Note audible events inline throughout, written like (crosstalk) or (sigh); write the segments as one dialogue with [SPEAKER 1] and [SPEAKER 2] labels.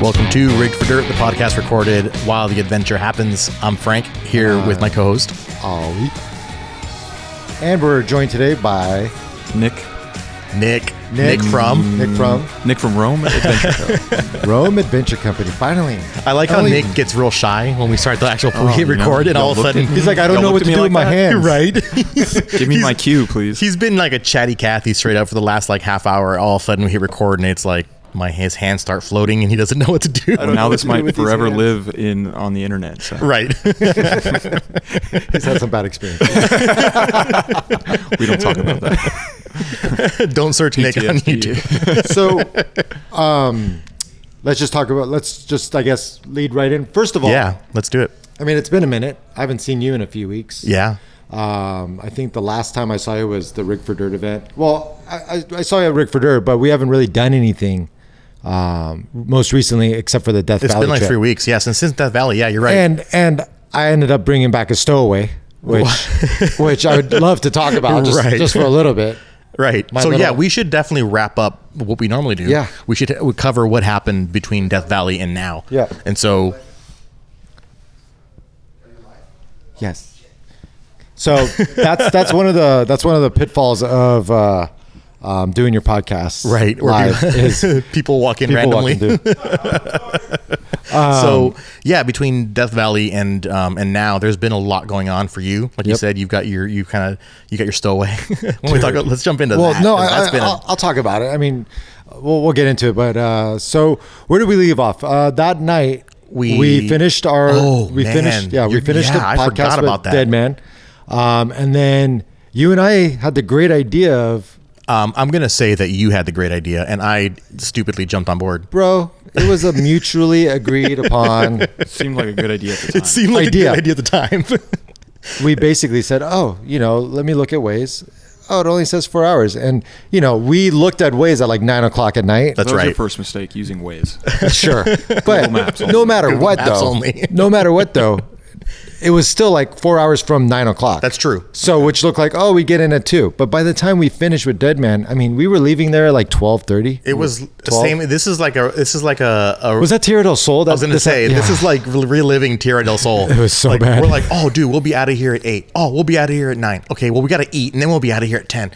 [SPEAKER 1] Welcome to Rigged for Dirt, the podcast recorded while the adventure happens. I'm Frank here
[SPEAKER 2] Ah.
[SPEAKER 1] with my co-host.
[SPEAKER 3] Ollie. And we're joined today by
[SPEAKER 2] Nick.
[SPEAKER 1] Nick. Nick, from.
[SPEAKER 3] Nick from
[SPEAKER 2] Nick from (laughs) Rome Adventure Co.
[SPEAKER 1] Mm. (laughs)
[SPEAKER 3] Rome Adventure Company. Finally,
[SPEAKER 1] I like how
[SPEAKER 3] Ollie.
[SPEAKER 1] Nick gets real shy when we start the actual
[SPEAKER 2] Oh, you know,
[SPEAKER 1] record, and
[SPEAKER 2] y'all
[SPEAKER 1] all of a
[SPEAKER 2] looked
[SPEAKER 1] sudden
[SPEAKER 2] at me.
[SPEAKER 3] he's like, I don't
[SPEAKER 2] Y'all
[SPEAKER 3] know what
[SPEAKER 2] looked
[SPEAKER 3] to
[SPEAKER 2] at
[SPEAKER 3] do
[SPEAKER 2] me
[SPEAKER 3] with my
[SPEAKER 2] like that?
[SPEAKER 3] hands.
[SPEAKER 1] right.
[SPEAKER 2] (laughs)
[SPEAKER 1] (laughs)
[SPEAKER 2] Give me my cue, please.
[SPEAKER 1] He's been like a chatty Cathy straight up for the last like half hour. All of a sudden we hit record, and it's like my his hands start floating, and he doesn't (laughs) know what to do.
[SPEAKER 2] Well, now
[SPEAKER 3] what
[SPEAKER 2] this
[SPEAKER 3] to do
[SPEAKER 2] might
[SPEAKER 3] with these
[SPEAKER 2] forever
[SPEAKER 3] hands.
[SPEAKER 2] live in on the internet. So.
[SPEAKER 1] Right. (laughs)
[SPEAKER 3] He's had some bad experiences.
[SPEAKER 2] We don't talk about that.
[SPEAKER 1] don't search Nick on
[SPEAKER 2] PTSD.
[SPEAKER 1] YouTube.
[SPEAKER 3] so, um, let's just talk about. Let's just, I guess, lead right in. First of all,
[SPEAKER 1] Yeah, let's do it.
[SPEAKER 3] I mean, it's been a minute. I haven't seen you in a few weeks.
[SPEAKER 1] Yeah.
[SPEAKER 3] Um, I think the last time I saw you was the Rig for Dirt event. Well, I, I, I saw you at Rig for Dirt, but we haven't really done anything um, most recently except for the Death
[SPEAKER 1] It's
[SPEAKER 3] Valley
[SPEAKER 1] been like
[SPEAKER 3] trip.
[SPEAKER 1] three weeks. Yeah, since since Death Valley. Yeah, you're right.
[SPEAKER 3] And and I ended up bringing back a stowaway, which (laughs) which I would love to talk about just,
[SPEAKER 1] Right.
[SPEAKER 3] just for a little bit.
[SPEAKER 1] Right.
[SPEAKER 3] My
[SPEAKER 1] so yeah,
[SPEAKER 3] little-
[SPEAKER 1] we should definitely wrap up what we normally do.
[SPEAKER 3] Yeah.
[SPEAKER 1] We should we cover what happened between Death Valley and now.
[SPEAKER 3] Yeah.
[SPEAKER 1] And so
[SPEAKER 3] Yes. So that's that's one of the that's one of the pitfalls of uh, um, doing your podcast
[SPEAKER 1] right, or (laughs)
[SPEAKER 3] live is people
[SPEAKER 1] people walk in randomly.
[SPEAKER 3] walking through.
[SPEAKER 1] so
[SPEAKER 3] Um,
[SPEAKER 1] yeah, between Death Valley and um, and now, there's been a lot going on for you. Like you
[SPEAKER 3] Yep.
[SPEAKER 1] said, you've got your you kind of you got your stowaway. (laughs) when we talk, about, let's jump into
[SPEAKER 3] Well,
[SPEAKER 1] that.
[SPEAKER 3] no,
[SPEAKER 1] 'cause
[SPEAKER 3] I,
[SPEAKER 1] that's
[SPEAKER 3] I,
[SPEAKER 1] been a-
[SPEAKER 3] I'll, I'll talk about it. I mean, we'll, we'll get into it. But uh, so where did we leave off? Uh, that night
[SPEAKER 1] We-
[SPEAKER 3] finished our
[SPEAKER 1] Oh,
[SPEAKER 3] we
[SPEAKER 1] man.
[SPEAKER 3] finished yeah we
[SPEAKER 1] You're-
[SPEAKER 3] finished
[SPEAKER 1] yeah, I
[SPEAKER 3] the podcast
[SPEAKER 1] forgot
[SPEAKER 3] with
[SPEAKER 1] about that.
[SPEAKER 3] Dead Man, um, and then you and I had the great idea of
[SPEAKER 1] um, I'm gonna say that you had the great idea, and I stupidly jumped on board.
[SPEAKER 3] bro. It was a mutually agreed upon.
[SPEAKER 2] (laughs) Seemed like a good idea at the time.
[SPEAKER 1] (laughs) It seemed like
[SPEAKER 3] Idea.
[SPEAKER 1] a good idea at the time. (laughs)
[SPEAKER 3] We basically said, oh, you know, let me look at ways. Oh, it only says four hours, and you know, we looked at ways at like nine o'clock at night.
[SPEAKER 1] that's
[SPEAKER 2] that was
[SPEAKER 1] right.
[SPEAKER 2] your first mistake using Waze.
[SPEAKER 1] (laughs)
[SPEAKER 3] sure but
[SPEAKER 2] Maps
[SPEAKER 3] no matter what
[SPEAKER 1] Maps
[SPEAKER 3] though
[SPEAKER 1] only. (laughs)
[SPEAKER 3] no matter what though it was still like four hours from nine o'clock
[SPEAKER 1] That's true.
[SPEAKER 3] so which looked like oh we get in at two but by the time we finished with dead man i mean we were leaving there at like 12.30
[SPEAKER 1] It was the
[SPEAKER 3] 12?
[SPEAKER 1] same. This is like a. This is like a. a
[SPEAKER 3] was that Tierra del Sol? That,
[SPEAKER 1] I was gonna say this is like re- reliving Tierra del Sol. it
[SPEAKER 3] was so
[SPEAKER 1] like,
[SPEAKER 3] bad.
[SPEAKER 1] We're like, oh, dude, we'll be out of here at eight. Oh, we'll be out of here at nine. Okay, well, we gotta eat, and then we'll be out of here at ten.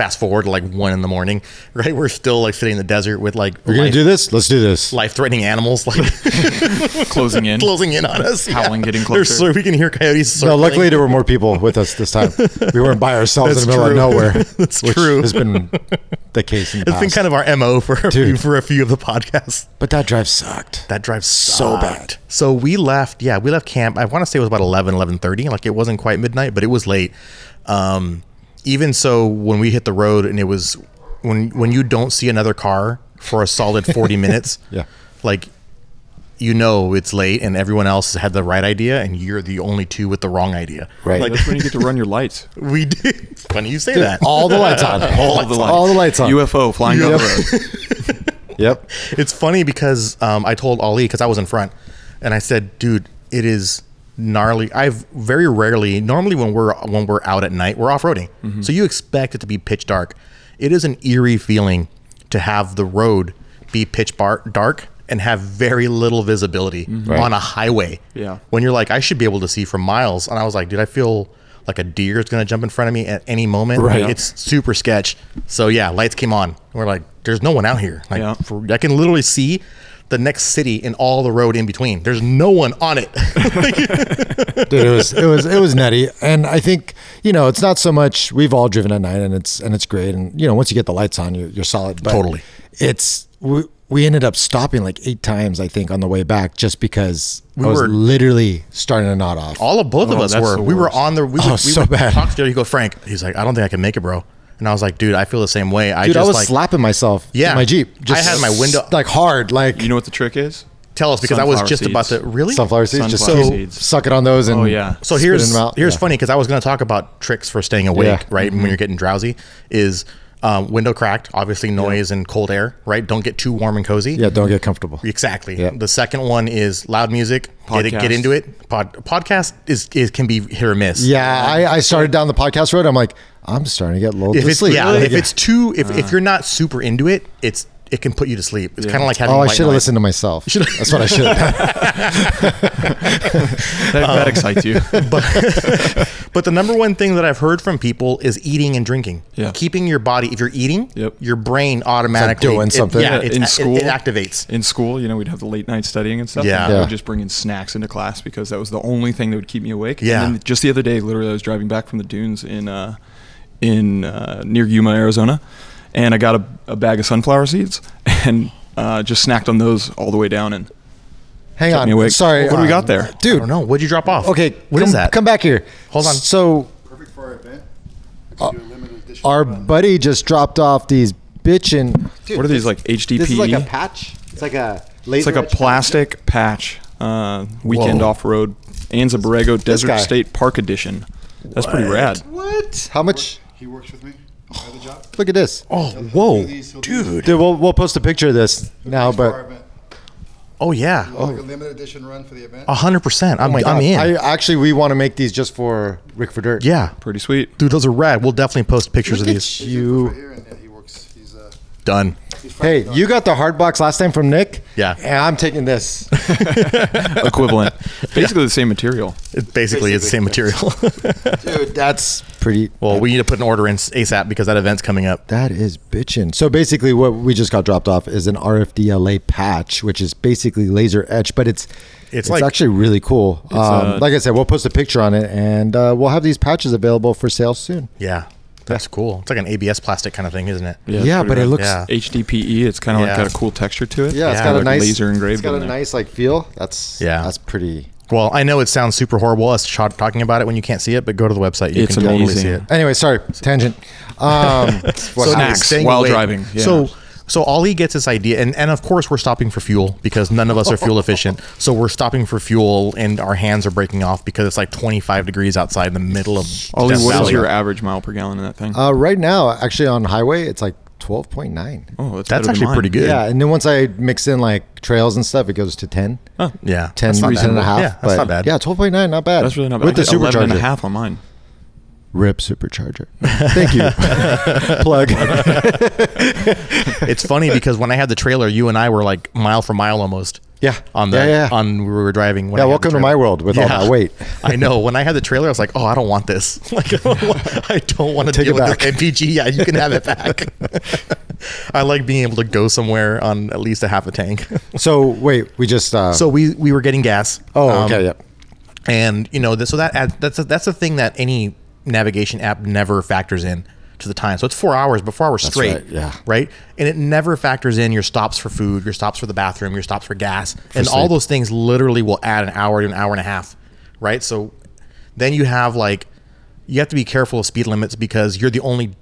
[SPEAKER 1] Fast forward to like one in the morning, (laughs) right? We're still like sitting in the desert with like
[SPEAKER 3] We're gonna
[SPEAKER 1] life,
[SPEAKER 3] do this. Let's do this.
[SPEAKER 1] threatening animals (laughs)
[SPEAKER 3] (laughs)
[SPEAKER 1] like
[SPEAKER 2] (laughs) Closing in.
[SPEAKER 1] closing in on us,
[SPEAKER 2] Howling, getting
[SPEAKER 1] They're
[SPEAKER 2] closer.
[SPEAKER 1] So we can hear coyotes.
[SPEAKER 3] No,
[SPEAKER 1] Circling.
[SPEAKER 3] luckily there were more people with us this time. We weren't by ourselves in the
[SPEAKER 1] That's
[SPEAKER 3] middle of
[SPEAKER 1] true.
[SPEAKER 3] nowhere.
[SPEAKER 1] (laughs) That's
[SPEAKER 3] which
[SPEAKER 1] true.
[SPEAKER 3] Has been the case in the
[SPEAKER 1] it's
[SPEAKER 3] past.
[SPEAKER 1] been kind of our mo for a few,
[SPEAKER 3] Dude.
[SPEAKER 1] for a few of the podcasts.
[SPEAKER 3] but that drive sucked.
[SPEAKER 1] That drive
[SPEAKER 3] So
[SPEAKER 1] so
[SPEAKER 3] bad.
[SPEAKER 1] bad. So we left, yeah, we left camp. I want to say it was about 11, 11.30. Like it wasn't quite midnight, but it was late. Um, even so, when we hit the road and it was, when, when you don't see another car for a solid 40
[SPEAKER 3] (laughs)
[SPEAKER 1] minutes,
[SPEAKER 3] Yeah.
[SPEAKER 1] like, you know it's late and everyone else had the right idea and you're the only two with the wrong idea.
[SPEAKER 3] Right.
[SPEAKER 1] Like
[SPEAKER 2] That's when you get to run your lights.
[SPEAKER 1] we did. (laughs) Funny you say that.
[SPEAKER 3] All
[SPEAKER 1] (laughs)
[SPEAKER 3] the lights on.
[SPEAKER 2] All the lights.
[SPEAKER 3] All the lights on.
[SPEAKER 2] UFO flying down the road.
[SPEAKER 3] Yep.
[SPEAKER 1] It's funny because um, I told Ali because I was in front, and I said, "Dude, it is gnarly." I've very rarely, normally when we're when we're out at night, we're off roading,
[SPEAKER 3] Mm-hmm.
[SPEAKER 1] so you expect it to be pitch dark. It is an eerie feeling to have the road be pitch bar- dark and have very little visibility
[SPEAKER 3] Mm-hmm. Right.
[SPEAKER 1] on a highway.
[SPEAKER 2] Yeah.
[SPEAKER 1] when you're like, I should be able to see for miles, and I was like, dude, I feel. Like a deer is gonna jump in front of me at any moment.
[SPEAKER 3] Right.
[SPEAKER 1] It's super sketch. So yeah, lights came on. We're like, there's no one out here. Like,
[SPEAKER 2] Yeah.
[SPEAKER 1] for, I can literally see the next city and all the road in between. There's no one on
[SPEAKER 3] (laughs)
[SPEAKER 1] it.
[SPEAKER 3] Dude, it was it was it was nutty, and I think you know it's not so much we've all driven at night, and it's and it's great, and you know once you get the lights on, you're, you're solid. But
[SPEAKER 1] Totally.
[SPEAKER 3] it's we, we ended up stopping like eight times, I think, on the way back, just because we I was
[SPEAKER 1] were-
[SPEAKER 3] literally starting to nod off.
[SPEAKER 1] all of both of
[SPEAKER 2] Oh,
[SPEAKER 1] us
[SPEAKER 2] that's
[SPEAKER 1] were.
[SPEAKER 2] the
[SPEAKER 1] We were
[SPEAKER 2] worst.
[SPEAKER 1] on the. We
[SPEAKER 3] Oh,
[SPEAKER 1] would, we
[SPEAKER 3] so
[SPEAKER 1] would
[SPEAKER 3] bad.
[SPEAKER 1] Talk to you. Go, Frank. He's like, I don't think I can make it, bro. And I was like, dude, I feel the same way. I
[SPEAKER 3] Dude,
[SPEAKER 1] just
[SPEAKER 3] I was
[SPEAKER 1] like
[SPEAKER 3] slapping myself.
[SPEAKER 1] Yeah.
[SPEAKER 3] in my jeep.
[SPEAKER 1] I had my window-
[SPEAKER 3] like hard, like
[SPEAKER 2] You know what the trick is?
[SPEAKER 1] tell us because I was
[SPEAKER 2] Sunflower
[SPEAKER 1] just about to
[SPEAKER 2] seeds.
[SPEAKER 1] really
[SPEAKER 3] sunflower seeds. Just
[SPEAKER 2] Sunflower
[SPEAKER 3] so
[SPEAKER 2] seeds.
[SPEAKER 3] suck it on those, and
[SPEAKER 2] Oh, yeah.
[SPEAKER 1] So
[SPEAKER 3] spit
[SPEAKER 1] here's
[SPEAKER 3] them out.
[SPEAKER 1] here's
[SPEAKER 3] Yeah.
[SPEAKER 1] funny because I was going to talk about tricks for staying awake,
[SPEAKER 3] Yeah. Mm-hmm.
[SPEAKER 1] right? When you're getting drowsy, is um, window cracked, obviously noise and cold air, right? Don't get too warm and cozy.
[SPEAKER 3] Yeah, don't get comfortable.
[SPEAKER 1] Exactly.
[SPEAKER 3] Yep.
[SPEAKER 1] The second one is loud music. Get, it, get
[SPEAKER 2] Podcast.
[SPEAKER 1] into it. Pod, podcast is, is can be hit or miss.
[SPEAKER 3] Yeah, I, I started down the podcast road. I'm like, I'm starting to get lulled
[SPEAKER 1] If
[SPEAKER 3] to
[SPEAKER 1] it's
[SPEAKER 3] sleep.
[SPEAKER 1] yeah,
[SPEAKER 3] Like,
[SPEAKER 1] if it's too if, if you're not super into it, it's it can put you to sleep. It's
[SPEAKER 2] Uh. Yeah.
[SPEAKER 1] kind of like having.
[SPEAKER 3] Oh, I
[SPEAKER 1] white
[SPEAKER 3] should have
[SPEAKER 1] noise.
[SPEAKER 3] listened to myself. That's what I should have done.
[SPEAKER 2] That, that excites you. (laughs)
[SPEAKER 1] But (laughs) but the number one thing that I've heard from people is eating and drinking.
[SPEAKER 2] Yeah.
[SPEAKER 1] Keeping your body. If you're eating,
[SPEAKER 2] Yep.
[SPEAKER 1] your brain automatically
[SPEAKER 3] doing
[SPEAKER 1] it-
[SPEAKER 3] something.
[SPEAKER 1] yeah,
[SPEAKER 2] Yeah,
[SPEAKER 1] it's
[SPEAKER 2] in
[SPEAKER 1] a- it-
[SPEAKER 2] school.
[SPEAKER 1] it, activates.
[SPEAKER 2] In school, you know, we'd have the late night studying and stuff.
[SPEAKER 1] Yeah.
[SPEAKER 2] and I
[SPEAKER 3] Yeah.
[SPEAKER 2] would just bring in snacks into class because that was the only thing that would keep me awake.
[SPEAKER 1] Yeah.
[SPEAKER 2] And then just the other day, literally, I was driving back from the dunes in uh, in uh, near Yuma, Arizona, and I got a, a bag of sunflower seeds (laughs) and uh, just snacked on those all the way down. And
[SPEAKER 3] Hang
[SPEAKER 2] Kept
[SPEAKER 3] on.
[SPEAKER 2] me awake.
[SPEAKER 3] Sorry. uh,
[SPEAKER 2] What do we got there?
[SPEAKER 1] Dude, I
[SPEAKER 3] Dude.
[SPEAKER 1] don't know. What'd you drop off?
[SPEAKER 3] Okay.
[SPEAKER 1] What
[SPEAKER 3] come,
[SPEAKER 1] is that?
[SPEAKER 3] Come back here.
[SPEAKER 1] Hold on.
[SPEAKER 3] So uh,
[SPEAKER 4] Perfect for our event. do a limited edition
[SPEAKER 3] our
[SPEAKER 4] run.
[SPEAKER 3] buddy just dropped off these bitchin'.
[SPEAKER 2] what are these like HDPE?
[SPEAKER 4] This is like a patch. It's like a
[SPEAKER 2] E? it's
[SPEAKER 4] laser.
[SPEAKER 2] like a
[SPEAKER 4] etched patch.
[SPEAKER 2] plastic patch. Uh, weekend
[SPEAKER 1] Whoa.
[SPEAKER 2] off road, Anza Borrego
[SPEAKER 3] guy.
[SPEAKER 2] Desert State Park Edition. That's pretty rad.
[SPEAKER 3] What? How much?
[SPEAKER 4] He works with me. at the job.
[SPEAKER 3] Look at this.
[SPEAKER 1] Oh,
[SPEAKER 4] He'll
[SPEAKER 1] whoa,
[SPEAKER 4] do these, he'll do these.
[SPEAKER 1] dude.
[SPEAKER 3] Dude, we'll, we'll post a picture of this now,
[SPEAKER 4] Perfect for our
[SPEAKER 3] but
[SPEAKER 4] event.
[SPEAKER 1] Oh yeah,
[SPEAKER 4] We'll do like a limited edition run for the event.
[SPEAKER 1] a hundred percent. I'm I'm in.
[SPEAKER 3] Oh, I actually we want to make these just for Rick for Dirt.
[SPEAKER 1] yeah, (laughs)
[SPEAKER 2] Pretty sweet.
[SPEAKER 1] dude, those are rad. We'll definitely post pictures
[SPEAKER 3] Look
[SPEAKER 1] of
[SPEAKER 3] at
[SPEAKER 1] these.
[SPEAKER 4] He's
[SPEAKER 3] you.
[SPEAKER 4] right here, and, uh, he works. He's, uh,
[SPEAKER 1] Done.
[SPEAKER 4] he's friendly
[SPEAKER 3] Hey,
[SPEAKER 4] dog.
[SPEAKER 3] you got the hard box last time from Nick.
[SPEAKER 1] Yeah.
[SPEAKER 3] And I'm taking this.
[SPEAKER 2] Equivalent. Basically the same material.
[SPEAKER 1] It basically is the same material. (laughs)
[SPEAKER 3] Dude, that's pretty.
[SPEAKER 1] well, we need to put an order in ASAP because that event's coming up.
[SPEAKER 3] That is bitchin'. So basically, what we just got dropped off is an RFDLA patch, which is basically laser etched, but it's it's,
[SPEAKER 1] like-
[SPEAKER 3] actually really cool. Um,
[SPEAKER 2] uh,
[SPEAKER 3] like I said, we'll post a picture on it, and uh, we'll have these patches available for sale soon.
[SPEAKER 1] Yeah, that's cool. It's like an ABS plastic kind of thing, isn't it?
[SPEAKER 3] Yeah,
[SPEAKER 2] it's pretty
[SPEAKER 3] but it
[SPEAKER 2] rad.
[SPEAKER 3] looks
[SPEAKER 1] Yeah.
[SPEAKER 3] yeah,
[SPEAKER 2] HDPE. E, It's kind of
[SPEAKER 1] Yeah.
[SPEAKER 2] like got a cool texture to it.
[SPEAKER 3] it's
[SPEAKER 1] Yeah,
[SPEAKER 3] got a
[SPEAKER 1] like
[SPEAKER 3] nice
[SPEAKER 2] laser engraved.
[SPEAKER 3] It's got a
[SPEAKER 2] in there.
[SPEAKER 3] nice like feel. That's
[SPEAKER 1] Yeah.
[SPEAKER 3] yeah, that's pretty.
[SPEAKER 1] Well, I know it sounds super horrible us sh- talking about it when you can't see it, but go to the website. You
[SPEAKER 2] It's
[SPEAKER 1] can totally
[SPEAKER 2] amazing.
[SPEAKER 1] see it.
[SPEAKER 3] Anyway, sorry, tangent. Um,
[SPEAKER 1] So
[SPEAKER 3] (laughs) what-
[SPEAKER 1] anyway,
[SPEAKER 2] Snacks
[SPEAKER 1] staying
[SPEAKER 2] while
[SPEAKER 1] awake.
[SPEAKER 2] driving, yeah.
[SPEAKER 1] So so Ollie gets this idea, and, and of course we're stopping for fuel because none of us are
[SPEAKER 2] (laughs)
[SPEAKER 1] fuel efficient. So we're stopping for fuel, and our hands are breaking off because it's like 25 degrees outside in the middle of
[SPEAKER 2] Ollie,
[SPEAKER 1] Death
[SPEAKER 2] what is
[SPEAKER 1] Valley.
[SPEAKER 2] your average mile per gallon in that thing?
[SPEAKER 3] uh, right now, actually on highway, it's like twelve point nine.
[SPEAKER 2] oh,
[SPEAKER 1] That's
[SPEAKER 2] better than
[SPEAKER 1] actually
[SPEAKER 2] mine.
[SPEAKER 1] pretty good.
[SPEAKER 3] Yeah, and then once I mix in like trails and stuff, it goes to ten.
[SPEAKER 2] Huh.
[SPEAKER 1] Yeah,
[SPEAKER 3] 10,
[SPEAKER 1] That's not
[SPEAKER 3] 10 and a
[SPEAKER 1] bad.
[SPEAKER 3] half.
[SPEAKER 1] Yeah, that's
[SPEAKER 3] but
[SPEAKER 1] not bad.
[SPEAKER 3] Yeah, 12.9, not bad.
[SPEAKER 2] That's really not bad.
[SPEAKER 3] With the
[SPEAKER 2] I did 11
[SPEAKER 3] supercharger.
[SPEAKER 2] and a half on mine.
[SPEAKER 3] Rip supercharger.
[SPEAKER 1] (laughs)
[SPEAKER 3] Thank you. Plug.
[SPEAKER 1] it's
[SPEAKER 3] (laughs)
[SPEAKER 1] funny because when I had the trailer, you and I were like mile for mile almost.
[SPEAKER 3] Yeah.
[SPEAKER 1] On the
[SPEAKER 3] Yeah, yeah.
[SPEAKER 1] on we were driving. when
[SPEAKER 3] Yeah,
[SPEAKER 1] I had the
[SPEAKER 3] welcome to
[SPEAKER 1] trailer.
[SPEAKER 3] my world with all that weight.
[SPEAKER 1] (laughs) I know. When I had the trailer, I was like, "Oh, I don't want this. (laughs)
[SPEAKER 3] (laughs)
[SPEAKER 1] Like, I don't want, I don't want to
[SPEAKER 3] Take
[SPEAKER 1] deal
[SPEAKER 3] it
[SPEAKER 1] with
[SPEAKER 3] back.
[SPEAKER 1] this MPG. Yeah, you can have
[SPEAKER 3] (laughs)
[SPEAKER 1] it back. (laughs) I like being able to go somewhere on at least a half a tank. (laughs)
[SPEAKER 3] so wait, we just uh,
[SPEAKER 1] so we we were getting gas.
[SPEAKER 3] Oh,
[SPEAKER 1] Um,
[SPEAKER 3] okay, yeah.
[SPEAKER 1] And you know, th- so that add, that's a, that's a thing that any navigation app never factors in to the time. So it's four hours, but four hours straight.
[SPEAKER 3] right, yeah.
[SPEAKER 1] Right. And it never factors in your stops for food, your stops for the bathroom, your stops for gas, and all
[SPEAKER 3] sleep.
[SPEAKER 1] those things literally will add an hour to an hour and a half. Right. So then you have like you have to be careful of speed limits because you're the only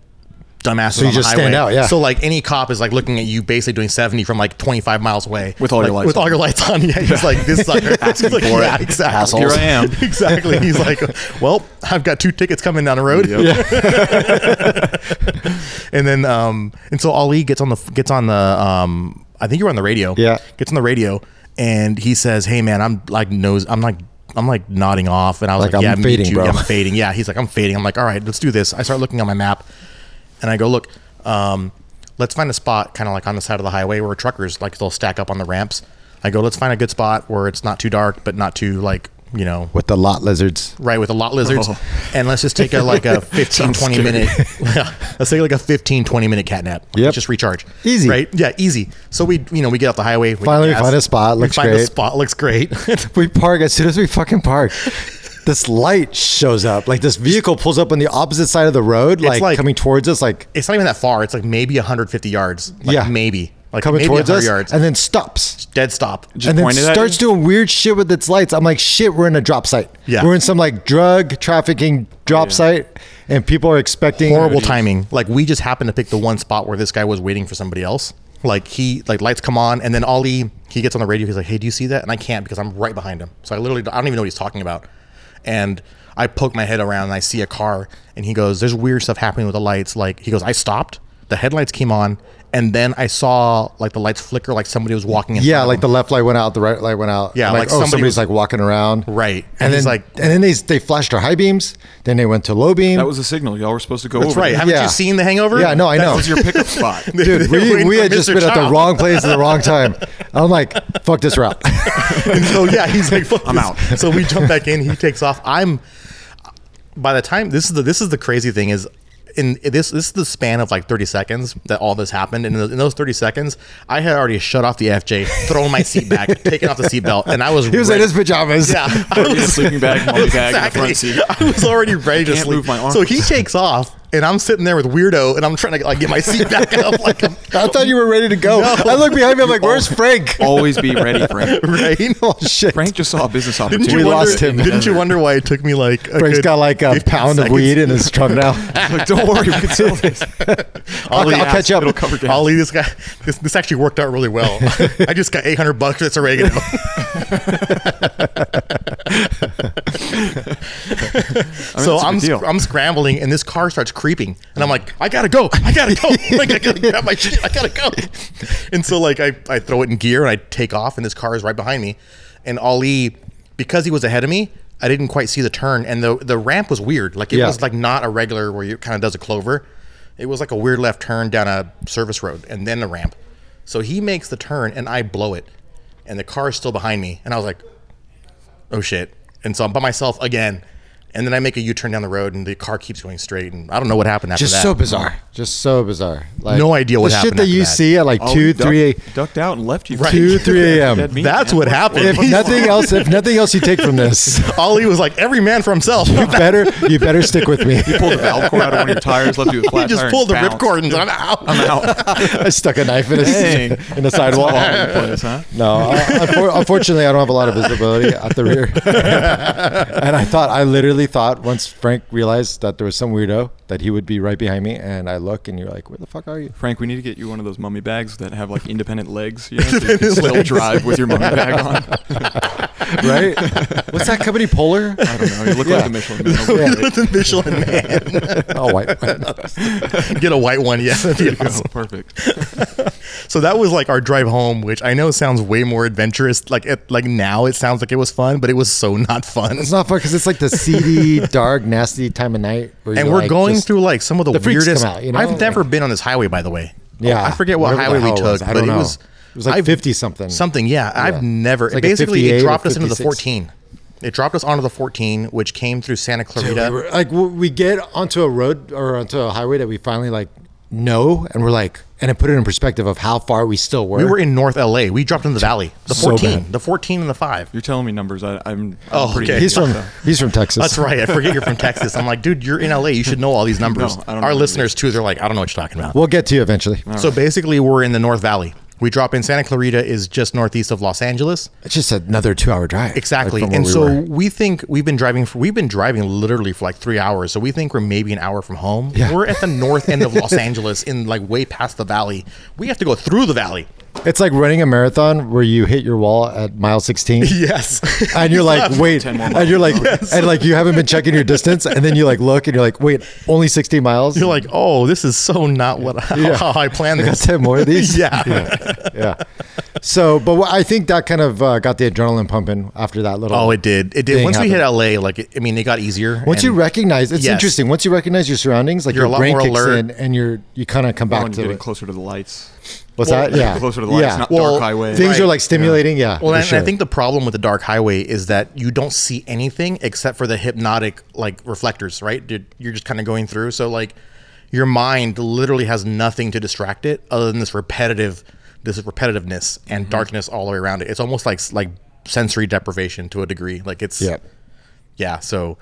[SPEAKER 1] dumbass so
[SPEAKER 3] you just stand out, yeah.
[SPEAKER 1] so like any cop is like looking at you basically doing 70 from like 25 miles away
[SPEAKER 2] With all
[SPEAKER 1] like,
[SPEAKER 2] your lights
[SPEAKER 1] with all
[SPEAKER 2] on.
[SPEAKER 1] your lights on (laughs) yeah he's like this
[SPEAKER 3] (laughs)
[SPEAKER 1] sucker (laughs) He's like,
[SPEAKER 2] for
[SPEAKER 1] yeah,
[SPEAKER 2] it.
[SPEAKER 1] exactly
[SPEAKER 2] Here I am.
[SPEAKER 1] (laughs) exactly. He's like, well, I've got two tickets coming down the road. (laughs) and then, um, and so Ali gets on the gets on the, um, I think you were on the radio.
[SPEAKER 3] Yeah.
[SPEAKER 1] Gets on the radio, and he says, "Hey, man, I'm like nose, I'm like." I'm like nodding off, and I was like,
[SPEAKER 3] Like,
[SPEAKER 1] "Yeah,
[SPEAKER 3] I'm
[SPEAKER 1] me
[SPEAKER 3] fading,
[SPEAKER 1] too.
[SPEAKER 3] bro.
[SPEAKER 1] Yeah, I'm fading." Yeah, he's like, "I'm fading." I'm like, "All right, let's do this." I start looking on my map, and I go, "Look, um, let's find a spot, kind of like on the side of the highway where truckers like they'll stack up on the ramps." I go, "Let's find a good spot where it's not too dark, but not too like you know
[SPEAKER 3] with the lot lizards. (laughs)
[SPEAKER 1] right with a lot lizards
[SPEAKER 2] Oh.
[SPEAKER 1] and let's just take a like a 15
[SPEAKER 2] Sounds
[SPEAKER 1] 20
[SPEAKER 2] scary.
[SPEAKER 1] minute yeah, let's take like a 15 20 minute cat nap
[SPEAKER 3] Yep.
[SPEAKER 1] Let's just recharge
[SPEAKER 3] Easy.
[SPEAKER 1] right yeah easy so we you know we get off the highway we
[SPEAKER 3] Finally, we
[SPEAKER 1] gas.
[SPEAKER 3] find a spot, looks
[SPEAKER 1] we find a
[SPEAKER 3] great.
[SPEAKER 1] spot looks great (laughs)
[SPEAKER 3] We park as soon as we fucking park. This light shows up. Like this vehicle pulls up on the opposite side of the road, like,
[SPEAKER 1] like-
[SPEAKER 3] coming towards us, like
[SPEAKER 1] it's not even that far it's like maybe 150 yards like
[SPEAKER 3] Yeah.
[SPEAKER 1] maybe like
[SPEAKER 3] coming
[SPEAKER 1] maybe
[SPEAKER 3] towards
[SPEAKER 1] 100
[SPEAKER 3] us,
[SPEAKER 1] yards
[SPEAKER 3] and then stops.
[SPEAKER 1] dead stop
[SPEAKER 2] Just
[SPEAKER 3] and then
[SPEAKER 2] pointed at
[SPEAKER 3] starts
[SPEAKER 2] you?
[SPEAKER 3] doing weird shit with its lights. I'm like, shit, we're in a drop site.
[SPEAKER 1] Yeah.
[SPEAKER 3] We're in some like drug trafficking drop site, and people are expecting
[SPEAKER 1] horrible timing like we just happened to pick the one spot where this guy was waiting for somebody else like he like lights come on and then ollie he gets on the radio he's like hey do you see that and i can't because i'm right behind him so i literally i don't even know what he's talking about and i poke my head around and i see a car and he goes there's weird stuff happening with the lights like he goes i stopped the headlights came on and then I saw like the lights flicker, like somebody was walking. In
[SPEAKER 3] Yeah,
[SPEAKER 1] front of
[SPEAKER 3] like
[SPEAKER 1] them.
[SPEAKER 3] the left light went out, the right light went out.
[SPEAKER 1] Yeah,
[SPEAKER 3] like,
[SPEAKER 1] like
[SPEAKER 3] oh,
[SPEAKER 1] somebody
[SPEAKER 3] somebody's
[SPEAKER 1] was-
[SPEAKER 3] like walking around.
[SPEAKER 1] Right.
[SPEAKER 3] And,
[SPEAKER 1] And
[SPEAKER 3] then
[SPEAKER 1] he's
[SPEAKER 3] like,
[SPEAKER 1] like-
[SPEAKER 3] and then they they flashed our high beams. Then they went to low beam.
[SPEAKER 2] That was a signal. Y'all were supposed to go
[SPEAKER 1] That's
[SPEAKER 2] over.
[SPEAKER 1] right.
[SPEAKER 2] there.
[SPEAKER 1] Haven't
[SPEAKER 3] Yeah.
[SPEAKER 1] you seen The Hangover?
[SPEAKER 3] Yeah, I know, I
[SPEAKER 2] that
[SPEAKER 3] know.
[SPEAKER 2] was your pickup spot.
[SPEAKER 3] (laughs) (laughs) Dude,
[SPEAKER 1] They're
[SPEAKER 3] we,
[SPEAKER 1] waiting
[SPEAKER 3] we
[SPEAKER 1] for
[SPEAKER 3] had just
[SPEAKER 1] Mr.
[SPEAKER 3] been at the
[SPEAKER 1] Chow.
[SPEAKER 3] wrong place at the wrong time. I'm like, fuck this route. (laughs)
[SPEAKER 1] And (laughs) so yeah, he's like, Fuck
[SPEAKER 2] I'm
[SPEAKER 1] this."
[SPEAKER 2] out.
[SPEAKER 1] So we jump back in.
[SPEAKER 3] (laughs)
[SPEAKER 1] He takes off. I'm. By the time this is the this is the crazy thing is. In this, this is the span of like 30 seconds that all this happened. And in those, in those 30 seconds, I had already shut off the FJ, thrown my seat
[SPEAKER 3] (laughs)
[SPEAKER 1] back, taken off the seatbelt, and I was
[SPEAKER 3] he was in
[SPEAKER 1] ready-
[SPEAKER 3] his pajamas.
[SPEAKER 1] Yeah, I
[SPEAKER 2] Put me in a sleeping bag, mommy bag in the front seat.
[SPEAKER 1] I was
[SPEAKER 2] (laughs)
[SPEAKER 1] already ready to
[SPEAKER 2] can't
[SPEAKER 1] sleep.
[SPEAKER 2] move my arm.
[SPEAKER 1] So he takes off, and I'm sitting there with weirdo, and I'm trying to like get my seat back up, like I'm,
[SPEAKER 3] (laughs) (laughs) I thought you were ready to go. I look behind me. I'm like, where's Frank?
[SPEAKER 2] Always be ready, Frank.
[SPEAKER 1] (laughs) right.
[SPEAKER 3] (laughs) Oh shit!
[SPEAKER 2] Frank just saw a business
[SPEAKER 1] Didn't
[SPEAKER 2] opportunity.
[SPEAKER 1] you
[SPEAKER 3] We
[SPEAKER 1] wonder,
[SPEAKER 3] lost him.
[SPEAKER 1] Didn't you wonder why it took me like a
[SPEAKER 3] Frank's
[SPEAKER 1] good
[SPEAKER 3] got like a
[SPEAKER 1] 15
[SPEAKER 3] pound of
[SPEAKER 1] seconds?
[SPEAKER 3] weed in
[SPEAKER 1] (laughs)
[SPEAKER 3] his trunk now.
[SPEAKER 2] Like, don't worry, we can sell this.
[SPEAKER 3] I'll,
[SPEAKER 2] Ollie
[SPEAKER 3] I'll
[SPEAKER 2] asked,
[SPEAKER 3] catch up.
[SPEAKER 2] It'll cover gas.
[SPEAKER 1] Ollie, this guy, this, this actually worked out really
[SPEAKER 3] (laughs)
[SPEAKER 1] well. I just got 800 bucks. That's oregano. (laughs) so
[SPEAKER 2] that's a
[SPEAKER 1] I'm
[SPEAKER 2] good deal.
[SPEAKER 1] sc- I'm scrambling, and this car starts creeping, and I'm like, I gotta go, I gotta go, like I gotta grab my shit, I gotta go. And so like I I throw it in gear and I take off, and this car is right behind me, and Ollie, because he was ahead of me. I didn't quite see the turn, and the the ramp was weird. Like it
[SPEAKER 3] Yeah.
[SPEAKER 1] was like not a regular where you kind of does a clover. It was like a weird left turn down a service road and then the ramp. So he makes the turn and I blow it. And the car is still behind me. And I was like, oh shit. And so I'm by myself again. And then I make a U turn down the road and the car keeps going straight. And I don't know what happened after
[SPEAKER 3] (laughs) Just
[SPEAKER 1] that.
[SPEAKER 3] so bizarre. Just so bizarre. Like,
[SPEAKER 1] No idea what
[SPEAKER 3] the
[SPEAKER 1] happened
[SPEAKER 3] shit that
[SPEAKER 1] after
[SPEAKER 3] you
[SPEAKER 1] that. Oh,
[SPEAKER 3] see at like
[SPEAKER 2] Ollie
[SPEAKER 3] two,
[SPEAKER 2] ducked-
[SPEAKER 3] three, eight.
[SPEAKER 2] ducked out and left you.
[SPEAKER 1] Right.
[SPEAKER 3] 2, 3 a.m..
[SPEAKER 2] Dead meat,
[SPEAKER 1] That's
[SPEAKER 2] man.
[SPEAKER 1] what happened.
[SPEAKER 3] If nothing else, if nothing else, you take from
[SPEAKER 1] (laughs)
[SPEAKER 3] this,
[SPEAKER 1] Ollie was like, every man for himself. (laughs)
[SPEAKER 3] you better you better stick with me. (laughs)
[SPEAKER 2] Pulled the valve cord out of one of your tires, left you with a flat
[SPEAKER 1] he just
[SPEAKER 2] tire,
[SPEAKER 1] pulled the
[SPEAKER 2] and
[SPEAKER 1] ripcord and I'm out.
[SPEAKER 2] bounced. I'm
[SPEAKER 1] (laughs)
[SPEAKER 2] out.
[SPEAKER 3] I stuck a knife in
[SPEAKER 2] Dang.
[SPEAKER 3] a, in the sidewalk.
[SPEAKER 2] All over the place, huh?
[SPEAKER 3] No, I, unfor- unfortunately, I don't have a lot of visibility at the
[SPEAKER 1] (laughs)
[SPEAKER 3] rear. and I thought, I literally thought once Frank realized that there was some weirdo that he would be right behind me, and I look, and you're like, "Where the fuck are you?"
[SPEAKER 2] Frank, we need to get you one of those mummy bags that have like independent legs. You know, so you can still drive with your mummy bag
[SPEAKER 1] (laughs)
[SPEAKER 2] on.
[SPEAKER 3] (laughs) Right? What's that company? Polar?
[SPEAKER 2] I don't know. You look like a Michelin man.
[SPEAKER 3] (laughs) Yeah.
[SPEAKER 1] the Michelin (laughs) man.
[SPEAKER 3] Oh,
[SPEAKER 1] (laughs)
[SPEAKER 3] white.
[SPEAKER 1] Get a white one. Yeah, that'd be
[SPEAKER 2] There you go.
[SPEAKER 1] awesome.
[SPEAKER 2] Perfect.
[SPEAKER 1] So that was like our drive home, which I know sounds way more adventurous. Like it, like now, it sounds like it was fun, but it was so not fun.
[SPEAKER 3] It's not fun because it's like the
[SPEAKER 1] (laughs)
[SPEAKER 3] seedy, dark, nasty time of night. Where
[SPEAKER 1] and
[SPEAKER 3] you're,
[SPEAKER 1] we're
[SPEAKER 3] like,
[SPEAKER 1] going
[SPEAKER 3] just-
[SPEAKER 1] through like some of the,
[SPEAKER 3] the freaks
[SPEAKER 1] weirdest.
[SPEAKER 3] come out, you know?
[SPEAKER 1] I've never
[SPEAKER 3] Like-
[SPEAKER 1] been on this highway, by the way.
[SPEAKER 3] Yeah,
[SPEAKER 1] I forget what
[SPEAKER 3] Whatever
[SPEAKER 1] highway
[SPEAKER 3] the
[SPEAKER 1] we
[SPEAKER 3] hell
[SPEAKER 1] took,
[SPEAKER 3] was, I
[SPEAKER 1] but
[SPEAKER 3] don't
[SPEAKER 1] it
[SPEAKER 3] know.
[SPEAKER 1] was
[SPEAKER 3] it was like
[SPEAKER 1] I've-
[SPEAKER 3] fifty something.
[SPEAKER 1] Something, yeah. I've never.
[SPEAKER 3] It's like a
[SPEAKER 1] basically,
[SPEAKER 3] 58
[SPEAKER 1] it
[SPEAKER 3] or
[SPEAKER 1] dropped us into the
[SPEAKER 3] 56.
[SPEAKER 1] 14. It dropped us onto the 14, which came through Santa
[SPEAKER 3] Dude,
[SPEAKER 1] Clarita.
[SPEAKER 3] we were- like w- we get onto a road or onto a highway that we finally like know, and we're like, and it put it in perspective of how far we still were.
[SPEAKER 1] we were in North LA. We dropped in the valley. The
[SPEAKER 3] So
[SPEAKER 1] 14,
[SPEAKER 3] bad.
[SPEAKER 1] the 14 and the 5.
[SPEAKER 2] You're telling me numbers. I, I'm, I'm
[SPEAKER 1] Oh,
[SPEAKER 2] pretty
[SPEAKER 1] okay.
[SPEAKER 3] He's from
[SPEAKER 2] so-
[SPEAKER 3] he's from Texas.
[SPEAKER 1] That's right. I forget you're from Texas. I'm like, dude, you're in LA. You should know all these numbers.
[SPEAKER 2] No, I don't know
[SPEAKER 1] Our
[SPEAKER 2] these.
[SPEAKER 1] listeners, too, they're like, I don't know what you're talking about.
[SPEAKER 3] We'll get to you eventually.
[SPEAKER 1] So basically, we're in the North Valley. We drop in Santa Clarita is just northeast of Los Angeles.
[SPEAKER 3] It's just another two-hour drive. like,
[SPEAKER 1] Exactly.
[SPEAKER 3] from where
[SPEAKER 1] and
[SPEAKER 3] we
[SPEAKER 1] so
[SPEAKER 3] were.
[SPEAKER 1] we think we've been driving for we've been driving literally for like 3 hours. So we think we're maybe an hour from home.
[SPEAKER 3] Yeah.
[SPEAKER 1] We're at the north end
[SPEAKER 3] (laughs)
[SPEAKER 1] of Los Angeles in like way past the valley. We have to go through the valley.
[SPEAKER 3] it's like running a marathon where you hit your wall at
[SPEAKER 1] (laughs)
[SPEAKER 3] mile sixteen.
[SPEAKER 1] Yes.
[SPEAKER 3] And
[SPEAKER 1] (laughs)
[SPEAKER 3] you're like, wait,
[SPEAKER 2] 10 more
[SPEAKER 3] and
[SPEAKER 2] miles.
[SPEAKER 3] you're like, and like, you haven't been checking your distance, and then you like look, and you're like, wait, only 60 miles.
[SPEAKER 1] you're like, "Oh, this is so not what how, (laughs)
[SPEAKER 3] Yeah.
[SPEAKER 1] how I planned
[SPEAKER 3] I got (laughs)
[SPEAKER 1] this."
[SPEAKER 3] 10 more of
[SPEAKER 1] (laughs)
[SPEAKER 3] these.
[SPEAKER 1] Yeah.
[SPEAKER 3] yeah. Yeah. So, but what- I think that kind of uh, got the adrenaline pumping after that little.
[SPEAKER 1] Oh, it did. It did.
[SPEAKER 3] Thing
[SPEAKER 1] Once we hit
[SPEAKER 3] happened.
[SPEAKER 1] LA, like it- I mean, it got easier.
[SPEAKER 3] Once you
[SPEAKER 1] and-
[SPEAKER 3] recognize, it's
[SPEAKER 1] Yes.
[SPEAKER 3] interesting. Once you recognize your surroundings, like
[SPEAKER 1] You're a
[SPEAKER 3] your
[SPEAKER 1] lot
[SPEAKER 3] brain
[SPEAKER 1] more
[SPEAKER 3] kicks
[SPEAKER 1] alert.
[SPEAKER 3] in, and you're you kind of come
[SPEAKER 2] Well,
[SPEAKER 3] back
[SPEAKER 2] and
[SPEAKER 3] to
[SPEAKER 2] getting
[SPEAKER 3] it.
[SPEAKER 2] closer to the lights.
[SPEAKER 3] What's
[SPEAKER 1] Well,
[SPEAKER 3] that? Yeah,
[SPEAKER 2] Closer to the lights,
[SPEAKER 3] Yeah.
[SPEAKER 2] not
[SPEAKER 1] Well,
[SPEAKER 2] dark highway.
[SPEAKER 3] Things are
[SPEAKER 1] Right.
[SPEAKER 3] like stimulating. Yeah.
[SPEAKER 1] Well,
[SPEAKER 3] for
[SPEAKER 1] and, and
[SPEAKER 3] sure.
[SPEAKER 1] I think the problem with the dark highway is that you don't see anything except for the hypnotic like reflectors, right? You're- You're just kind of going through. So like your mind literally has nothing to distract it other than this repetitive this repetitiveness
[SPEAKER 3] Mm-hmm.
[SPEAKER 1] and darkness all the way around it. It's almost like like sensory deprivation to a degree. Like it's
[SPEAKER 3] Yeah.
[SPEAKER 1] yeah. So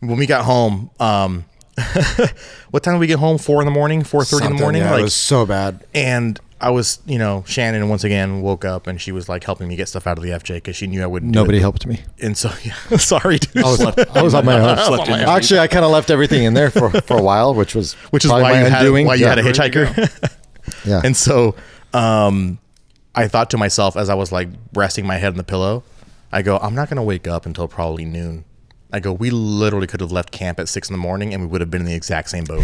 [SPEAKER 1] when we got home, um (laughs) what time did we get home? Four in the morning, four thirty in the
[SPEAKER 3] Something,
[SPEAKER 1] morning?
[SPEAKER 3] Yeah,
[SPEAKER 1] like
[SPEAKER 3] it was so bad.
[SPEAKER 1] and I was, you know, Shannon once again woke up and she was like helping me get stuff out of the FJ because she knew I wouldn't. do
[SPEAKER 3] Nobody Oh,
[SPEAKER 1] it. (laughs)
[SPEAKER 3] helped me.
[SPEAKER 1] And so, yeah, sorry, dude.
[SPEAKER 3] I was, I was on my own.
[SPEAKER 2] Slept in.
[SPEAKER 3] Actually, I kind of left everything in there for, for a while, which was
[SPEAKER 1] (laughs) Which is
[SPEAKER 3] probably
[SPEAKER 1] why
[SPEAKER 3] my
[SPEAKER 1] you had
[SPEAKER 3] undoing.
[SPEAKER 1] why you
[SPEAKER 3] yeah.
[SPEAKER 1] had a
[SPEAKER 2] Where'd you
[SPEAKER 1] hitchhiker.
[SPEAKER 3] Yeah.
[SPEAKER 1] (laughs) and so, um, I thought to myself as I was like resting my head on the pillow, I go, I'm not gonna wake up until probably noon. I go, we literally could have left camp at six in the morning and we would have been in the exact same boat.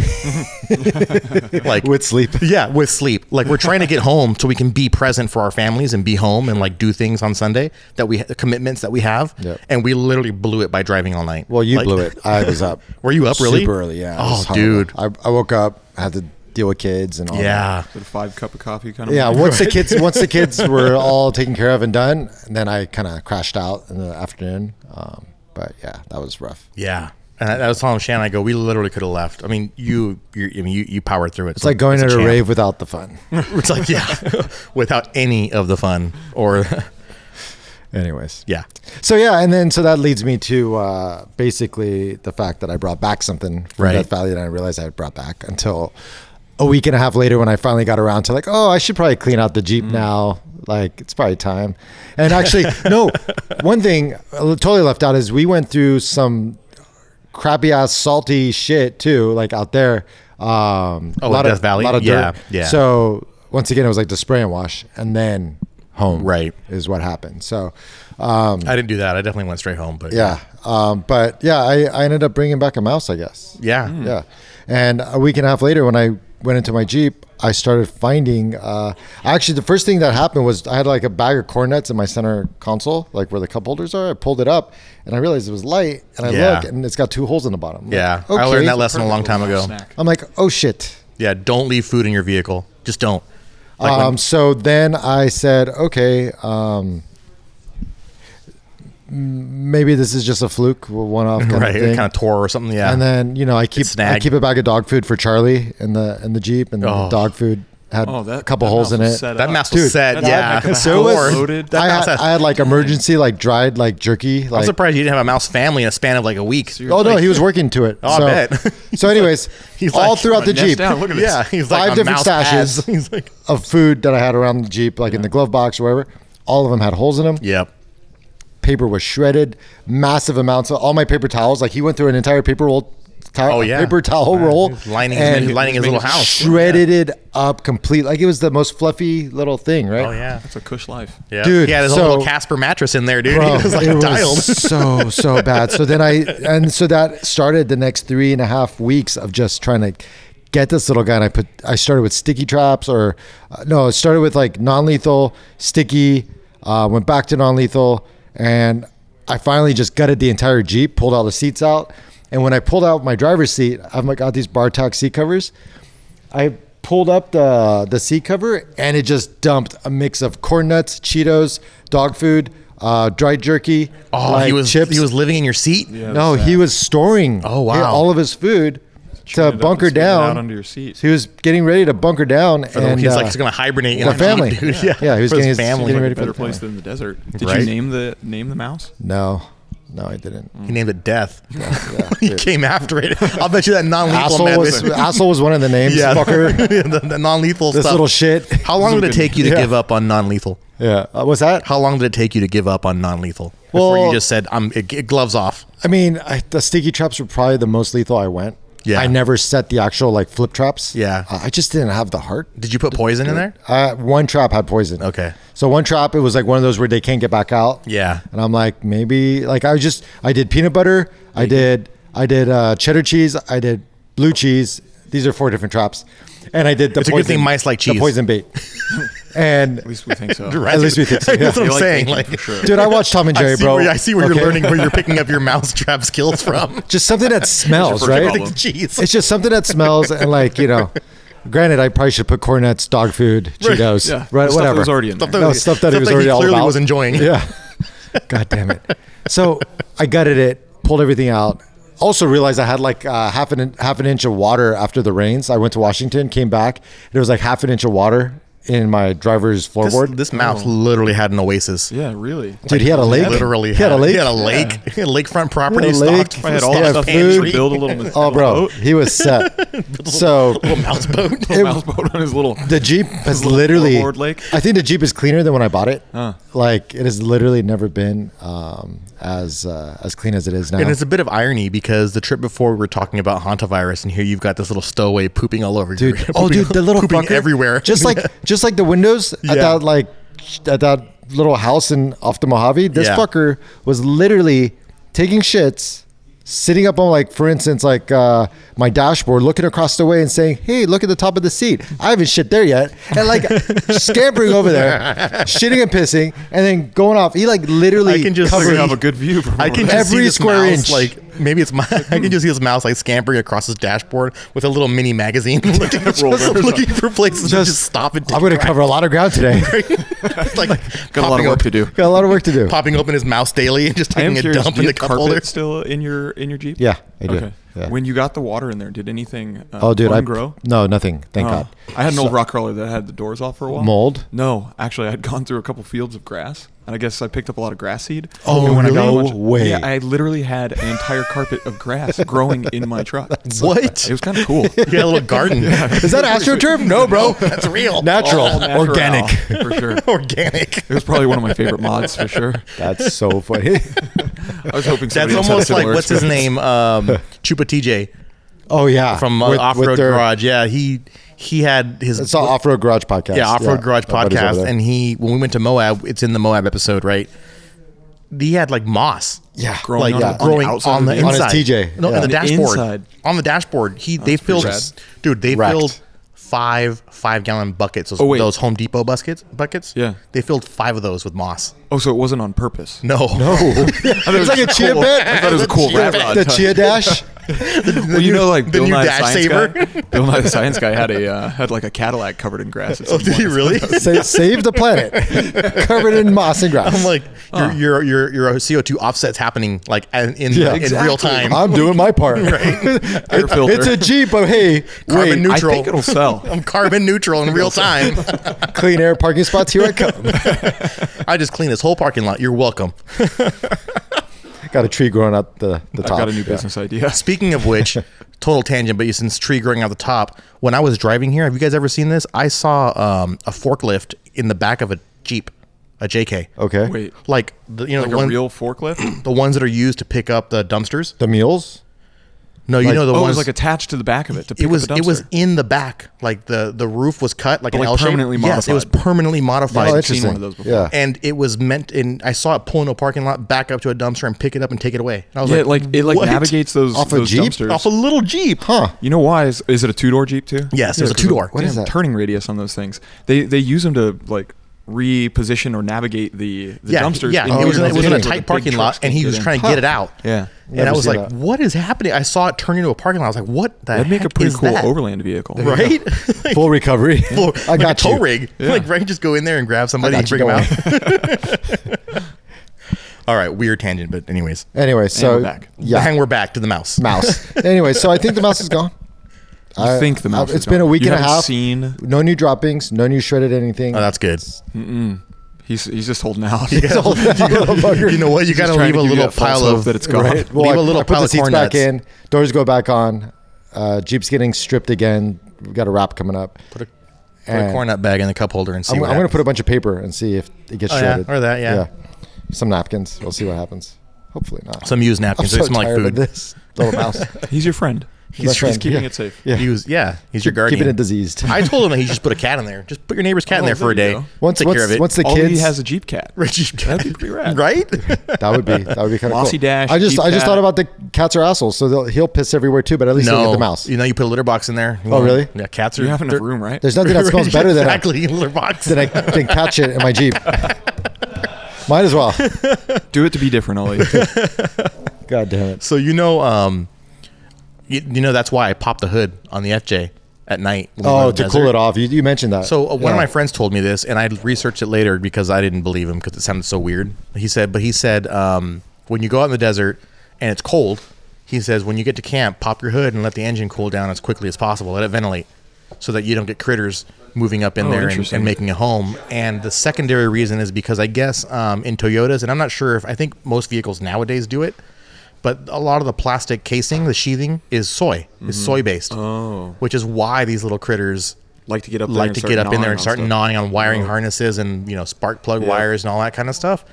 [SPEAKER 1] (laughs) like
[SPEAKER 3] with sleep.
[SPEAKER 1] yeah, with sleep. Like we're trying to get home so we can be present for our families and be home and like do things on Sunday that we the commitments that we have.
[SPEAKER 3] Yep.
[SPEAKER 1] And we literally blew it by driving all night.
[SPEAKER 3] Well, you
[SPEAKER 1] Like-
[SPEAKER 3] blew it. I was up.
[SPEAKER 1] Were you up really?
[SPEAKER 3] Super early, yeah. I
[SPEAKER 1] Oh,
[SPEAKER 3] was hungover.
[SPEAKER 1] dude.
[SPEAKER 3] I, I woke up, had to deal with kids and
[SPEAKER 1] (laughs)
[SPEAKER 3] all.
[SPEAKER 1] Yeah.
[SPEAKER 2] Sort of five cup of coffee kind
[SPEAKER 3] That.
[SPEAKER 1] (laughs)
[SPEAKER 2] of.
[SPEAKER 3] Yeah.
[SPEAKER 2] morning.
[SPEAKER 3] Once the kids, once the kids were all taken care of and done, then I kind of crashed out in the afternoon. Um, but yeah, that was rough.
[SPEAKER 1] Yeah. And I, I was telling Shannon, I go, we literally could have left. I mean, you, you I mean, you, you powered through it.
[SPEAKER 3] It's like going to a
[SPEAKER 1] champ.
[SPEAKER 3] rave without
[SPEAKER 1] (laughs)
[SPEAKER 3] the fun.
[SPEAKER 1] It's like, yeah, (laughs) without any of the fun or, (laughs)
[SPEAKER 3] Anyways.
[SPEAKER 1] yeah.
[SPEAKER 3] So yeah, and then so that leads me to uh, basically the fact that I brought back something from
[SPEAKER 1] Right.
[SPEAKER 3] Death Valley that I realized I had brought back until a week and a half later when I finally got around to like, oh, I should probably clean out the Jeep
[SPEAKER 1] Mm.
[SPEAKER 3] now. Like it's probably time. And
[SPEAKER 1] (laughs)
[SPEAKER 3] actually, no, one thing I totally left out is we went through some crappy ass salty shit too, like out there. Um,
[SPEAKER 1] Oh,
[SPEAKER 3] lot
[SPEAKER 1] Death
[SPEAKER 3] of,
[SPEAKER 1] Valley?
[SPEAKER 3] lot of
[SPEAKER 1] Yeah,
[SPEAKER 3] dirt.
[SPEAKER 1] yeah.
[SPEAKER 3] So once again, it was like the spray and wash, and then home.
[SPEAKER 1] Right.
[SPEAKER 3] is what happened. So. Um,
[SPEAKER 1] I didn't do that. I definitely went straight home, but
[SPEAKER 3] yeah. Um, but yeah, I, I ended up bringing back a mouse, I guess.
[SPEAKER 1] Yeah.
[SPEAKER 3] Yeah. And a week and a half later, when I went into my Jeep, I started finding. Uh, actually, the first thing that happened was I had like a bag of corn nuts in my center console, like where the cup holders are. I pulled it up and I realized it was light. And I
[SPEAKER 1] Yeah.
[SPEAKER 3] look and it's got two holes in the bottom. I'm
[SPEAKER 1] Yeah.
[SPEAKER 3] Like,
[SPEAKER 1] I
[SPEAKER 3] okay.
[SPEAKER 1] learned that lesson a long time ago.
[SPEAKER 2] Snack.
[SPEAKER 3] I'm like, oh shit.
[SPEAKER 1] Yeah. Don't leave food in your vehicle. Just don't. Like when-
[SPEAKER 3] um, so then I said, okay, um, m- maybe this is just a fluke, one off kind
[SPEAKER 1] (laughs) right.
[SPEAKER 3] of thing.
[SPEAKER 1] Kind of tore or something. Yeah.
[SPEAKER 3] And then you know I keep I
[SPEAKER 1] snagged.
[SPEAKER 3] keep a bag of dog food for Charlie in the in the Jeep, and
[SPEAKER 1] Oh.
[SPEAKER 3] the dog food had
[SPEAKER 2] Oh, that
[SPEAKER 3] a couple
[SPEAKER 2] that
[SPEAKER 3] holes
[SPEAKER 2] mouse
[SPEAKER 3] in
[SPEAKER 2] was
[SPEAKER 3] it.
[SPEAKER 2] set
[SPEAKER 1] that
[SPEAKER 2] up.
[SPEAKER 1] mouse was
[SPEAKER 3] Dude,
[SPEAKER 1] set.
[SPEAKER 2] that's
[SPEAKER 1] Yeah.
[SPEAKER 2] like a
[SPEAKER 3] So
[SPEAKER 2] mouse
[SPEAKER 3] it
[SPEAKER 1] Or-
[SPEAKER 3] was
[SPEAKER 2] loaded.
[SPEAKER 1] That
[SPEAKER 3] I
[SPEAKER 1] mouse
[SPEAKER 3] had,
[SPEAKER 1] had-
[SPEAKER 3] I had like emergency like dried like jerky. Like,
[SPEAKER 1] I'm surprised you didn't have a mouse family in a span of like a week.
[SPEAKER 3] Oh no,
[SPEAKER 1] (laughs)
[SPEAKER 3] he was working to it.
[SPEAKER 1] Oh, I
[SPEAKER 3] so,
[SPEAKER 1] bet.
[SPEAKER 3] (laughs) so, anyways,
[SPEAKER 1] (laughs) He's
[SPEAKER 3] all
[SPEAKER 1] like,
[SPEAKER 3] throughout the
[SPEAKER 2] "Nest
[SPEAKER 3] Jeep
[SPEAKER 2] down, look at
[SPEAKER 1] yeah.
[SPEAKER 2] this."
[SPEAKER 1] He's like
[SPEAKER 3] Five
[SPEAKER 1] on mouse
[SPEAKER 3] different
[SPEAKER 1] pads.
[SPEAKER 3] stashes.
[SPEAKER 1] (laughs) He's like,
[SPEAKER 3] of food that I had around the Jeep, like in the glove box or wherever, all of them had holes in them.
[SPEAKER 1] yep.
[SPEAKER 3] Paper was shredded, massive amounts of all my paper towels. Like he went through an entire paper roll. Towel,
[SPEAKER 1] Oh, yeah.
[SPEAKER 3] paper towel
[SPEAKER 1] Wow.
[SPEAKER 3] roll,
[SPEAKER 1] He's lining his mini- lining his little house.
[SPEAKER 3] shredded it up complete. Like it was the most fluffy little thing, right?
[SPEAKER 1] Oh, yeah.
[SPEAKER 2] That's a cush life.
[SPEAKER 1] Yeah.
[SPEAKER 3] Dude,
[SPEAKER 1] He had his own
[SPEAKER 3] so-
[SPEAKER 1] little Casper mattress in there, dude. (laughs)
[SPEAKER 3] Bro,
[SPEAKER 1] he was like
[SPEAKER 3] it was
[SPEAKER 1] dialed.
[SPEAKER 3] (laughs) so so bad. So then I and so that started the next three and a half weeks of just trying to get this little guy. And I put I started with sticky traps or uh, no, it started with like non-lethal sticky. Uh, went back to non-lethal, and I finally just gutted the entire Jeep, pulled all the seats out, and when I pulled out my driver's seat, I've like, got these Bartok seat covers. I pulled up the the seat cover and it just dumped a mix of corn nuts, Cheetos, dog food, uh, dried jerky,
[SPEAKER 1] Oh,
[SPEAKER 3] like
[SPEAKER 1] he was
[SPEAKER 3] chips.
[SPEAKER 1] he was living in your seat.
[SPEAKER 3] no, he was storing.
[SPEAKER 1] Oh, wow.
[SPEAKER 3] all of his food
[SPEAKER 2] Chewing it
[SPEAKER 3] to
[SPEAKER 2] up
[SPEAKER 3] bunker
[SPEAKER 2] and spitting it out
[SPEAKER 3] down
[SPEAKER 2] under your seat.
[SPEAKER 3] So he was getting ready to bunker down, and
[SPEAKER 1] he's
[SPEAKER 3] uh,
[SPEAKER 1] like he's gonna hibernate in
[SPEAKER 3] the
[SPEAKER 1] our Jeep,
[SPEAKER 3] family.
[SPEAKER 1] dude. (laughs)
[SPEAKER 3] Yeah. Yeah, he was
[SPEAKER 1] For his
[SPEAKER 3] getting his-
[SPEAKER 1] family.
[SPEAKER 3] getting ready-
[SPEAKER 2] Better place than the desert. Did
[SPEAKER 1] Right?
[SPEAKER 2] you name the name the mouse?
[SPEAKER 3] no, no, I didn't.
[SPEAKER 1] He named it Death. Mm-hmm. (laughs) he came after it. I'll bet you that non-lethal
[SPEAKER 3] Asshole was
[SPEAKER 1] method.
[SPEAKER 3] (laughs) asshole was one of the
[SPEAKER 1] (laughs)
[SPEAKER 3] names.
[SPEAKER 1] Yeah,
[SPEAKER 3] fucker.
[SPEAKER 1] the, the non-lethal
[SPEAKER 3] This
[SPEAKER 1] stuff.
[SPEAKER 3] little shit.
[SPEAKER 1] How long did it
[SPEAKER 2] Zukin.
[SPEAKER 1] take you to
[SPEAKER 3] Yeah.
[SPEAKER 1] give up on non-lethal?
[SPEAKER 3] Yeah, uh, was that?
[SPEAKER 1] How long did it take you to give up on non-lethal before
[SPEAKER 3] Well-
[SPEAKER 1] you just said, "I'm it, it gloves off"?
[SPEAKER 3] I mean, I, the sticky traps were probably the most lethal I went.
[SPEAKER 1] Yeah.
[SPEAKER 3] I never set the actual like flip traps.
[SPEAKER 1] Yeah.
[SPEAKER 3] I I just didn't have the heart.
[SPEAKER 1] Did you put poison in there?
[SPEAKER 3] Uh, one trap had poison.
[SPEAKER 1] Okay.
[SPEAKER 3] So one trap, it was like one of those where they can't get back out.
[SPEAKER 1] Yeah.
[SPEAKER 3] And I'm like, maybe like I just I did peanut butter, I did I did uh, cheddar cheese, I did blue cheese. These are four different traps, and I did the
[SPEAKER 1] It's a good
[SPEAKER 3] poison,
[SPEAKER 1] thing mice like
[SPEAKER 3] the
[SPEAKER 1] cheese. (laughs)
[SPEAKER 3] poison bait, and.
[SPEAKER 2] At least we
[SPEAKER 3] (laughs)
[SPEAKER 2] think so.
[SPEAKER 1] Right.
[SPEAKER 3] At least we think so, yeah.
[SPEAKER 1] (laughs) That's what
[SPEAKER 2] They
[SPEAKER 1] I'm
[SPEAKER 2] like
[SPEAKER 1] saying.
[SPEAKER 2] thinking
[SPEAKER 1] Like,
[SPEAKER 2] for sure.
[SPEAKER 3] Dude, I watched Tom and
[SPEAKER 1] I
[SPEAKER 3] Jerry,
[SPEAKER 1] see
[SPEAKER 3] bro.
[SPEAKER 1] where, I see where
[SPEAKER 3] Okay?
[SPEAKER 1] you're learning where
[SPEAKER 3] (laughs)
[SPEAKER 1] you're picking up your mousetrap skills from.
[SPEAKER 3] Just something that smells, (laughs)
[SPEAKER 2] first
[SPEAKER 3] right?
[SPEAKER 2] problem.
[SPEAKER 1] Like, Jeez.
[SPEAKER 3] It's just something that smells and like you know. Granted, I probably should put corn nuts, dog food, Cheetos,
[SPEAKER 2] Yeah.
[SPEAKER 3] right?
[SPEAKER 2] The stuff that
[SPEAKER 3] whatever.
[SPEAKER 2] was already in there.
[SPEAKER 3] No, stuff that he was already all
[SPEAKER 1] clearly
[SPEAKER 3] about.
[SPEAKER 1] was enjoying.
[SPEAKER 3] Yeah. God damn it. So I gutted it, pulled everything out. Also realized I had like uh, half an in- half an inch of water after the rains. I went to Washington, came back. There was like half an inch of water in my driver's
[SPEAKER 1] This,
[SPEAKER 3] floorboard.
[SPEAKER 1] this mouse literally had an oasis.
[SPEAKER 2] Oh. Yeah, really.
[SPEAKER 3] Dude, he had a lake.
[SPEAKER 1] Literally
[SPEAKER 3] he had a lake.
[SPEAKER 1] He had a lake. He had (laughs) lakefront property.
[SPEAKER 3] He had a
[SPEAKER 1] stocked-
[SPEAKER 3] lake.
[SPEAKER 2] I had all
[SPEAKER 1] stocked
[SPEAKER 2] the
[SPEAKER 3] Yeah,
[SPEAKER 2] stuff
[SPEAKER 3] food.
[SPEAKER 2] food. build a
[SPEAKER 3] (laughs)
[SPEAKER 2] little.
[SPEAKER 3] oh, bro,
[SPEAKER 2] boat,
[SPEAKER 3] he was set. so
[SPEAKER 1] little mouse (laughs) boat.
[SPEAKER 3] it-
[SPEAKER 2] mouse boat on
[SPEAKER 3] (laughs)
[SPEAKER 2] his little.
[SPEAKER 3] The
[SPEAKER 2] (laughs)
[SPEAKER 3] Jeep has
[SPEAKER 2] little
[SPEAKER 3] literally.
[SPEAKER 2] floorboard lake.
[SPEAKER 3] I think the Jeep is cleaner than when I bought it.
[SPEAKER 2] Huh.
[SPEAKER 3] Like it has literally never been um, as uh, as clean as it is now.
[SPEAKER 1] And it's a bit of irony because the trip before we were talking about hantavirus, and here you've got this little stowaway (laughs) pooping all over
[SPEAKER 3] dude,
[SPEAKER 1] you.
[SPEAKER 3] oh, dude, the little
[SPEAKER 1] pooping
[SPEAKER 3] fucker.
[SPEAKER 1] everywhere,
[SPEAKER 3] Just
[SPEAKER 1] (laughs)
[SPEAKER 3] like just like the windows
[SPEAKER 1] Yeah.
[SPEAKER 3] at that like at that little house in off the Mojave. This
[SPEAKER 1] Yeah.
[SPEAKER 3] fucker was literally taking shits sitting up on like, for instance, like uh, my dashboard, looking across the way and saying, "Hey, look at the top of the seat. I haven't shit there yet," and like
[SPEAKER 1] (laughs)
[SPEAKER 3] scampering over there, shitting and pissing, and then going off. He like literally
[SPEAKER 1] I can just
[SPEAKER 3] covered-
[SPEAKER 1] see-
[SPEAKER 2] have a good view. From
[SPEAKER 1] I
[SPEAKER 2] over
[SPEAKER 1] can
[SPEAKER 2] there.
[SPEAKER 1] just see
[SPEAKER 3] Every
[SPEAKER 1] this
[SPEAKER 3] square
[SPEAKER 1] mouse,
[SPEAKER 3] inch.
[SPEAKER 1] Like maybe it's my. (laughs) I can just see his mouse like scampering across his dashboard with a little mini magazine, (laughs) looking, just
[SPEAKER 2] Roll over.
[SPEAKER 1] looking for places to just stop and. Take
[SPEAKER 3] I'm going to cover a lot of
[SPEAKER 1] (laughs)
[SPEAKER 3] ground today.
[SPEAKER 1] it's like
[SPEAKER 2] got a lot
[SPEAKER 1] popping
[SPEAKER 2] of work
[SPEAKER 1] open-
[SPEAKER 2] to do.
[SPEAKER 3] Got a lot of work to do.
[SPEAKER 1] Popping open his mouse daily and just
[SPEAKER 2] I am
[SPEAKER 1] taking a
[SPEAKER 2] curious,
[SPEAKER 1] dump
[SPEAKER 2] do
[SPEAKER 1] in the
[SPEAKER 2] you have
[SPEAKER 1] cup
[SPEAKER 2] carpet
[SPEAKER 1] holder.
[SPEAKER 2] still in your in your Jeep?
[SPEAKER 3] Yeah, I do.
[SPEAKER 2] Okay.
[SPEAKER 3] Yeah.
[SPEAKER 2] When you got the water in there, did anything? Uh,
[SPEAKER 3] oh, dude,
[SPEAKER 2] fun
[SPEAKER 3] I
[SPEAKER 2] grow.
[SPEAKER 3] no nothing. Thank (laughs)
[SPEAKER 2] Oh.
[SPEAKER 3] God.
[SPEAKER 2] I had an old rock crawler that had the doors off for a while.
[SPEAKER 3] Mold?
[SPEAKER 2] No, actually, I had gone through a couple fields of grass, and I guess I picked up a lot of grass seed.
[SPEAKER 3] Oh,
[SPEAKER 2] And I got
[SPEAKER 3] no
[SPEAKER 2] a bunch of-
[SPEAKER 3] way.
[SPEAKER 2] Yeah, I literally had an entire carpet
[SPEAKER 3] (laughs)
[SPEAKER 2] of grass growing in my truck.
[SPEAKER 1] What?
[SPEAKER 2] It was kind of cool.
[SPEAKER 1] You got a little garden.
[SPEAKER 3] Is
[SPEAKER 2] (laughs)
[SPEAKER 3] that astroturf? No, bro.
[SPEAKER 1] That's real.
[SPEAKER 3] (laughs) Natural,
[SPEAKER 1] All
[SPEAKER 2] Natural,
[SPEAKER 3] organic.
[SPEAKER 2] for sure.
[SPEAKER 1] (laughs)
[SPEAKER 2] It
[SPEAKER 1] organic.
[SPEAKER 2] was probably one of my favorite mods for sure.
[SPEAKER 3] That's so funny.
[SPEAKER 2] I was hoping
[SPEAKER 1] That's
[SPEAKER 2] somebody else had a
[SPEAKER 1] almost like
[SPEAKER 2] similar
[SPEAKER 1] what's his
[SPEAKER 2] experience.
[SPEAKER 1] name?
[SPEAKER 3] (laughs)
[SPEAKER 1] Um, Chupa TJ
[SPEAKER 3] (laughs) oh yeah,
[SPEAKER 1] from uh,
[SPEAKER 3] With- with
[SPEAKER 1] Off Road
[SPEAKER 3] their-
[SPEAKER 1] Garage. Yeah, he he had his.
[SPEAKER 3] It's an off-road garage podcast.
[SPEAKER 1] Yeah, Off Road Garage
[SPEAKER 3] my buddies over
[SPEAKER 1] podcast.
[SPEAKER 3] there.
[SPEAKER 1] And he, when we went to Moab, it's in the Moab episode, right? He had like moss.
[SPEAKER 3] yeah,
[SPEAKER 2] growing
[SPEAKER 1] like
[SPEAKER 2] on
[SPEAKER 1] yeah,
[SPEAKER 2] the-
[SPEAKER 1] growing
[SPEAKER 3] (laughs)
[SPEAKER 2] on the outside
[SPEAKER 1] on
[SPEAKER 2] of
[SPEAKER 1] the
[SPEAKER 2] the-
[SPEAKER 3] On his
[SPEAKER 1] inside.
[SPEAKER 3] TJ,
[SPEAKER 1] No, on the
[SPEAKER 3] yeah. On
[SPEAKER 2] the
[SPEAKER 1] dashboard.
[SPEAKER 2] inside.
[SPEAKER 1] On the dashboard, he they
[SPEAKER 2] pretty
[SPEAKER 1] filled,
[SPEAKER 2] rad.
[SPEAKER 1] dude, they
[SPEAKER 3] Racked.
[SPEAKER 1] filled five five gallon buckets. Those,
[SPEAKER 2] Oh, wait.
[SPEAKER 1] those Home Depot buckets buckets.
[SPEAKER 2] Yeah.
[SPEAKER 1] they filled five of those with moss.
[SPEAKER 2] Oh, so it wasn't on purpose.
[SPEAKER 1] No,
[SPEAKER 2] (laughs)
[SPEAKER 1] no.
[SPEAKER 3] it's like a chia
[SPEAKER 2] cool.
[SPEAKER 3] pet.
[SPEAKER 2] I thought it was a cool
[SPEAKER 1] Chia
[SPEAKER 2] rat
[SPEAKER 1] pet.
[SPEAKER 3] (laughs)
[SPEAKER 2] rod.
[SPEAKER 3] the chia dash.
[SPEAKER 2] Well, you know,
[SPEAKER 1] (laughs)
[SPEAKER 2] like
[SPEAKER 1] the
[SPEAKER 2] Bill
[SPEAKER 1] new
[SPEAKER 2] Nye the
[SPEAKER 1] dash
[SPEAKER 2] Science
[SPEAKER 1] saver.
[SPEAKER 2] Guy. (laughs) Bill Nye the Science Guy had a uh, had like a Cadillac covered in grass. At
[SPEAKER 1] (laughs)
[SPEAKER 2] some
[SPEAKER 1] oh, did
[SPEAKER 2] point.
[SPEAKER 1] he really?
[SPEAKER 3] Sa- save the planet,
[SPEAKER 2] (laughs)
[SPEAKER 3] covered in moss and grass.
[SPEAKER 1] I'm (laughs) like your, your your your CO2 offsets happening like in in,
[SPEAKER 3] Yeah.
[SPEAKER 1] in real
[SPEAKER 2] Exactly.
[SPEAKER 1] time.
[SPEAKER 3] I'm doing my
[SPEAKER 2] (laughs)
[SPEAKER 3] part.
[SPEAKER 2] Air filter.
[SPEAKER 3] It's a Jeep, but
[SPEAKER 2] (laughs)
[SPEAKER 3] hey,
[SPEAKER 1] carbon
[SPEAKER 3] wait,
[SPEAKER 1] neutral.
[SPEAKER 2] I think it'll sell.
[SPEAKER 1] (laughs) (laughs) I'm carbon neutral in real time. (laughs)
[SPEAKER 3] clean air parking spots, here I come.
[SPEAKER 2] (laughs)
[SPEAKER 1] I just clean this whole parking lot. You're welcome.
[SPEAKER 3] Got a tree growing out the, the
[SPEAKER 2] I've
[SPEAKER 3] top.
[SPEAKER 2] got a new
[SPEAKER 3] Yeah.
[SPEAKER 2] business idea. (laughs)
[SPEAKER 1] Speaking of which, total tangent, but since tree growing out the top, when I was driving here, have you guys ever seen this? I saw um, a forklift in the back of a Jeep, a JK.
[SPEAKER 3] Okay.
[SPEAKER 2] Wait,
[SPEAKER 1] Like the, you know
[SPEAKER 2] like
[SPEAKER 1] the,
[SPEAKER 2] a
[SPEAKER 1] one- (clears throat)
[SPEAKER 2] real forklift?
[SPEAKER 1] the ones that are used to pick up the dumpsters.
[SPEAKER 3] The mules?
[SPEAKER 1] No, you
[SPEAKER 3] Like-
[SPEAKER 1] know the
[SPEAKER 2] Oh, it
[SPEAKER 1] ones
[SPEAKER 2] was like attached to the back of it to pick
[SPEAKER 1] it was
[SPEAKER 2] up a dumpster.
[SPEAKER 1] it was in the back. Like the the roof was cut like an
[SPEAKER 2] like,
[SPEAKER 1] L shape.
[SPEAKER 2] permanently
[SPEAKER 1] Yes, it was
[SPEAKER 2] modified.
[SPEAKER 1] permanently modified.
[SPEAKER 3] Oh,
[SPEAKER 2] I've seen
[SPEAKER 3] interesting.
[SPEAKER 2] one of those before.
[SPEAKER 3] Yeah.
[SPEAKER 2] (laughs)
[SPEAKER 1] and it was meant in I saw it pull into a parking lot, back up to a dumpster and pick it up and take it away. And I was
[SPEAKER 2] yeah, it,
[SPEAKER 1] like,
[SPEAKER 2] like it like
[SPEAKER 1] what?
[SPEAKER 2] navigates those
[SPEAKER 3] Off a
[SPEAKER 2] those
[SPEAKER 3] Jeep?
[SPEAKER 1] (laughs)
[SPEAKER 2] dumpsters.
[SPEAKER 1] off a little Jeep.
[SPEAKER 3] Huh.
[SPEAKER 2] you know why? Is, is it a two door Jeep too?
[SPEAKER 1] Yes, it was a
[SPEAKER 2] 'cause of
[SPEAKER 1] two-door. What
[SPEAKER 3] is
[SPEAKER 2] damn
[SPEAKER 3] that?
[SPEAKER 2] Turning radius on those things. They they use them to like reposition or navigate the, the
[SPEAKER 1] yeah,
[SPEAKER 2] dumpsters.
[SPEAKER 1] Yeah,
[SPEAKER 3] Oh,
[SPEAKER 1] it was, in- it was in a
[SPEAKER 3] okay.
[SPEAKER 1] tight parking lot, and he was trying to get it out.
[SPEAKER 2] Yeah.
[SPEAKER 1] and I
[SPEAKER 3] Never
[SPEAKER 1] was
[SPEAKER 3] seen
[SPEAKER 1] like,
[SPEAKER 3] that.
[SPEAKER 1] "What is happening?" I saw it turn into a parking lot. I was like, "What the
[SPEAKER 2] That'd make a
[SPEAKER 1] heck
[SPEAKER 2] pretty
[SPEAKER 1] is
[SPEAKER 2] cool
[SPEAKER 1] that?
[SPEAKER 2] overland vehicle,
[SPEAKER 1] (laughs) right?" (laughs) Like,
[SPEAKER 3] Full recovery.
[SPEAKER 1] full- (laughs)
[SPEAKER 3] I
[SPEAKER 1] like a
[SPEAKER 3] got
[SPEAKER 1] tow
[SPEAKER 3] you.
[SPEAKER 1] rig. Like, right, just go in there and grab somebody and
[SPEAKER 3] got you,
[SPEAKER 1] bring them
[SPEAKER 3] don't
[SPEAKER 1] out. (laughs) All right, weird tangent, but anyways,
[SPEAKER 3] Anyway, so
[SPEAKER 2] we're back.
[SPEAKER 3] yeah,
[SPEAKER 1] (laughs) and we're back to the mouse. (laughs)
[SPEAKER 3] mouse. anyway, so I think the mouse is gone.
[SPEAKER 2] You think the mouse
[SPEAKER 3] It's
[SPEAKER 2] is
[SPEAKER 3] been a
[SPEAKER 2] gone.
[SPEAKER 3] week
[SPEAKER 2] You
[SPEAKER 3] and a
[SPEAKER 2] haven't
[SPEAKER 3] half.
[SPEAKER 2] seen-
[SPEAKER 3] no new droppings, no new shredded anything.
[SPEAKER 1] Oh, that's good.
[SPEAKER 2] (laughs) He's he's just holding out.
[SPEAKER 3] (laughs)
[SPEAKER 2] (laughs)
[SPEAKER 1] you know what? You got
[SPEAKER 2] just
[SPEAKER 1] to
[SPEAKER 2] trying
[SPEAKER 1] leave
[SPEAKER 2] to
[SPEAKER 1] a
[SPEAKER 2] give you
[SPEAKER 1] little
[SPEAKER 2] that false
[SPEAKER 1] pile
[SPEAKER 2] hope
[SPEAKER 1] of
[SPEAKER 2] that it's gone.
[SPEAKER 3] Right. Well,
[SPEAKER 1] leave
[SPEAKER 3] I,
[SPEAKER 1] a little
[SPEAKER 3] I put
[SPEAKER 1] pile
[SPEAKER 3] the
[SPEAKER 1] of
[SPEAKER 3] seats
[SPEAKER 1] corn
[SPEAKER 3] back
[SPEAKER 1] nuts.
[SPEAKER 3] in. Doors go back on. Uh, Jeep's getting stripped again. We got a wrap coming up.
[SPEAKER 1] Put a, put a
[SPEAKER 3] And-
[SPEAKER 1] corn nut bag in the cup holder and see.
[SPEAKER 3] I'm,
[SPEAKER 1] what
[SPEAKER 3] I'm going to
[SPEAKER 1] happens.
[SPEAKER 3] put a bunch of paper and see if it gets
[SPEAKER 1] Oh, yeah,
[SPEAKER 3] shredded.
[SPEAKER 1] or that, yeah.
[SPEAKER 3] Some napkins. We'll see what happens. Hopefully not.
[SPEAKER 1] some used
[SPEAKER 3] I'm
[SPEAKER 1] napkins.
[SPEAKER 3] so
[SPEAKER 1] they smell like
[SPEAKER 3] tired of
[SPEAKER 1] food. (laughs)
[SPEAKER 3] this little mouse. (laughs)
[SPEAKER 2] He's your friend. He's,
[SPEAKER 3] friend,
[SPEAKER 2] he's keeping
[SPEAKER 3] yeah.
[SPEAKER 2] it safe.
[SPEAKER 3] Yeah.
[SPEAKER 1] He was, yeah, he's your guardian.
[SPEAKER 3] Keeping it diseased.
[SPEAKER 1] I told him that he should put a cat in there. Just put your neighbor's cat in
[SPEAKER 2] Oh,
[SPEAKER 1] there for a
[SPEAKER 2] there
[SPEAKER 1] day.
[SPEAKER 2] you go.
[SPEAKER 3] Once-
[SPEAKER 1] take care
[SPEAKER 3] once-
[SPEAKER 1] of it.
[SPEAKER 3] once the (laughs)
[SPEAKER 2] All he
[SPEAKER 3] kids-
[SPEAKER 2] has a
[SPEAKER 1] (laughs)
[SPEAKER 2] Jeep cat.
[SPEAKER 1] Richie's cat.
[SPEAKER 2] That'd be pretty
[SPEAKER 1] (laughs)
[SPEAKER 2] rad.
[SPEAKER 1] right?
[SPEAKER 3] That would be
[SPEAKER 1] (laughs)
[SPEAKER 3] that would be kind of
[SPEAKER 2] Lossy
[SPEAKER 3] cool.
[SPEAKER 2] dash,
[SPEAKER 3] I just
[SPEAKER 2] deep
[SPEAKER 3] I just
[SPEAKER 2] cat.
[SPEAKER 3] thought about the cats are assholes, so they'll, he'll piss everywhere too. But at least they'll get the mouse.
[SPEAKER 1] You know, you put a litter box in there.
[SPEAKER 3] Oh, really?
[SPEAKER 1] Yeah, cats are.
[SPEAKER 2] You have enough
[SPEAKER 1] they're-
[SPEAKER 2] room, right?
[SPEAKER 3] There's
[SPEAKER 1] (laughs)
[SPEAKER 3] nothing (laughs) that smells better than a, (laughs)
[SPEAKER 1] exactly litter box.
[SPEAKER 3] than a than cat shit in
[SPEAKER 1] (laughs)
[SPEAKER 3] my Jeep. Might as well.
[SPEAKER 2] Do it to be
[SPEAKER 1] (laughs)
[SPEAKER 2] different, Ollie.
[SPEAKER 3] God damn it.
[SPEAKER 1] so you know, um, you, you know that's why I popped the hood on the FJ at night. when we were
[SPEAKER 3] Oh,
[SPEAKER 1] in the
[SPEAKER 3] to cool
[SPEAKER 1] desert.
[SPEAKER 3] it off. You, you mentioned that.
[SPEAKER 1] So uh, one of
[SPEAKER 3] (laughs) Yeah.
[SPEAKER 1] my friends told me this, and I researched it later because I didn't believe him because it sounded so weird. He said, but he said um, when you go out in the desert and it's cold, he says when you get to camp, pop your hood and let the engine cool down as quickly as possible. Let it ventilate so that you don't get critters moving up in
[SPEAKER 2] Oh,
[SPEAKER 1] there and,
[SPEAKER 2] interesting.
[SPEAKER 1] and making a home. And the secondary reason is because I guess um, in Toyotas, and I'm not sure if I think most vehicles nowadays do it. But a lot of the plastic casing, the sheathing, is soy. Is soy based,
[SPEAKER 2] Mm-hmm. Oh.
[SPEAKER 1] which is why these little critters
[SPEAKER 2] like to get up. there
[SPEAKER 1] like
[SPEAKER 2] and
[SPEAKER 1] to
[SPEAKER 2] start
[SPEAKER 1] get up in there
[SPEAKER 2] gnawing
[SPEAKER 1] and
[SPEAKER 2] on
[SPEAKER 1] start
[SPEAKER 2] stuff.
[SPEAKER 1] gnawing on wiring harnesses and you know spark plug wires and all that kind of stuff.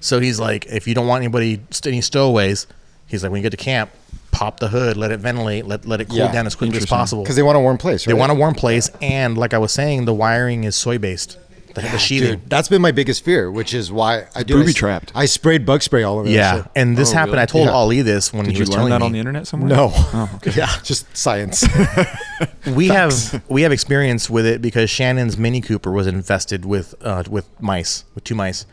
[SPEAKER 1] So he's like, if you don't want anybody st- any stowaways, he's like, when you get to camp, pop the hood, let it ventilate, let let it cool
[SPEAKER 3] Yeah,
[SPEAKER 1] down as quickly as
[SPEAKER 2] interesting.
[SPEAKER 1] possible.
[SPEAKER 3] because they want a warm place.
[SPEAKER 1] They
[SPEAKER 3] right?
[SPEAKER 1] want a warm place, and like I was saying, the wiring is soy based. the, the sheathing.
[SPEAKER 3] that's been my biggest fear, which is why I do.
[SPEAKER 2] booby
[SPEAKER 3] I s-
[SPEAKER 2] trapped.
[SPEAKER 3] I sprayed bug spray all over. that
[SPEAKER 1] Yeah,
[SPEAKER 3] shit. (laughs)
[SPEAKER 1] and this
[SPEAKER 2] Oh,
[SPEAKER 1] happened.
[SPEAKER 2] really?
[SPEAKER 1] I told
[SPEAKER 3] Yeah.
[SPEAKER 1] Ali this when
[SPEAKER 2] Did
[SPEAKER 1] he
[SPEAKER 2] you
[SPEAKER 1] was
[SPEAKER 2] learn
[SPEAKER 1] telling
[SPEAKER 2] that
[SPEAKER 1] me.
[SPEAKER 2] on the internet somewhere?
[SPEAKER 3] No.
[SPEAKER 2] Oh, okay.
[SPEAKER 1] (laughs) Yeah,
[SPEAKER 3] Just science.
[SPEAKER 1] we
[SPEAKER 2] (laughs)
[SPEAKER 1] have we have experience with it because Shannon's Mini Cooper was infested with uh, with mice, with two mice,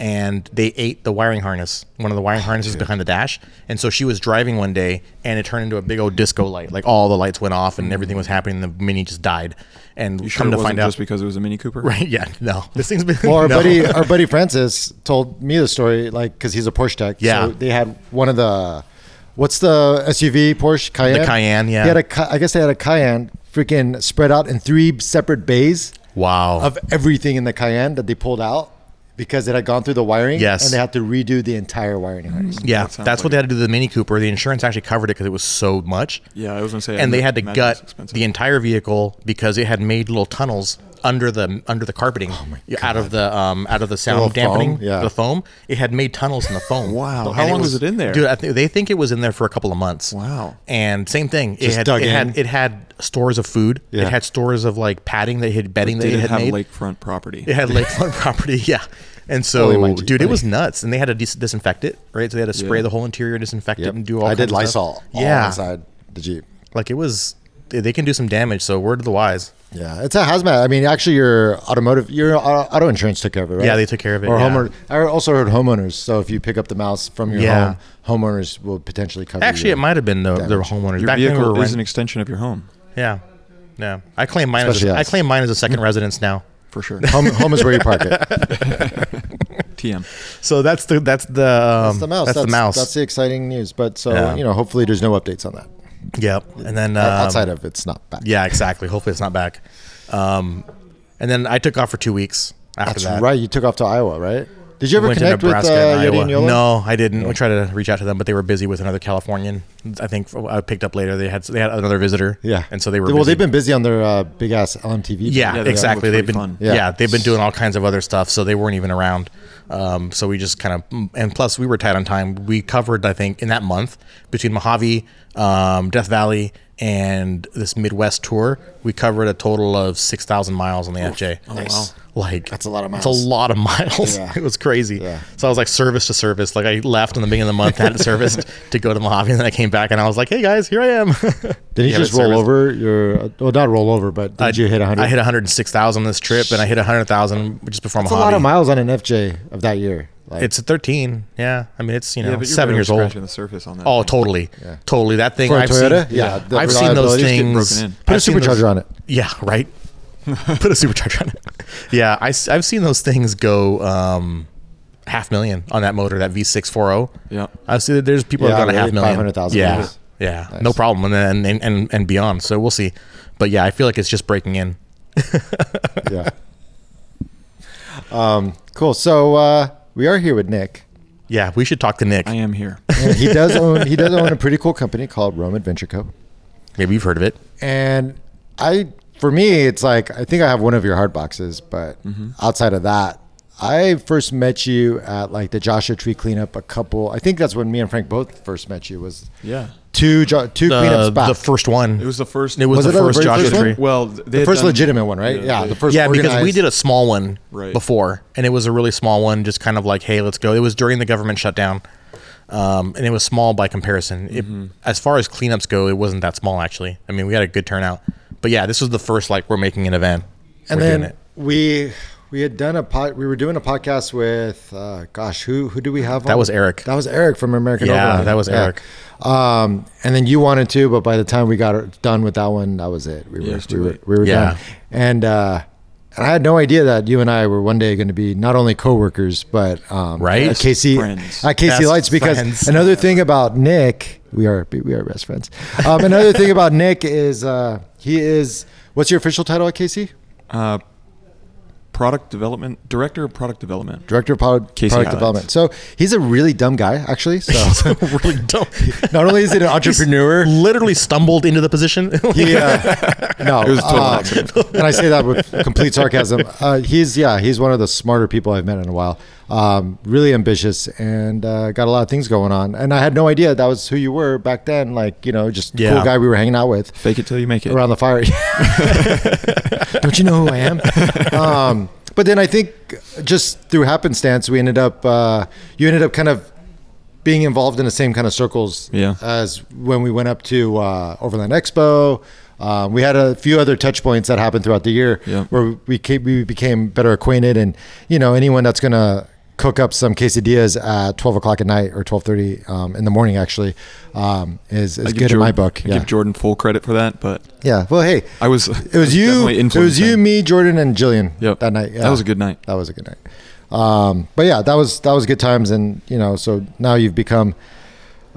[SPEAKER 1] and they ate the wiring harness, one of the
[SPEAKER 2] Ah,
[SPEAKER 1] wiring harnesses behind the dash. And so she was driving one day, and it turned into a big old disco light. Like all the lights went off, and everything was happening. and The Mini just died, and
[SPEAKER 2] Mm. You sure
[SPEAKER 1] come
[SPEAKER 2] it
[SPEAKER 1] to
[SPEAKER 2] wasn't
[SPEAKER 1] find out,
[SPEAKER 2] just because it was a Mini
[SPEAKER 1] (laughs)
[SPEAKER 2] Cooper?
[SPEAKER 1] right? Yeah, no, (laughs) this thing's
[SPEAKER 3] (laughs)
[SPEAKER 1] been.
[SPEAKER 3] well, our
[SPEAKER 1] no.
[SPEAKER 3] buddy, our buddy Francis told me the story, like because he's a Porsche tech.
[SPEAKER 1] Yeah.
[SPEAKER 3] so they had one of the, what's the SUV Porsche Cayenne?
[SPEAKER 1] Cayenne, yeah.
[SPEAKER 3] They had a, Ca- I guess they had a Cayenne freaking spread out in three separate bays
[SPEAKER 1] wow,
[SPEAKER 3] of everything in the Cayenne that they pulled out because it had gone through the wiring.
[SPEAKER 1] Yes.
[SPEAKER 3] and they had to redo the entire wiring harness.
[SPEAKER 1] yeah,
[SPEAKER 2] That sounds
[SPEAKER 1] that's what
[SPEAKER 2] like
[SPEAKER 1] they had to do to the Mini Cooper. The insurance actually covered it because it was so much.
[SPEAKER 2] Yeah, I was gonna say.
[SPEAKER 1] and they had to
[SPEAKER 2] imagine it's
[SPEAKER 1] gut
[SPEAKER 2] expensive.
[SPEAKER 1] the entire vehicle because it had made little tunnels under the under the carpeting
[SPEAKER 2] Oh
[SPEAKER 1] yeah, out of the um out of the sound
[SPEAKER 3] little
[SPEAKER 1] dampening
[SPEAKER 3] foam, yeah.
[SPEAKER 1] the foam it had made tunnels in the foam
[SPEAKER 2] (laughs) Wow,
[SPEAKER 1] And
[SPEAKER 2] how long was it in there?
[SPEAKER 1] dude I think they think it was in there for a couple of months
[SPEAKER 2] Wow.
[SPEAKER 1] and same thing it
[SPEAKER 3] Just
[SPEAKER 1] had
[SPEAKER 3] dug
[SPEAKER 1] it,
[SPEAKER 3] in.
[SPEAKER 1] had it had stores of food
[SPEAKER 3] Yeah.
[SPEAKER 1] it had stores of like padding that it had bedding that
[SPEAKER 2] Did
[SPEAKER 1] it
[SPEAKER 2] it
[SPEAKER 1] had
[SPEAKER 2] have
[SPEAKER 1] made
[SPEAKER 2] lakefront property?
[SPEAKER 3] (laughs)
[SPEAKER 1] it had lakefront property, (laughs) yeah. And
[SPEAKER 3] Holy
[SPEAKER 1] so,
[SPEAKER 3] monkey,
[SPEAKER 1] dude, it
[SPEAKER 3] buddy.
[SPEAKER 1] was nuts. And they had to dis- disinfect it, right? So they had to spray
[SPEAKER 2] Yeah.
[SPEAKER 1] the whole interior, disinfect
[SPEAKER 3] Yep.
[SPEAKER 1] it, and do all.
[SPEAKER 3] I
[SPEAKER 1] kinds of
[SPEAKER 3] did
[SPEAKER 1] stuff.
[SPEAKER 3] Lysol. all
[SPEAKER 1] yeah,
[SPEAKER 3] inside the Jeep.
[SPEAKER 1] like it was they- they can do some damage so word to the wise
[SPEAKER 3] Yeah, it's a hazmat. I mean, actually, your automotive, your au- auto insurance took care of it, right?
[SPEAKER 1] Yeah, they took care of it,
[SPEAKER 3] Or
[SPEAKER 1] yeah.
[SPEAKER 3] homeowner. I also heard homeowners. So if you pick up the mouse from your
[SPEAKER 1] Yeah.
[SPEAKER 3] home, homeowners will potentially cover.
[SPEAKER 1] actually
[SPEAKER 3] you.
[SPEAKER 1] it might have been the, the
[SPEAKER 3] Damage.
[SPEAKER 1] homeowners
[SPEAKER 2] Your
[SPEAKER 1] back then we
[SPEAKER 2] vehicle
[SPEAKER 1] were
[SPEAKER 2] is an
[SPEAKER 1] renting-
[SPEAKER 2] extension of your home,
[SPEAKER 1] yeah yeah i claim mine as a,
[SPEAKER 3] Especially
[SPEAKER 1] i
[SPEAKER 3] us.
[SPEAKER 1] claim mine as a
[SPEAKER 3] (laughs)
[SPEAKER 1] second residence now
[SPEAKER 2] for sure.
[SPEAKER 1] (laughs)
[SPEAKER 2] (laughs)
[SPEAKER 3] Home, home is where you park it.
[SPEAKER 1] Um,
[SPEAKER 2] TM.
[SPEAKER 1] so that's the that's the um,
[SPEAKER 3] That's the mouse.
[SPEAKER 1] that's, the mouse
[SPEAKER 3] That's the exciting news. But so
[SPEAKER 1] Yeah.
[SPEAKER 3] you know, hopefully, there's no updates on that. Uh,
[SPEAKER 1] yep and then um,
[SPEAKER 3] Outside of it's not bad.
[SPEAKER 1] yeah exactly hopefully it's not back um and then i took off for two weeks after
[SPEAKER 3] that's
[SPEAKER 1] that
[SPEAKER 3] right. You took off to Iowa, right? Did you ever
[SPEAKER 1] Went to
[SPEAKER 3] connect with uh,
[SPEAKER 1] Nebraska and
[SPEAKER 3] Yeti
[SPEAKER 1] Iowa.
[SPEAKER 3] and Yola?
[SPEAKER 1] No, I didn't. We tried to reach out to them, but they were busy with another Californian. I think I picked up later. They had they had another visitor.
[SPEAKER 3] Yeah.
[SPEAKER 1] and so they were.
[SPEAKER 3] Well,
[SPEAKER 1] busy.
[SPEAKER 3] they've been busy on their uh, big ass LMTV.
[SPEAKER 1] Yeah,
[SPEAKER 2] Yeah, that
[SPEAKER 1] exactly.
[SPEAKER 2] looks
[SPEAKER 1] They've been
[SPEAKER 2] pretty fun.
[SPEAKER 1] Yeah.
[SPEAKER 3] Yeah.
[SPEAKER 1] they've been doing all kinds of other stuff, so they weren't even around. Um, so we just kind of and plus we were tight on time. We covered I think in that month between Mojave, um, Death Valley, and this Midwest tour, we covered a total of six thousand miles on the FJ. Oh
[SPEAKER 3] nice.
[SPEAKER 1] Like
[SPEAKER 3] That's a lot of
[SPEAKER 1] It's
[SPEAKER 3] miles.
[SPEAKER 1] a lot of (laughs) miles.
[SPEAKER 3] Yeah.
[SPEAKER 1] it was crazy.
[SPEAKER 3] Yeah.
[SPEAKER 1] So I was like service to service. Like I left in the beginning of the month, had it
[SPEAKER 3] (laughs)
[SPEAKER 1] serviced to go to Mojave, and then I came back and I was like, "Hey guys, here I am." (laughs)
[SPEAKER 3] Did you
[SPEAKER 1] Yeah,
[SPEAKER 3] just
[SPEAKER 1] but
[SPEAKER 3] roll
[SPEAKER 1] service-
[SPEAKER 3] over your? uh, Well, not roll over, but did you hit 100?
[SPEAKER 1] I hit 106,000 this trip, and I hit 100,000 just before
[SPEAKER 3] That's a
[SPEAKER 1] Mojave.
[SPEAKER 3] lot of miles on an FJ of that year. Like,
[SPEAKER 1] It's a 13. Yeah, I mean it's you know
[SPEAKER 2] Yeah, but you're
[SPEAKER 1] seven
[SPEAKER 2] better
[SPEAKER 1] years
[SPEAKER 2] off
[SPEAKER 1] old.
[SPEAKER 2] scratching the surface on that.
[SPEAKER 1] Oh,
[SPEAKER 2] thing.
[SPEAKER 1] totally,
[SPEAKER 3] Yeah.
[SPEAKER 1] totally. That thing
[SPEAKER 3] For a
[SPEAKER 1] I've
[SPEAKER 3] Toyota?
[SPEAKER 1] seen.
[SPEAKER 3] Yeah, the
[SPEAKER 1] I've seen those
[SPEAKER 3] reliability. Just
[SPEAKER 2] getting
[SPEAKER 1] things.
[SPEAKER 2] broken in.
[SPEAKER 3] put a
[SPEAKER 1] I've seen those-
[SPEAKER 3] supercharger on it.
[SPEAKER 1] Yeah,
[SPEAKER 2] (laughs)
[SPEAKER 1] right. Put a supercharger on it. Yeah, I, have seen those things go um, half million on that motor, that V640.
[SPEAKER 2] Yeah.
[SPEAKER 1] oh. I see that there's people that
[SPEAKER 3] Yeah,
[SPEAKER 1] have gone a half
[SPEAKER 3] really,
[SPEAKER 1] million.
[SPEAKER 3] 500,000
[SPEAKER 1] Yeah.
[SPEAKER 3] miles.
[SPEAKER 1] Yeah.
[SPEAKER 3] Nice.
[SPEAKER 1] No problem. And then and, and, and beyond. So we'll see. But yeah, I feel like it's just breaking in.
[SPEAKER 3] yeah. Um, cool. So uh, we are here with Nick.
[SPEAKER 1] Yeah, we should talk to Nick.
[SPEAKER 2] I am here. (laughs)
[SPEAKER 3] And he does own he does own a pretty cool company called Rome Adventure Co.
[SPEAKER 1] Maybe you've heard of it.
[SPEAKER 3] And I, for me, it's like I think I have one of your hard boxes, but
[SPEAKER 1] Mm-hmm.
[SPEAKER 3] outside of that, I first met you at like the Joshua Tree cleanup. A couple, I think that's when me and Frank both first met you. Was
[SPEAKER 2] Yeah.
[SPEAKER 3] two jo- two
[SPEAKER 1] The,
[SPEAKER 3] cleanups back.
[SPEAKER 1] Uh, the first one.
[SPEAKER 2] It was the first.
[SPEAKER 1] It was,
[SPEAKER 3] Was
[SPEAKER 1] the
[SPEAKER 3] it the
[SPEAKER 1] first
[SPEAKER 3] very
[SPEAKER 1] Joshua
[SPEAKER 3] first one?
[SPEAKER 1] Tree.
[SPEAKER 2] well th- they
[SPEAKER 3] the
[SPEAKER 2] had
[SPEAKER 3] first
[SPEAKER 2] done-
[SPEAKER 3] legitimate one, right?
[SPEAKER 2] Yeah,
[SPEAKER 3] Yeah,
[SPEAKER 2] they-
[SPEAKER 3] the first.
[SPEAKER 1] yeah, because we
[SPEAKER 3] organized-
[SPEAKER 1] did a small one
[SPEAKER 2] Right.
[SPEAKER 1] before, and it was a really small one, just kind of like, hey, let's go. It was during the government shutdown, um, and it was small by comparison. It,
[SPEAKER 2] Mm-hmm.
[SPEAKER 1] as far as cleanups go, it wasn't that small actually. I mean, we had a good turnout, but yeah, this was the first like we're making an event.
[SPEAKER 3] and
[SPEAKER 1] we're
[SPEAKER 3] then
[SPEAKER 1] doing it.
[SPEAKER 3] we we had done a pod, we were doing a podcast with uh, gosh who who do we have
[SPEAKER 1] That
[SPEAKER 3] on?
[SPEAKER 1] was Eric.
[SPEAKER 3] that was Eric from American
[SPEAKER 1] Yeah,
[SPEAKER 3] Overland.
[SPEAKER 1] that was Eric.
[SPEAKER 3] um and then you wanted to but by the time we got done with that one that was it we were
[SPEAKER 2] it was
[SPEAKER 3] we
[SPEAKER 2] too
[SPEAKER 3] were,
[SPEAKER 2] late.
[SPEAKER 3] we were
[SPEAKER 1] Yeah.
[SPEAKER 3] done and uh and I had no idea that you and I were one day going to be not only coworkers but um,
[SPEAKER 1] Right?
[SPEAKER 3] at KC
[SPEAKER 2] Friends.
[SPEAKER 3] at KC
[SPEAKER 1] Best
[SPEAKER 3] Lights because
[SPEAKER 1] friends.
[SPEAKER 3] another thing about Nick we are we are best friends um, another thing about Nick is uh, he is what's your official title at KC
[SPEAKER 2] uh, product development director of product development.
[SPEAKER 3] director of product,
[SPEAKER 2] Casey
[SPEAKER 3] product
[SPEAKER 2] Highlights.
[SPEAKER 3] development. So he's a really dumb guy, actually.
[SPEAKER 2] (laughs)
[SPEAKER 1] (laughs)
[SPEAKER 3] So
[SPEAKER 1] really dumb.
[SPEAKER 3] (laughs) not
[SPEAKER 1] (laughs)
[SPEAKER 3] only is it an entrepreneur,
[SPEAKER 1] Literally stumbled into the position. (laughs)
[SPEAKER 3] (laughs) he, uh, no,
[SPEAKER 2] It was a total
[SPEAKER 3] uh,
[SPEAKER 2] accident.
[SPEAKER 3] (laughs) and I say that with complete sarcasm. Uh, he's yeah, he's one of the smarter people I've met in a while. Um, really ambitious and uh, got a lot of things going on. And I had no idea that was who you were back then. Like you know, just
[SPEAKER 1] Yeah.
[SPEAKER 3] cool guy we were hanging out with.
[SPEAKER 2] Fake it till you make it. (laughs)
[SPEAKER 3] around the fire. Don't you know who I am? um, But then I think just through happenstance, we ended up uh, you ended up kind of being involved in the same kind of circles
[SPEAKER 2] Yeah.
[SPEAKER 3] as when we went up to uh, Overland Expo. Um, we had a few other touch points that happened throughout the year
[SPEAKER 2] Yeah.
[SPEAKER 3] where we came, we became better acquainted, and you know anyone that's gonna cook up some quesadillas at 12 o'clock at night or 12.30 um, in the morning actually um, is,
[SPEAKER 2] I
[SPEAKER 3] is
[SPEAKER 2] give
[SPEAKER 3] good in
[SPEAKER 2] Jordan-
[SPEAKER 3] my book
[SPEAKER 2] I
[SPEAKER 3] yeah.
[SPEAKER 2] give Jordan full credit for that, but
[SPEAKER 3] yeah well hey
[SPEAKER 2] I was.
[SPEAKER 3] it was you. It was you, me, Jordan, and Jillian.
[SPEAKER 2] Yep.
[SPEAKER 3] That night.
[SPEAKER 2] That was a good night.
[SPEAKER 3] That was a good night. Um, but yeah, that was that was good times, and you know, so now you've become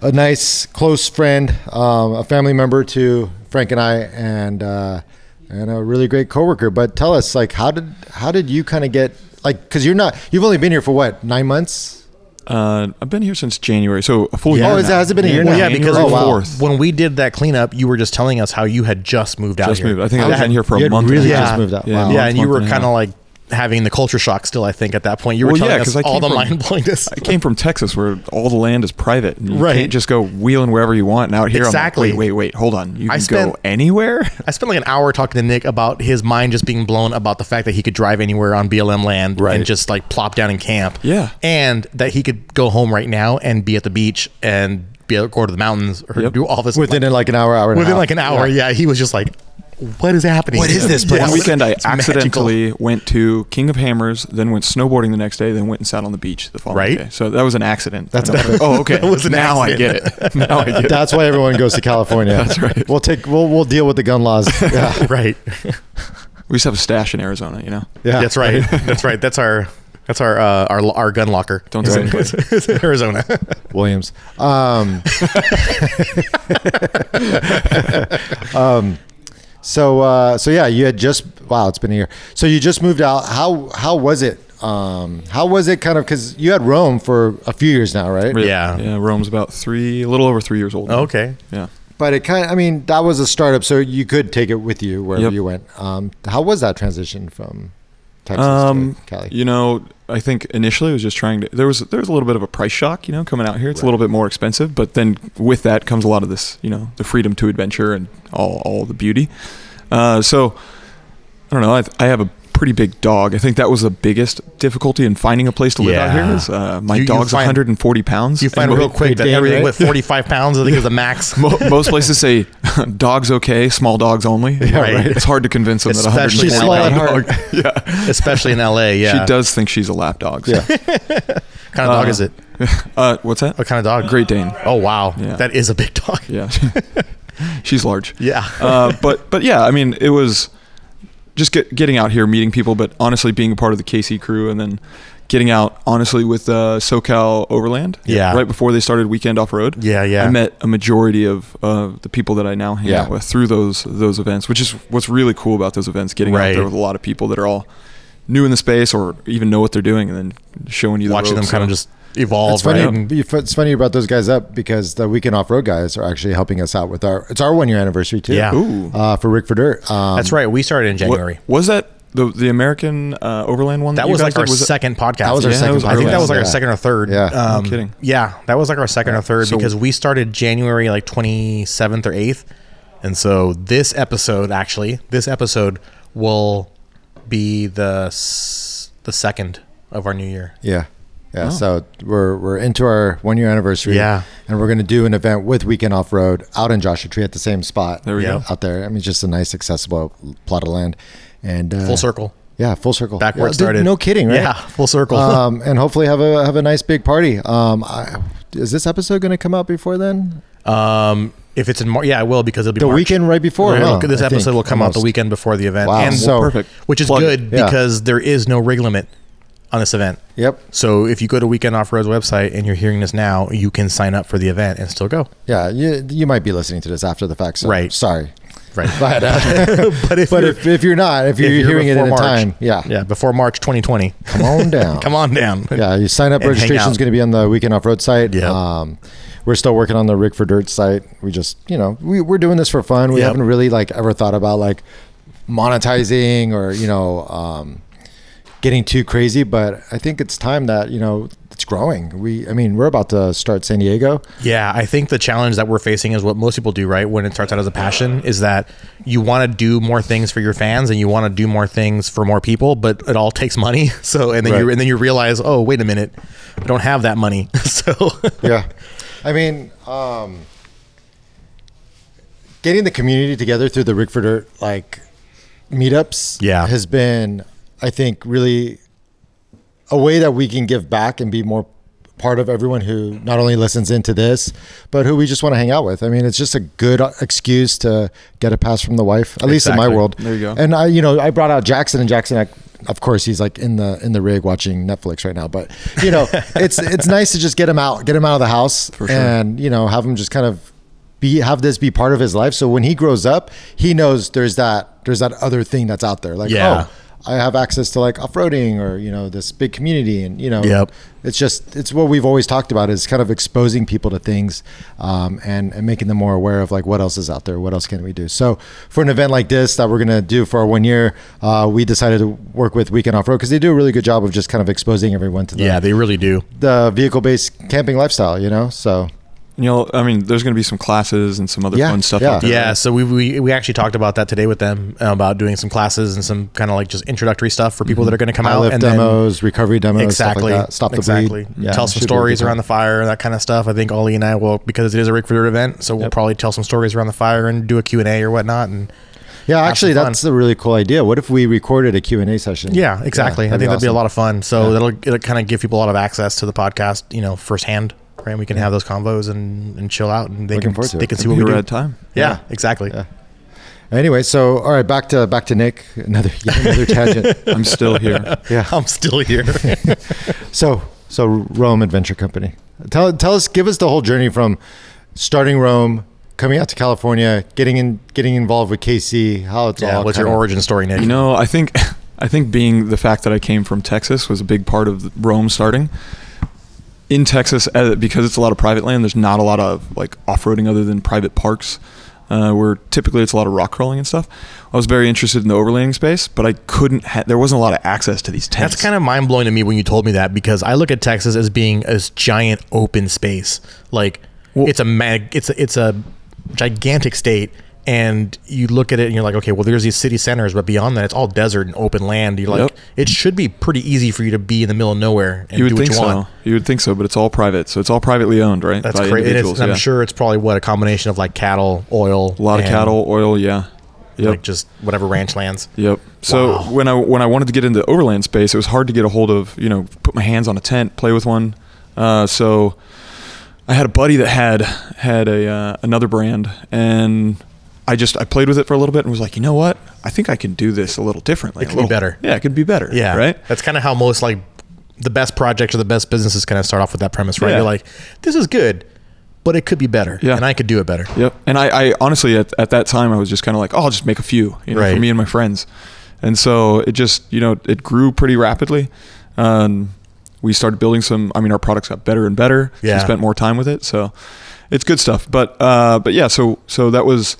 [SPEAKER 3] a nice close friend, um, a family member to Frank and I, and uh, and a really great coworker. But tell us, like, how did how did you kind of get like because you're not you've only been here for what nine months?
[SPEAKER 2] Uh, I've been here since January, so a full
[SPEAKER 1] Yeah.
[SPEAKER 2] year.
[SPEAKER 1] Oh,
[SPEAKER 3] is-
[SPEAKER 2] now.
[SPEAKER 3] has it been a year
[SPEAKER 1] Well,
[SPEAKER 3] now?
[SPEAKER 1] yeah, because
[SPEAKER 2] Oh,
[SPEAKER 3] January
[SPEAKER 1] when-
[SPEAKER 2] fourth.
[SPEAKER 1] when we did that cleanup, you were just telling us how you had just moved out
[SPEAKER 2] Just
[SPEAKER 1] here.
[SPEAKER 2] moved. I think I
[SPEAKER 1] That
[SPEAKER 2] was in
[SPEAKER 1] had-
[SPEAKER 2] here for
[SPEAKER 3] you
[SPEAKER 2] a
[SPEAKER 3] had
[SPEAKER 2] month. and a
[SPEAKER 3] really
[SPEAKER 2] half.
[SPEAKER 1] just
[SPEAKER 3] moved out.
[SPEAKER 2] Yeah,
[SPEAKER 3] Wow.
[SPEAKER 2] a
[SPEAKER 3] Yeah,
[SPEAKER 1] yeah,
[SPEAKER 2] month,
[SPEAKER 1] and you
[SPEAKER 2] month
[SPEAKER 1] were
[SPEAKER 2] a
[SPEAKER 1] kind
[SPEAKER 2] half.
[SPEAKER 1] of like having the culture shock still. I think at that point, you were
[SPEAKER 2] Well, yeah,
[SPEAKER 1] telling
[SPEAKER 2] 'cause
[SPEAKER 1] us
[SPEAKER 2] I
[SPEAKER 1] all
[SPEAKER 2] came
[SPEAKER 1] the
[SPEAKER 2] from-
[SPEAKER 1] mind blowingness.
[SPEAKER 2] (laughs) I came from Texas, where all the land is private. And you
[SPEAKER 1] Right.
[SPEAKER 2] can't just go wheeling wherever you want. And out here,
[SPEAKER 1] Exactly.
[SPEAKER 2] I'm like, wait, wait, wait, hold on. You
[SPEAKER 1] I
[SPEAKER 2] can
[SPEAKER 1] spent-
[SPEAKER 2] go anywhere. (laughs)
[SPEAKER 1] I spent like an hour talking to Nick about his mind just being blown about the fact that he could drive anywhere on BLM land
[SPEAKER 2] Right.
[SPEAKER 1] and just like plop down and camp.
[SPEAKER 2] Yeah.
[SPEAKER 1] And that he could go home right now and be at the beach and be able to go to the mountains or
[SPEAKER 2] Yep.
[SPEAKER 1] do all this
[SPEAKER 3] Within like, an hour, hour and
[SPEAKER 1] within
[SPEAKER 3] a half.
[SPEAKER 1] like an hour. Yeah. He was just like, what is happening?
[SPEAKER 3] What is this place?
[SPEAKER 1] Yeah,
[SPEAKER 2] One
[SPEAKER 3] Yes.
[SPEAKER 2] weekend, I
[SPEAKER 1] it's magical.
[SPEAKER 2] accidentally went to King of Hammers, then went snowboarding the next day, then went and sat on the beach the following
[SPEAKER 1] Right.
[SPEAKER 2] day. So that was an accident.
[SPEAKER 3] That's
[SPEAKER 2] And I'm like, oh, okay.
[SPEAKER 1] (laughs) That was an
[SPEAKER 2] now
[SPEAKER 1] accident.
[SPEAKER 2] I get it. (laughs) Now I
[SPEAKER 1] (laughs)
[SPEAKER 2] get
[SPEAKER 3] (laughs)
[SPEAKER 2] it.
[SPEAKER 3] That's why everyone goes to California. That's right. We'll take we'll we'll deal with the gun laws. Yeah.
[SPEAKER 1] (laughs) right.
[SPEAKER 2] We just have a stash in Arizona, you know.
[SPEAKER 3] Yeah.
[SPEAKER 1] That's (laughs) right. That's right. That's our. That's our uh, our our gun locker.
[SPEAKER 2] Don't
[SPEAKER 1] It's
[SPEAKER 2] say
[SPEAKER 1] in-
[SPEAKER 2] it.
[SPEAKER 1] (laughs) it's in Arizona.
[SPEAKER 3] Williams. Um, um, so uh, so yeah, you had just wow, it's been a year. So you just moved out. How how was it? Um, how was it? Kind of because you had Rome for a few years now, right?
[SPEAKER 1] Yeah.
[SPEAKER 2] Yeah. Rome's about three, a little over three years old. now.
[SPEAKER 1] Okay.
[SPEAKER 2] Yeah.
[SPEAKER 3] But it kind of, I mean, that was a startup, so you could take it with you wherever
[SPEAKER 2] Yep.
[SPEAKER 3] you went. Um, how was that transition from Texas
[SPEAKER 2] Um,
[SPEAKER 3] to Cali?
[SPEAKER 2] you know, I think initially it was just trying to. There was there was a little bit of a price shock, you know, coming out here. It's a little bit more expensive, but then with that comes a lot of this, you know, the freedom to adventure and all all the beauty. Uh, so I don't know. I, I have a pretty big dog. I think that was the biggest difficulty in finding a place to live out
[SPEAKER 1] Yeah.
[SPEAKER 2] here. Is uh, my
[SPEAKER 1] You- you
[SPEAKER 2] dog's
[SPEAKER 1] find-
[SPEAKER 2] 140 pounds.
[SPEAKER 1] You find
[SPEAKER 2] and
[SPEAKER 1] real
[SPEAKER 2] mo-
[SPEAKER 1] quick that
[SPEAKER 3] Dane,
[SPEAKER 1] everything
[SPEAKER 3] right?
[SPEAKER 1] with forty five pounds I think is the max.
[SPEAKER 2] mo- (laughs) most places say (laughs) dogs okay, small dogs
[SPEAKER 1] (laughs)
[SPEAKER 2] only.
[SPEAKER 1] right.
[SPEAKER 2] It's hard to convince them that a
[SPEAKER 1] Especially
[SPEAKER 2] 140
[SPEAKER 3] small at
[SPEAKER 2] pound
[SPEAKER 3] heart.
[SPEAKER 1] (laughs)
[SPEAKER 2] dog. (laughs) yeah.
[SPEAKER 1] especially in LA. Yeah,
[SPEAKER 2] She does think she's a lap dog. so-
[SPEAKER 3] yeah.
[SPEAKER 1] What kind of dog is it?
[SPEAKER 2] Uh, what's that?
[SPEAKER 1] What kind of dog?
[SPEAKER 2] Great Dane.
[SPEAKER 1] Oh wow,
[SPEAKER 2] Yeah.
[SPEAKER 1] that is a big dog.
[SPEAKER 2] Yeah, (laughs) she's large.
[SPEAKER 1] Yeah.
[SPEAKER 2] uh, but but yeah, I mean, it was just get, getting out here, meeting people, but honestly, being a part of the KC crew, and then getting out honestly with uh, SoCal Overland.
[SPEAKER 1] Yeah.
[SPEAKER 2] right before they started Weekend Off Road.
[SPEAKER 1] Yeah, yeah.
[SPEAKER 2] I met a majority of uh, the people that I now hang
[SPEAKER 3] Yeah.
[SPEAKER 2] out with through those those events, which is what's really cool about those events. Getting out
[SPEAKER 1] Right.
[SPEAKER 2] there with a lot of people that are all new in the space or even know what they're doing, and then showing you the
[SPEAKER 1] Watching them
[SPEAKER 2] ropes,
[SPEAKER 1] kind of
[SPEAKER 2] so-
[SPEAKER 1] just evolve.
[SPEAKER 3] It's funny.
[SPEAKER 1] right?
[SPEAKER 3] you- It's funny you brought those guys up because the weekend off road guys are actually helping us out with our. It's our one year anniversary too.
[SPEAKER 1] Yeah.
[SPEAKER 2] Ooh.
[SPEAKER 3] Uh, for Rick for Dirt. Um,
[SPEAKER 1] That's right. We started in
[SPEAKER 2] What-
[SPEAKER 1] January.
[SPEAKER 2] was that the the American uh, Overland one?
[SPEAKER 1] that
[SPEAKER 2] you
[SPEAKER 1] was
[SPEAKER 2] guys
[SPEAKER 1] like
[SPEAKER 2] did?
[SPEAKER 1] our
[SPEAKER 2] Was it-
[SPEAKER 1] second podcast.
[SPEAKER 3] That was our
[SPEAKER 2] Yeah, second that was podcast.
[SPEAKER 1] I think that was like our
[SPEAKER 3] Yeah.
[SPEAKER 1] second or third.
[SPEAKER 3] Yeah. No
[SPEAKER 1] um,
[SPEAKER 2] kidding.
[SPEAKER 1] Yeah, that was like our second or third
[SPEAKER 2] So-
[SPEAKER 1] because we started January like twenty seventh or eighth, and so this episode actually this episode will be the s- the second of our new year.
[SPEAKER 3] Yeah. Yeah. So we're we're into our one year anniversary.
[SPEAKER 1] Oh. Yeah.
[SPEAKER 3] And we're gonna do an event with Weekend Off Road out in Joshua Tree at the same spot.
[SPEAKER 2] There we
[SPEAKER 1] Yeah. go.
[SPEAKER 3] Out there. I mean, just a nice accessible plot of land. And uh,
[SPEAKER 1] Full circle.
[SPEAKER 3] Yeah, full circle.
[SPEAKER 1] Back where
[SPEAKER 3] Yeah,
[SPEAKER 1] it
[SPEAKER 3] dude,
[SPEAKER 1] started.
[SPEAKER 3] No kidding, right?
[SPEAKER 1] Yeah, full circle. (laughs)
[SPEAKER 3] Um, and hopefully have a have a nice big party. Um, I, is this episode going to come out before then?
[SPEAKER 1] Um, if it's in March, yeah, I will because it'll be
[SPEAKER 3] The
[SPEAKER 1] March.
[SPEAKER 3] weekend right before,
[SPEAKER 1] Right,
[SPEAKER 3] huh?
[SPEAKER 1] it'll- this
[SPEAKER 3] I
[SPEAKER 1] episode
[SPEAKER 3] think,
[SPEAKER 1] will come out the
[SPEAKER 3] almost.
[SPEAKER 1] weekend before the event.
[SPEAKER 3] Wow.
[SPEAKER 1] And
[SPEAKER 3] So-
[SPEAKER 2] perfect.
[SPEAKER 1] Which is
[SPEAKER 2] Plug it.
[SPEAKER 1] good
[SPEAKER 3] Yeah.
[SPEAKER 1] because there is no rig limit on this event.
[SPEAKER 3] Yep.
[SPEAKER 1] So if you go to Weekend Off Road's website and you're hearing this now, you can sign up for the event and still go.
[SPEAKER 3] Yeah, you, you might be listening to this after the fact. So
[SPEAKER 1] Right.
[SPEAKER 3] Sorry.
[SPEAKER 1] Right.
[SPEAKER 3] (laughs) But, uh,
[SPEAKER 1] (laughs) but if,
[SPEAKER 3] but
[SPEAKER 1] you're-
[SPEAKER 3] if, if you're not, if you're,
[SPEAKER 1] if
[SPEAKER 3] hearing it
[SPEAKER 1] before
[SPEAKER 3] in
[SPEAKER 1] March,
[SPEAKER 3] time, yeah,
[SPEAKER 1] Yeah, before March 2020. (laughs)
[SPEAKER 3] come on down.
[SPEAKER 1] Come on down.
[SPEAKER 3] Yeah, you sign up.
[SPEAKER 1] And hang
[SPEAKER 3] Registration
[SPEAKER 1] out.
[SPEAKER 3] is going to be on the Weekend Off Road site.
[SPEAKER 1] Yep.
[SPEAKER 3] Um, we're still working on the Rick for Dirt site. We just, you know, we, we're doing this for fun. We
[SPEAKER 1] Yep.
[SPEAKER 3] haven't really like ever thought about like monetizing or, you know, um, getting too crazy, but I think it's time that you know it's growing. We, I mean, we're about to start San Diego.
[SPEAKER 1] Yeah, I think the challenge that we're facing is what most people do, right? When it starts out as a passion, is that you want to do more things for your fans and you want to do more things for more people, but it all takes money. (laughs) So, and then you
[SPEAKER 3] Right.
[SPEAKER 1] and then you realize, oh, wait a minute, I don't have that money. (laughs) so,
[SPEAKER 3] yeah i mean um getting the community together through the rick for dirt like meetups
[SPEAKER 1] Yeah.
[SPEAKER 3] has been i think really a way that we can give back and be more part of everyone who not only listens into this but who we just want to hang out with i mean it's just a good excuse to get a pass from the wife at least in my
[SPEAKER 1] Exactly.
[SPEAKER 3] world
[SPEAKER 2] There you go.
[SPEAKER 3] and I, you know, I brought out Jackson and Jackson. I, of course, he's like in the in the rig watching Netflix right now. But
[SPEAKER 1] (laughs)
[SPEAKER 3] you know, it's it's nice to just get him out, get him out of the house,
[SPEAKER 2] sure.
[SPEAKER 3] and you know, have him just kind of be have this be part of his life. So when he grows up, he knows there's that there's that other thing that's out there. Like,
[SPEAKER 1] Yeah.
[SPEAKER 3] oh, I have access to like off roading or you know this big community, and you know,
[SPEAKER 1] Yep.
[SPEAKER 3] it's just it's what we've always talked about is kind of exposing people to things um, and and making them more aware of like what else is out there what else can we do so for an event like this that we're going to do for our one year uh, we decided to work with weekend off-road because they do a really good job of just kind of exposing everyone to the,
[SPEAKER 1] yeah, they really do.
[SPEAKER 3] the vehicle-based camping lifestyle you know so
[SPEAKER 2] You know, I mean, there's going to be some classes and some other
[SPEAKER 3] Yeah,
[SPEAKER 2] fun stuff.
[SPEAKER 3] yeah.
[SPEAKER 2] Like that.
[SPEAKER 1] Yeah, so we, we we actually talked about that today with them uh, about doing some classes and some kind of like just introductory stuff for people that are going to come
[SPEAKER 3] Mm-hmm. i
[SPEAKER 1] out
[SPEAKER 3] lift
[SPEAKER 1] and then-
[SPEAKER 3] demos recovery demos
[SPEAKER 1] exactly
[SPEAKER 3] stuff like that. stop the
[SPEAKER 1] exactly
[SPEAKER 3] bleed Yeah,
[SPEAKER 1] tell some
[SPEAKER 3] should be a good
[SPEAKER 1] stories
[SPEAKER 3] time.
[SPEAKER 1] around the fire that kind of stuff i think ollie and i will because it is a rick Ford event so we'll probably tell some stories around the fire and do a q&a or whatnot and
[SPEAKER 3] yeah
[SPEAKER 1] some
[SPEAKER 3] actually
[SPEAKER 1] fun.
[SPEAKER 3] that's a really cool idea what if we recorded a q&a session
[SPEAKER 1] yeah exactly i think that'd be a lot of fun so that'll it'll kind of give people a lot of access to the podcast you know firsthand right and we can have those convos and and chill out and they
[SPEAKER 3] Looking forward to
[SPEAKER 1] can they
[SPEAKER 3] it.
[SPEAKER 1] can see
[SPEAKER 2] It'd
[SPEAKER 1] what
[SPEAKER 2] be
[SPEAKER 1] we do
[SPEAKER 2] a rad
[SPEAKER 1] (laughs)
[SPEAKER 2] time.
[SPEAKER 1] yeah,
[SPEAKER 3] Yeah.
[SPEAKER 1] exactly
[SPEAKER 3] Yeah. anyway so all right back to back to nick (laughs) another yet another
[SPEAKER 1] (laughs)
[SPEAKER 3] tangent
[SPEAKER 2] I'm still here.
[SPEAKER 3] yeah
[SPEAKER 1] (laughs) i'm still
[SPEAKER 3] (laughs)
[SPEAKER 1] here
[SPEAKER 3] So, so Rome Adventure Company. Tell tell us, give us the whole journey from starting Rome, coming out to California, getting in, getting involved with KC. How it's
[SPEAKER 1] yeah
[SPEAKER 3] all.
[SPEAKER 1] what's your
[SPEAKER 3] kinda-
[SPEAKER 1] origin story nick
[SPEAKER 2] You know, I think (laughs) I think being the fact that I came from Texas was a big part of Rome starting. In Texas, uh, because it's a lot of private land, there's not a lot of like off-roading other than private parks, uh, where typically it's a lot of rock crawling and stuff. I was very interested in the overlanding space, but I couldn't. Ha- there wasn't a lot of access to these tents.
[SPEAKER 1] That's kind of mind blowing to me when you told me that because I look at Texas as being this giant open space. Like
[SPEAKER 2] Well-
[SPEAKER 1] it's a mag, it's a, it's a gigantic state, and you look at it and you're like, okay, well, there's these city centers, but beyond that, it's all desert and open land. You're like,
[SPEAKER 2] Yep.
[SPEAKER 1] it should be pretty easy for you to be in the middle of nowhere and
[SPEAKER 2] you
[SPEAKER 1] do
[SPEAKER 2] would
[SPEAKER 1] what
[SPEAKER 2] think
[SPEAKER 1] you
[SPEAKER 2] so.
[SPEAKER 1] want.
[SPEAKER 2] You would think so, but it's all private, so it's all privately owned, right?
[SPEAKER 1] That's
[SPEAKER 2] By
[SPEAKER 1] crazy.
[SPEAKER 2] individuals,
[SPEAKER 1] I'm
[SPEAKER 2] yeah.
[SPEAKER 1] sure it's probably what a combination of like cattle, oil,
[SPEAKER 2] a lot of cattle, oil, yeah. Yep.
[SPEAKER 1] like just whatever ranch lands.
[SPEAKER 2] Yep. So
[SPEAKER 1] Wow.
[SPEAKER 2] when I when I wanted to get into overland space, it was hard to get a hold of. You know, put my hands on a tent, play with one. Uh, so I had a buddy that had had a uh, another brand, and I just I played with it for a little bit and was like, you know what? I think I can do this a little
[SPEAKER 1] It
[SPEAKER 2] differently. a
[SPEAKER 1] could be
[SPEAKER 2] little-
[SPEAKER 1] better.
[SPEAKER 2] Yeah, it could be better.
[SPEAKER 1] Yeah.
[SPEAKER 2] Right.
[SPEAKER 1] That's kind of how most like the best projects or the best businesses kind of start off with that premise, right?
[SPEAKER 2] Yeah.
[SPEAKER 1] You're like, this is good, but it could be better.
[SPEAKER 2] Yeah.
[SPEAKER 1] And I could do it better.
[SPEAKER 2] Yep. And I, I honestly, at, at that time, I was just kind of like, oh, I'll just make a few, you know,
[SPEAKER 1] Right.
[SPEAKER 2] for me and my friends. And so it just, you know, it grew pretty rapidly. Um, we started building some, I mean, our products got better and better. as
[SPEAKER 1] Yeah.
[SPEAKER 2] We spent more time with it. So it's good stuff. But, uh, but yeah, so, so that was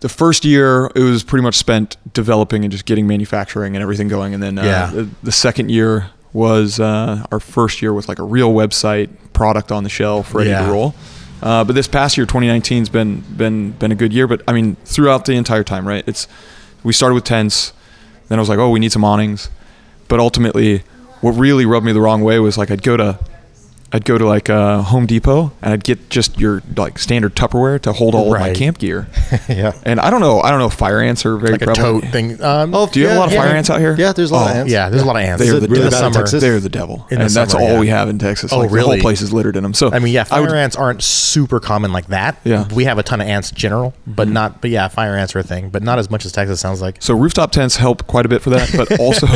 [SPEAKER 2] the first year it was pretty much spent developing and just getting manufacturing and everything going. And then, uh,
[SPEAKER 1] Yeah.
[SPEAKER 2] the, the second year was, uh, our first year with like a real website product on the shelf ready
[SPEAKER 1] Yeah.
[SPEAKER 2] to roll. Uh, but this past year, 2019 has been been been a good year. But I mean, throughout the entire time, right? It's we started with tents, then I was like, oh, we need some awnings. But ultimately, what really rubbed me the wrong way was like I'd go to I'd go to like uh, Home Depot and I'd get just your like standard Tupperware to hold all of
[SPEAKER 1] Right.
[SPEAKER 2] my camp gear.
[SPEAKER 3] (laughs) Yeah.
[SPEAKER 2] And I don't know, I don't know if fire ants are very
[SPEAKER 1] Like a
[SPEAKER 2] prevalent.
[SPEAKER 1] tote thing. Um,
[SPEAKER 2] Oh, Do you have a lot of
[SPEAKER 3] yeah.
[SPEAKER 2] fire ants out here? Oh,
[SPEAKER 3] Yeah, there's a lot of ants.
[SPEAKER 1] yeah, there's a lot of ants.
[SPEAKER 2] They
[SPEAKER 1] Is
[SPEAKER 2] are
[SPEAKER 1] it
[SPEAKER 2] the
[SPEAKER 1] really
[SPEAKER 2] devil.
[SPEAKER 1] bad in
[SPEAKER 2] Summer,
[SPEAKER 1] Texas?
[SPEAKER 2] They're the devil,
[SPEAKER 1] In
[SPEAKER 2] and
[SPEAKER 1] the
[SPEAKER 2] that's
[SPEAKER 1] summer,
[SPEAKER 2] all
[SPEAKER 1] yeah.
[SPEAKER 2] we have in Texas.
[SPEAKER 1] Oh,
[SPEAKER 2] like, The
[SPEAKER 1] really?
[SPEAKER 2] whole place is littered in them. So
[SPEAKER 1] I mean, yeah,
[SPEAKER 2] I
[SPEAKER 1] fire
[SPEAKER 2] would,
[SPEAKER 1] ants aren't super common like that.
[SPEAKER 2] Yeah. Mm-hmm.
[SPEAKER 1] We have a ton of ants in general, but not, but yeah, fire ants are a thing, but not as much as Texas sounds like.
[SPEAKER 2] So rooftop tents help quite a bit for that,
[SPEAKER 1] (laughs)
[SPEAKER 2] but also,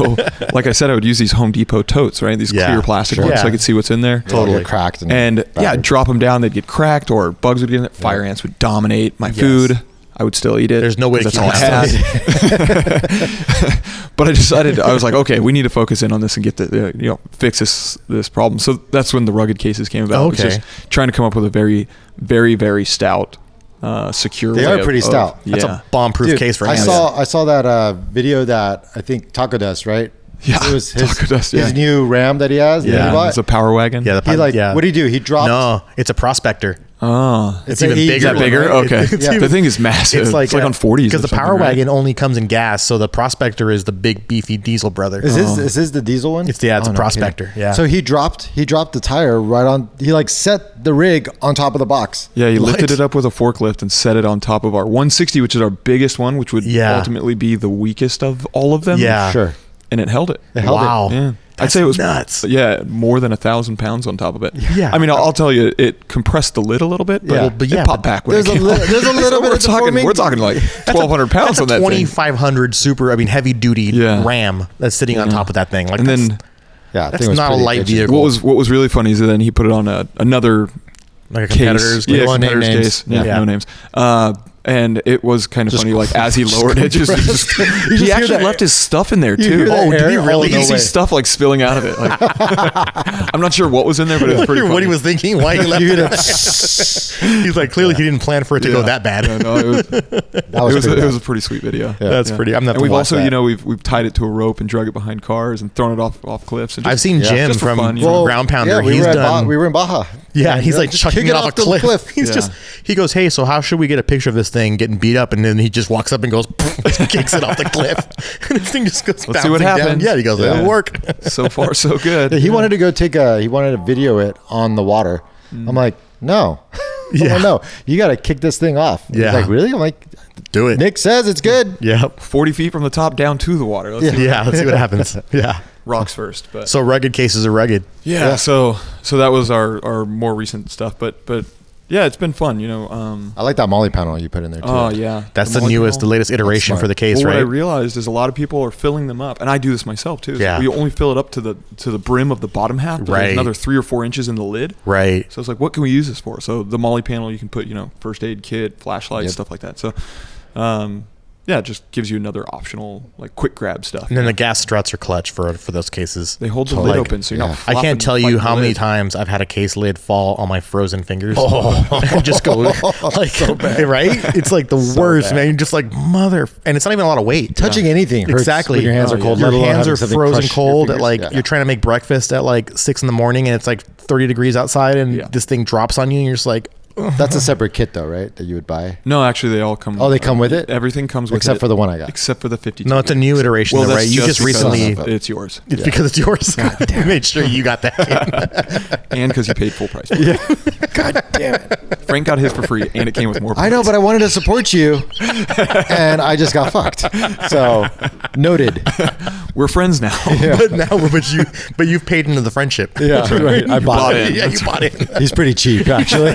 [SPEAKER 2] like I said, I would use these Home Depot totes, right? These
[SPEAKER 1] Yeah,
[SPEAKER 2] clear plastic
[SPEAKER 1] sure.
[SPEAKER 2] ones, so
[SPEAKER 1] Yeah.
[SPEAKER 2] I could see what's in there.
[SPEAKER 3] They'll get
[SPEAKER 1] Totally.
[SPEAKER 3] cracked and,
[SPEAKER 2] And yeah, I'd
[SPEAKER 3] battered.
[SPEAKER 2] drop them down; they'd get cracked, or bugs would get in it. Fire ants would dominate my food. I would still eat it.
[SPEAKER 1] There's no way to
[SPEAKER 2] 'cause
[SPEAKER 1] keep
[SPEAKER 2] that's all I had. (laughs) but I decided I was like, okay, we need to focus in on this and get the uh, you know fix this this problem. So that's when the rugged cases came about. It was
[SPEAKER 1] Okay.
[SPEAKER 2] just trying to come up with a very, very, very stout, uh, secure.
[SPEAKER 3] They
[SPEAKER 2] way
[SPEAKER 3] are
[SPEAKER 2] of-
[SPEAKER 3] pretty
[SPEAKER 2] of-
[SPEAKER 3] stout.
[SPEAKER 2] Yeah.
[SPEAKER 1] That's a bomb proof
[SPEAKER 3] Dude,
[SPEAKER 1] case for
[SPEAKER 3] I
[SPEAKER 1] ants.
[SPEAKER 3] saw I saw that uh, video that I think Taco does right
[SPEAKER 2] Yeah,
[SPEAKER 3] It was his,
[SPEAKER 2] Taco Dust. Yeah,
[SPEAKER 3] his new Ram that he has. that he
[SPEAKER 1] Yeah,
[SPEAKER 3] bought.
[SPEAKER 2] it's a power wagon.
[SPEAKER 1] Yeah, the
[SPEAKER 3] he
[SPEAKER 1] pod-
[SPEAKER 3] like
[SPEAKER 1] yeah.
[SPEAKER 3] what do you do? He dropped.
[SPEAKER 1] No, it's a prospector.
[SPEAKER 2] oh,
[SPEAKER 1] It's,
[SPEAKER 3] a-
[SPEAKER 1] even
[SPEAKER 3] he-
[SPEAKER 1] bigger.
[SPEAKER 3] Is that
[SPEAKER 1] one,
[SPEAKER 2] bigger?
[SPEAKER 1] right?
[SPEAKER 2] Okay.
[SPEAKER 1] (laughs) it's
[SPEAKER 2] Yeah. The thing is massive. It's like on 40s
[SPEAKER 1] because the
[SPEAKER 2] or
[SPEAKER 1] power
[SPEAKER 2] something, right?
[SPEAKER 1] wagon only comes in gas, so the prospector is the big beefy diesel brother.
[SPEAKER 3] Is his is his the diesel one?
[SPEAKER 1] Um,
[SPEAKER 3] Oh,
[SPEAKER 1] It's- yeah, it's a
[SPEAKER 3] no kidding.
[SPEAKER 1] prospector, yeah.
[SPEAKER 3] So he dropped he dropped the tire right on. He like set the rig on top of the box.
[SPEAKER 2] Yeah, he
[SPEAKER 1] What?
[SPEAKER 2] lifted it up with a forklift and set it on top of our 160, which is our biggest one, which would
[SPEAKER 1] Yeah.
[SPEAKER 2] ultimately be the weakest of all of them.
[SPEAKER 1] Yeah.
[SPEAKER 3] Sure.
[SPEAKER 2] and it held it.
[SPEAKER 3] held it.
[SPEAKER 1] wow,
[SPEAKER 2] Yeah, I'd
[SPEAKER 1] That's
[SPEAKER 2] say it was
[SPEAKER 1] nuts.
[SPEAKER 2] Yeah, more than a thousand pounds on top of it.
[SPEAKER 1] Yeah.
[SPEAKER 2] I mean, I'll, I'll tell you, it compressed the lid a little bit, but,
[SPEAKER 3] Yeah.
[SPEAKER 2] yeah.
[SPEAKER 3] Well,
[SPEAKER 1] but
[SPEAKER 2] but
[SPEAKER 1] yeah,
[SPEAKER 2] it popped
[SPEAKER 1] but
[SPEAKER 2] back when
[SPEAKER 3] there's
[SPEAKER 2] it
[SPEAKER 3] a
[SPEAKER 2] came
[SPEAKER 3] li-
[SPEAKER 2] out.
[SPEAKER 3] there's a little bit
[SPEAKER 2] (laughs) we're
[SPEAKER 3] of
[SPEAKER 2] talking,
[SPEAKER 3] deforming.
[SPEAKER 2] we're talking like 1,200 pounds
[SPEAKER 1] That's
[SPEAKER 2] on
[SPEAKER 1] a
[SPEAKER 2] that
[SPEAKER 1] twenty
[SPEAKER 2] thing.
[SPEAKER 1] five hundred super. I mean, heavy duty
[SPEAKER 2] Yeah.
[SPEAKER 1] Ram that's sitting on top of that thing. Like,
[SPEAKER 2] And
[SPEAKER 1] (laughs) that's-
[SPEAKER 2] then
[SPEAKER 3] Yeah, I think
[SPEAKER 1] That's
[SPEAKER 3] it was
[SPEAKER 1] not a
[SPEAKER 3] pretty
[SPEAKER 1] light
[SPEAKER 3] bitchy.
[SPEAKER 1] vehicle.
[SPEAKER 2] what was what was really funny is that then he put it on a, another
[SPEAKER 1] like a
[SPEAKER 2] case.
[SPEAKER 1] competitor's.
[SPEAKER 2] Yeah,
[SPEAKER 3] won't name
[SPEAKER 2] competitor's
[SPEAKER 3] names.
[SPEAKER 2] case. Yeah,
[SPEAKER 1] Yeah.
[SPEAKER 2] no names. Uh, and it was kind of funny,
[SPEAKER 3] (laughs)
[SPEAKER 2] like as he lowered it, just, just-
[SPEAKER 3] hear
[SPEAKER 2] he actually
[SPEAKER 3] that-
[SPEAKER 2] left his stuff in there
[SPEAKER 3] hear
[SPEAKER 2] too.
[SPEAKER 3] that
[SPEAKER 2] Oh,
[SPEAKER 3] air
[SPEAKER 2] did he
[SPEAKER 3] all
[SPEAKER 2] really?
[SPEAKER 3] the
[SPEAKER 2] You see
[SPEAKER 3] way.
[SPEAKER 2] stuff like spilling out of
[SPEAKER 1] (laughs)
[SPEAKER 2] it. Like, I'm not sure what was in there, but it was pretty.
[SPEAKER 1] what
[SPEAKER 2] funny.
[SPEAKER 1] he was thinking, why (laughs) he left (laughs) it. He's like, clearly he didn't plan for it to go
[SPEAKER 2] Yeah.
[SPEAKER 1] (laughs) that bad.
[SPEAKER 2] Yeah, no, it was,
[SPEAKER 3] That was
[SPEAKER 2] it was,
[SPEAKER 3] pretty
[SPEAKER 2] a, it
[SPEAKER 3] bad.
[SPEAKER 2] was a pretty sweet video.
[SPEAKER 1] That's pretty. I'm not.
[SPEAKER 2] And we've also, you know, we've we've tied it to a rope and drug it behind cars and thrown it off off cliffs. And just-
[SPEAKER 1] I've seen
[SPEAKER 3] Yeah.
[SPEAKER 1] Jim
[SPEAKER 2] Just for
[SPEAKER 1] from,
[SPEAKER 2] fun, you
[SPEAKER 1] from
[SPEAKER 2] know.
[SPEAKER 1] Ground Pounder.
[SPEAKER 3] Yeah, we
[SPEAKER 1] he's
[SPEAKER 3] were at Ba-
[SPEAKER 1] done.
[SPEAKER 3] we were in Baja.
[SPEAKER 1] yeah, he's
[SPEAKER 3] you're
[SPEAKER 1] like
[SPEAKER 3] just
[SPEAKER 1] chucking
[SPEAKER 3] kick
[SPEAKER 1] it
[SPEAKER 3] it
[SPEAKER 1] off,
[SPEAKER 3] off
[SPEAKER 1] a
[SPEAKER 3] the
[SPEAKER 1] cliff.
[SPEAKER 3] cliff.
[SPEAKER 1] He's
[SPEAKER 2] Yeah.
[SPEAKER 1] just he goes, hey, so how should we get a picture of this thing getting beat up? And then he just walks up and goes, (laughs) kicks it off the cliff, (laughs) and this thing just goes.
[SPEAKER 2] Let's see what
[SPEAKER 1] bouncing down.
[SPEAKER 2] happens.
[SPEAKER 1] Yeah, he goes,
[SPEAKER 2] Yeah.
[SPEAKER 1] it'll work. (laughs)
[SPEAKER 2] so far so good.
[SPEAKER 3] He wanted to go take a he wanted to video it on the water. I'm like,
[SPEAKER 1] (laughs)
[SPEAKER 3] no,
[SPEAKER 1] Mm. Yeah.
[SPEAKER 3] yeah, no, you got to kick this thing off. He's
[SPEAKER 1] Yeah.
[SPEAKER 3] like really? I'm like,
[SPEAKER 1] Do it.
[SPEAKER 3] Nick says it's good.
[SPEAKER 1] Yep.
[SPEAKER 2] forty feet from the top down to the water. Let's see
[SPEAKER 1] Yeah. Let's see what
[SPEAKER 2] (laughs)
[SPEAKER 1] happens. Yeah.
[SPEAKER 2] rocks first, but
[SPEAKER 1] So rugged cases are rugged.
[SPEAKER 2] yeah,
[SPEAKER 3] Yeah.
[SPEAKER 2] So so that was our our more recent stuff, but but yeah, it's been fun. You know. Um,
[SPEAKER 3] I like that Molly panel you put in there too.
[SPEAKER 2] oh yeah,
[SPEAKER 1] That's the, newest, the
[SPEAKER 2] molecule.
[SPEAKER 1] latest iteration
[SPEAKER 3] smart.
[SPEAKER 1] for the case,
[SPEAKER 2] well, What I
[SPEAKER 1] right?
[SPEAKER 2] realized is a lot of people are filling them up, and I do this myself too. is
[SPEAKER 1] Yeah.
[SPEAKER 2] We only fill it up to the to the brim of the bottom half. but there's
[SPEAKER 1] Right.
[SPEAKER 2] Another three or four inches in the lid.
[SPEAKER 1] right.
[SPEAKER 2] So it's like, what can we use this for? So the Molly panel, you can put, you know, first aid kit, flashlights,
[SPEAKER 3] Yep.
[SPEAKER 2] stuff like that. So, um, yeah, it just gives you another optional, like quick grab stuff.
[SPEAKER 1] And then the gas struts are clutch for for those cases.
[SPEAKER 2] They hold the
[SPEAKER 3] Oh,
[SPEAKER 2] lid
[SPEAKER 3] like,
[SPEAKER 2] open, so you're
[SPEAKER 3] yeah.
[SPEAKER 2] not.
[SPEAKER 1] I can't
[SPEAKER 2] flopping
[SPEAKER 1] tell
[SPEAKER 2] like
[SPEAKER 1] you
[SPEAKER 2] the
[SPEAKER 1] how many
[SPEAKER 2] lid.
[SPEAKER 1] times I've had a case lid fall on my frozen fingers. Oh, (laughs) and just
[SPEAKER 2] (laughs)
[SPEAKER 1] go like (laughs) right? It's like the worst,
[SPEAKER 3] bad.
[SPEAKER 1] man. You're just like mother, and it's not even a lot of weight.
[SPEAKER 3] Touching anything hurts
[SPEAKER 1] exactly. Oh,
[SPEAKER 3] when your hands are cold,
[SPEAKER 1] Your
[SPEAKER 3] let alone
[SPEAKER 1] hands
[SPEAKER 3] having
[SPEAKER 1] are
[SPEAKER 3] something
[SPEAKER 1] frozen
[SPEAKER 3] crush your
[SPEAKER 1] cold. At
[SPEAKER 3] fingers.
[SPEAKER 1] like
[SPEAKER 3] Yeah.
[SPEAKER 1] you're trying to make breakfast at like six in the morning, and it's like 30 degrees outside, and
[SPEAKER 2] Yeah.
[SPEAKER 1] this thing drops on you, and you're just like, "Ugh."
[SPEAKER 3] (laughs) That's a separate kit though, right? That you
[SPEAKER 1] (laughs)
[SPEAKER 3] would buy.
[SPEAKER 2] No, actually, they all come.
[SPEAKER 3] Oh, they come with it?
[SPEAKER 2] Everything comes with
[SPEAKER 3] Except
[SPEAKER 2] it,
[SPEAKER 3] for the one I got.
[SPEAKER 2] Except for the 50.
[SPEAKER 1] no, it's a new iteration,
[SPEAKER 2] Well,
[SPEAKER 1] though,
[SPEAKER 2] that's
[SPEAKER 1] right? You just
[SPEAKER 2] because
[SPEAKER 1] recently.
[SPEAKER 3] of
[SPEAKER 2] It's yours,
[SPEAKER 1] It's because it's yours. I (laughs) made sure you got that. kid.
[SPEAKER 3] (laughs)
[SPEAKER 2] and because you paid full price. For it.
[SPEAKER 3] God damn it!
[SPEAKER 2] Frank got his for free, and it came with more.
[SPEAKER 3] I know,
[SPEAKER 2] parts.
[SPEAKER 3] but I wanted to support you, and I just got fucked. So
[SPEAKER 1] (laughs)
[SPEAKER 3] noted.
[SPEAKER 2] (laughs) we're friends now. (laughs)
[SPEAKER 1] but (laughs) now, but you, but you've paid into the friendship.
[SPEAKER 3] Yeah, That's right. I
[SPEAKER 1] You
[SPEAKER 3] bought
[SPEAKER 2] in.
[SPEAKER 1] Yeah,
[SPEAKER 2] That's
[SPEAKER 1] you bought it.
[SPEAKER 3] He's
[SPEAKER 1] (laughs)
[SPEAKER 3] pretty cheap, actually.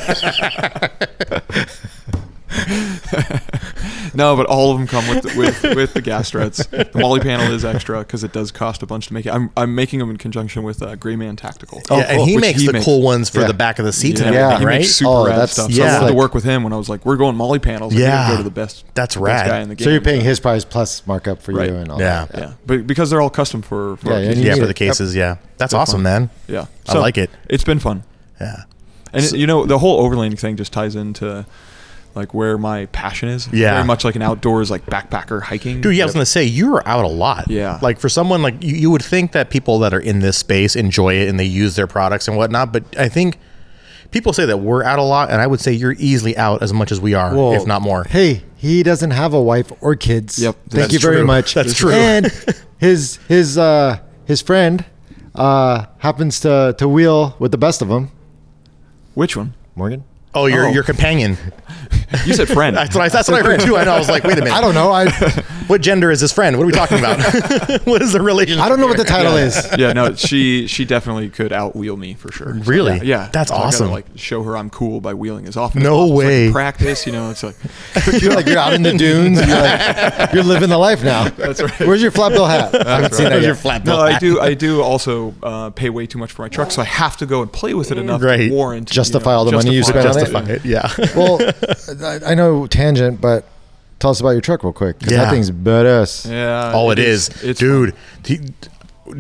[SPEAKER 2] No, but all of them come with with, with the gas struts. The Molly panel is extra because it does cost a bunch to make it. I'm, I'm making them in conjunction with uh, Gray Man Tactical.
[SPEAKER 1] yeah, and he
[SPEAKER 2] Which
[SPEAKER 1] makes the Oh, cool ones for
[SPEAKER 3] Yeah.
[SPEAKER 1] the back of the seats
[SPEAKER 2] Yeah,
[SPEAKER 1] and
[SPEAKER 3] Yeah.
[SPEAKER 1] everything,
[SPEAKER 2] he
[SPEAKER 1] right?
[SPEAKER 2] makes super
[SPEAKER 3] Oh,
[SPEAKER 2] rad
[SPEAKER 3] that's-
[SPEAKER 2] stuff. So
[SPEAKER 1] yeah.
[SPEAKER 2] I wanted
[SPEAKER 3] like-
[SPEAKER 2] to work with him when I was like, we're going Molly panels.
[SPEAKER 1] Yeah.
[SPEAKER 2] Yeah, go to the best.
[SPEAKER 1] That's
[SPEAKER 2] the
[SPEAKER 1] rad.
[SPEAKER 2] Best guy in the game.
[SPEAKER 3] so you're paying his price plus markup for
[SPEAKER 2] Right.
[SPEAKER 3] you and all
[SPEAKER 1] Yeah.
[SPEAKER 3] that.
[SPEAKER 2] Yeah, but because they're all custom for. for
[SPEAKER 3] Yeah,
[SPEAKER 2] our
[SPEAKER 3] yeah,
[SPEAKER 2] kids.
[SPEAKER 3] you
[SPEAKER 1] yeah,
[SPEAKER 3] need
[SPEAKER 1] for
[SPEAKER 3] it.
[SPEAKER 1] the
[SPEAKER 3] Yep.
[SPEAKER 1] cases. Yeah, that's
[SPEAKER 2] They're
[SPEAKER 1] awesome,
[SPEAKER 2] fun.
[SPEAKER 1] man.
[SPEAKER 2] yeah.
[SPEAKER 1] I like it.
[SPEAKER 2] It's been fun.
[SPEAKER 1] Yeah,
[SPEAKER 2] And you know, the whole overlanding thing just ties into like where my passion is.
[SPEAKER 1] Yeah.
[SPEAKER 2] Very much like an outdoors like backpacker hiking.
[SPEAKER 1] dude. Yeah, I was
[SPEAKER 2] Yep.
[SPEAKER 1] gonna say you were out a lot.
[SPEAKER 2] Yeah.
[SPEAKER 1] like for someone like you, you would think that people that are in this space enjoy it and they use their products and whatnot, but I think. People say that we're out a lot, and I would say you're easily out as much as we are,
[SPEAKER 3] Whoa.
[SPEAKER 1] if not more.
[SPEAKER 3] Hey, he doesn't have a wife or kids.
[SPEAKER 2] Yep,
[SPEAKER 3] Thank
[SPEAKER 2] that's
[SPEAKER 3] you very
[SPEAKER 1] true.
[SPEAKER 3] much.
[SPEAKER 1] That's true.
[SPEAKER 3] And his his uh his friend uh happens to to wheel with the best of them.
[SPEAKER 2] Which one?
[SPEAKER 3] Morgan.
[SPEAKER 1] Oh, your
[SPEAKER 2] Oh.
[SPEAKER 1] your companion.
[SPEAKER 2] You said friend.
[SPEAKER 1] (laughs) That's what I, that's what I heard too. I know. I was like, wait a minute.
[SPEAKER 3] (laughs) I don't know. I
[SPEAKER 1] What gender is his friend? What are we talking
[SPEAKER 3] (laughs)
[SPEAKER 1] about? (laughs) what is the relationship?
[SPEAKER 3] I don't know what the
[SPEAKER 1] here?
[SPEAKER 3] title is.
[SPEAKER 2] yeah, no, she she definitely could outwheel me for sure. So,
[SPEAKER 1] Really?
[SPEAKER 2] yeah, yeah.
[SPEAKER 1] That's
[SPEAKER 2] So I gotta,
[SPEAKER 1] awesome.
[SPEAKER 2] like show her I'm cool by wheeling as often.
[SPEAKER 1] No
[SPEAKER 2] as possible. So I can
[SPEAKER 1] way.
[SPEAKER 2] practice, you know.
[SPEAKER 3] (laughs)
[SPEAKER 2] It's like (laughs)
[SPEAKER 3] You're like you're out in the dunes. And you're like you're living the life now. That's
[SPEAKER 2] right.
[SPEAKER 3] Where's your flat bill hat? I haven't seen that
[SPEAKER 1] Where's
[SPEAKER 3] yet.
[SPEAKER 1] your flat
[SPEAKER 2] no,
[SPEAKER 1] bill
[SPEAKER 2] I
[SPEAKER 1] hat?
[SPEAKER 2] do. I do also uh, pay way too much for my truck, so I have to go and play with it enough
[SPEAKER 1] Right.
[SPEAKER 2] to warrant you
[SPEAKER 3] Justify
[SPEAKER 2] know,
[SPEAKER 3] all the money you
[SPEAKER 2] justify-
[SPEAKER 3] spent on it.
[SPEAKER 1] Justify it. Yeah. (laughs)
[SPEAKER 3] well, I, I know tangent, but tell us about your truck real quick. 'cause
[SPEAKER 1] Yeah.
[SPEAKER 3] that thing's badass.
[SPEAKER 2] Yeah.
[SPEAKER 1] Oh, it is, dude. he-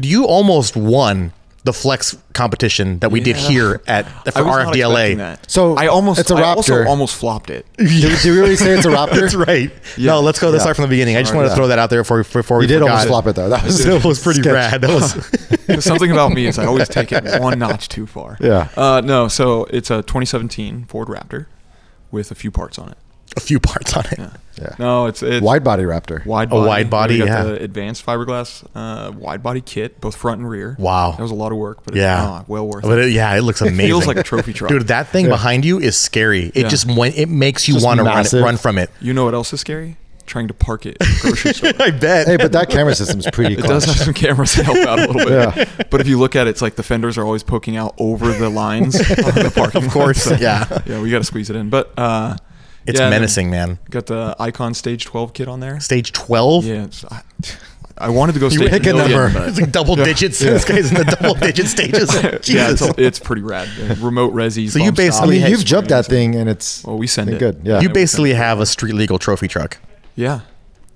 [SPEAKER 1] you almost won the flex competition that we did here at for
[SPEAKER 2] I was not expecting
[SPEAKER 1] RFDLA.
[SPEAKER 2] that.
[SPEAKER 3] So,
[SPEAKER 2] I almost
[SPEAKER 3] it's a
[SPEAKER 2] I also
[SPEAKER 3] Raptor.
[SPEAKER 2] almost flopped it.
[SPEAKER 3] Did, we- did we really
[SPEAKER 1] (laughs)
[SPEAKER 3] say it's a raptor?
[SPEAKER 1] That's right.
[SPEAKER 2] Yeah.
[SPEAKER 1] No, let's go. Let's
[SPEAKER 3] Yeah.
[SPEAKER 1] start from the beginning. I just wanted to throw that out there before before we
[SPEAKER 3] You did
[SPEAKER 1] forgot.
[SPEAKER 3] almost flop it though. That was
[SPEAKER 1] (laughs) That was pretty
[SPEAKER 3] sketch.
[SPEAKER 1] rad. That
[SPEAKER 2] (laughs)
[SPEAKER 1] was. (laughs)
[SPEAKER 2] Something about me is I always
[SPEAKER 3] (laughs)
[SPEAKER 2] take it one notch too far.
[SPEAKER 3] Yeah.
[SPEAKER 2] Uh, no, so it's a 2017 Ford Raptor with a few parts on it.
[SPEAKER 1] a few parts on it.
[SPEAKER 2] Yeah.
[SPEAKER 3] Yeah.
[SPEAKER 2] No, it's, it's
[SPEAKER 3] Wide body raptor.
[SPEAKER 2] wide
[SPEAKER 1] A
[SPEAKER 2] body.
[SPEAKER 1] wide body,
[SPEAKER 2] We got
[SPEAKER 1] yeah.
[SPEAKER 2] the advanced fiberglass uh, wide body kit, both front and rear.
[SPEAKER 1] Wow.
[SPEAKER 2] that was a lot of work, but
[SPEAKER 1] Yeah,
[SPEAKER 2] it, oh, well worth
[SPEAKER 1] But
[SPEAKER 2] (laughs) it.
[SPEAKER 1] it, yeah, it looks amazing.
[SPEAKER 2] feels like a
[SPEAKER 1] (laughs)
[SPEAKER 2] trophy truck.
[SPEAKER 1] dude. That thing behind you is scary. It
[SPEAKER 2] Yeah.
[SPEAKER 1] just went. It makes you
[SPEAKER 3] Just
[SPEAKER 1] want to run, it-
[SPEAKER 3] massive.
[SPEAKER 1] run from it.
[SPEAKER 2] You know what else is scary? Trying to park it.
[SPEAKER 1] (laughs)
[SPEAKER 2] At the grocery store.
[SPEAKER 1] I bet.
[SPEAKER 3] Hey, but that camera system's pretty
[SPEAKER 2] (laughs) It does
[SPEAKER 3] clutch.
[SPEAKER 2] have some cameras to help out a little bit.
[SPEAKER 3] Yeah.
[SPEAKER 2] But if you look at it, it's like the fenders are always poking out over the
[SPEAKER 1] (laughs)
[SPEAKER 2] lines on the parking
[SPEAKER 1] Of course,
[SPEAKER 2] lot. So,
[SPEAKER 1] yeah.
[SPEAKER 2] Yeah, we got to squeeze it in. But uh,
[SPEAKER 1] it's
[SPEAKER 2] yeah, and then
[SPEAKER 1] menacing, man.
[SPEAKER 2] Got the Icon Stage 12 kit on there.
[SPEAKER 1] Stage twelve.
[SPEAKER 2] Yeah. it's- I, I wanted to go stage
[SPEAKER 1] Pick a
[SPEAKER 2] million,
[SPEAKER 1] number.
[SPEAKER 2] but-
[SPEAKER 1] It's like double digits. This guy's in the
[SPEAKER 2] (laughs)
[SPEAKER 1] double digit stages. (laughs) Jesus.
[SPEAKER 2] yeah, it's, it's pretty rad. Uh, Remote resi.
[SPEAKER 1] So you
[SPEAKER 2] bump
[SPEAKER 1] basically
[SPEAKER 3] I
[SPEAKER 2] stop.
[SPEAKER 3] mean,
[SPEAKER 1] had-
[SPEAKER 3] you've jumped that thing, and it's
[SPEAKER 2] Well, we send
[SPEAKER 3] been
[SPEAKER 2] it.
[SPEAKER 3] good. Yeah.
[SPEAKER 1] you
[SPEAKER 2] we
[SPEAKER 1] basically have a street legal trophy truck.
[SPEAKER 2] yeah.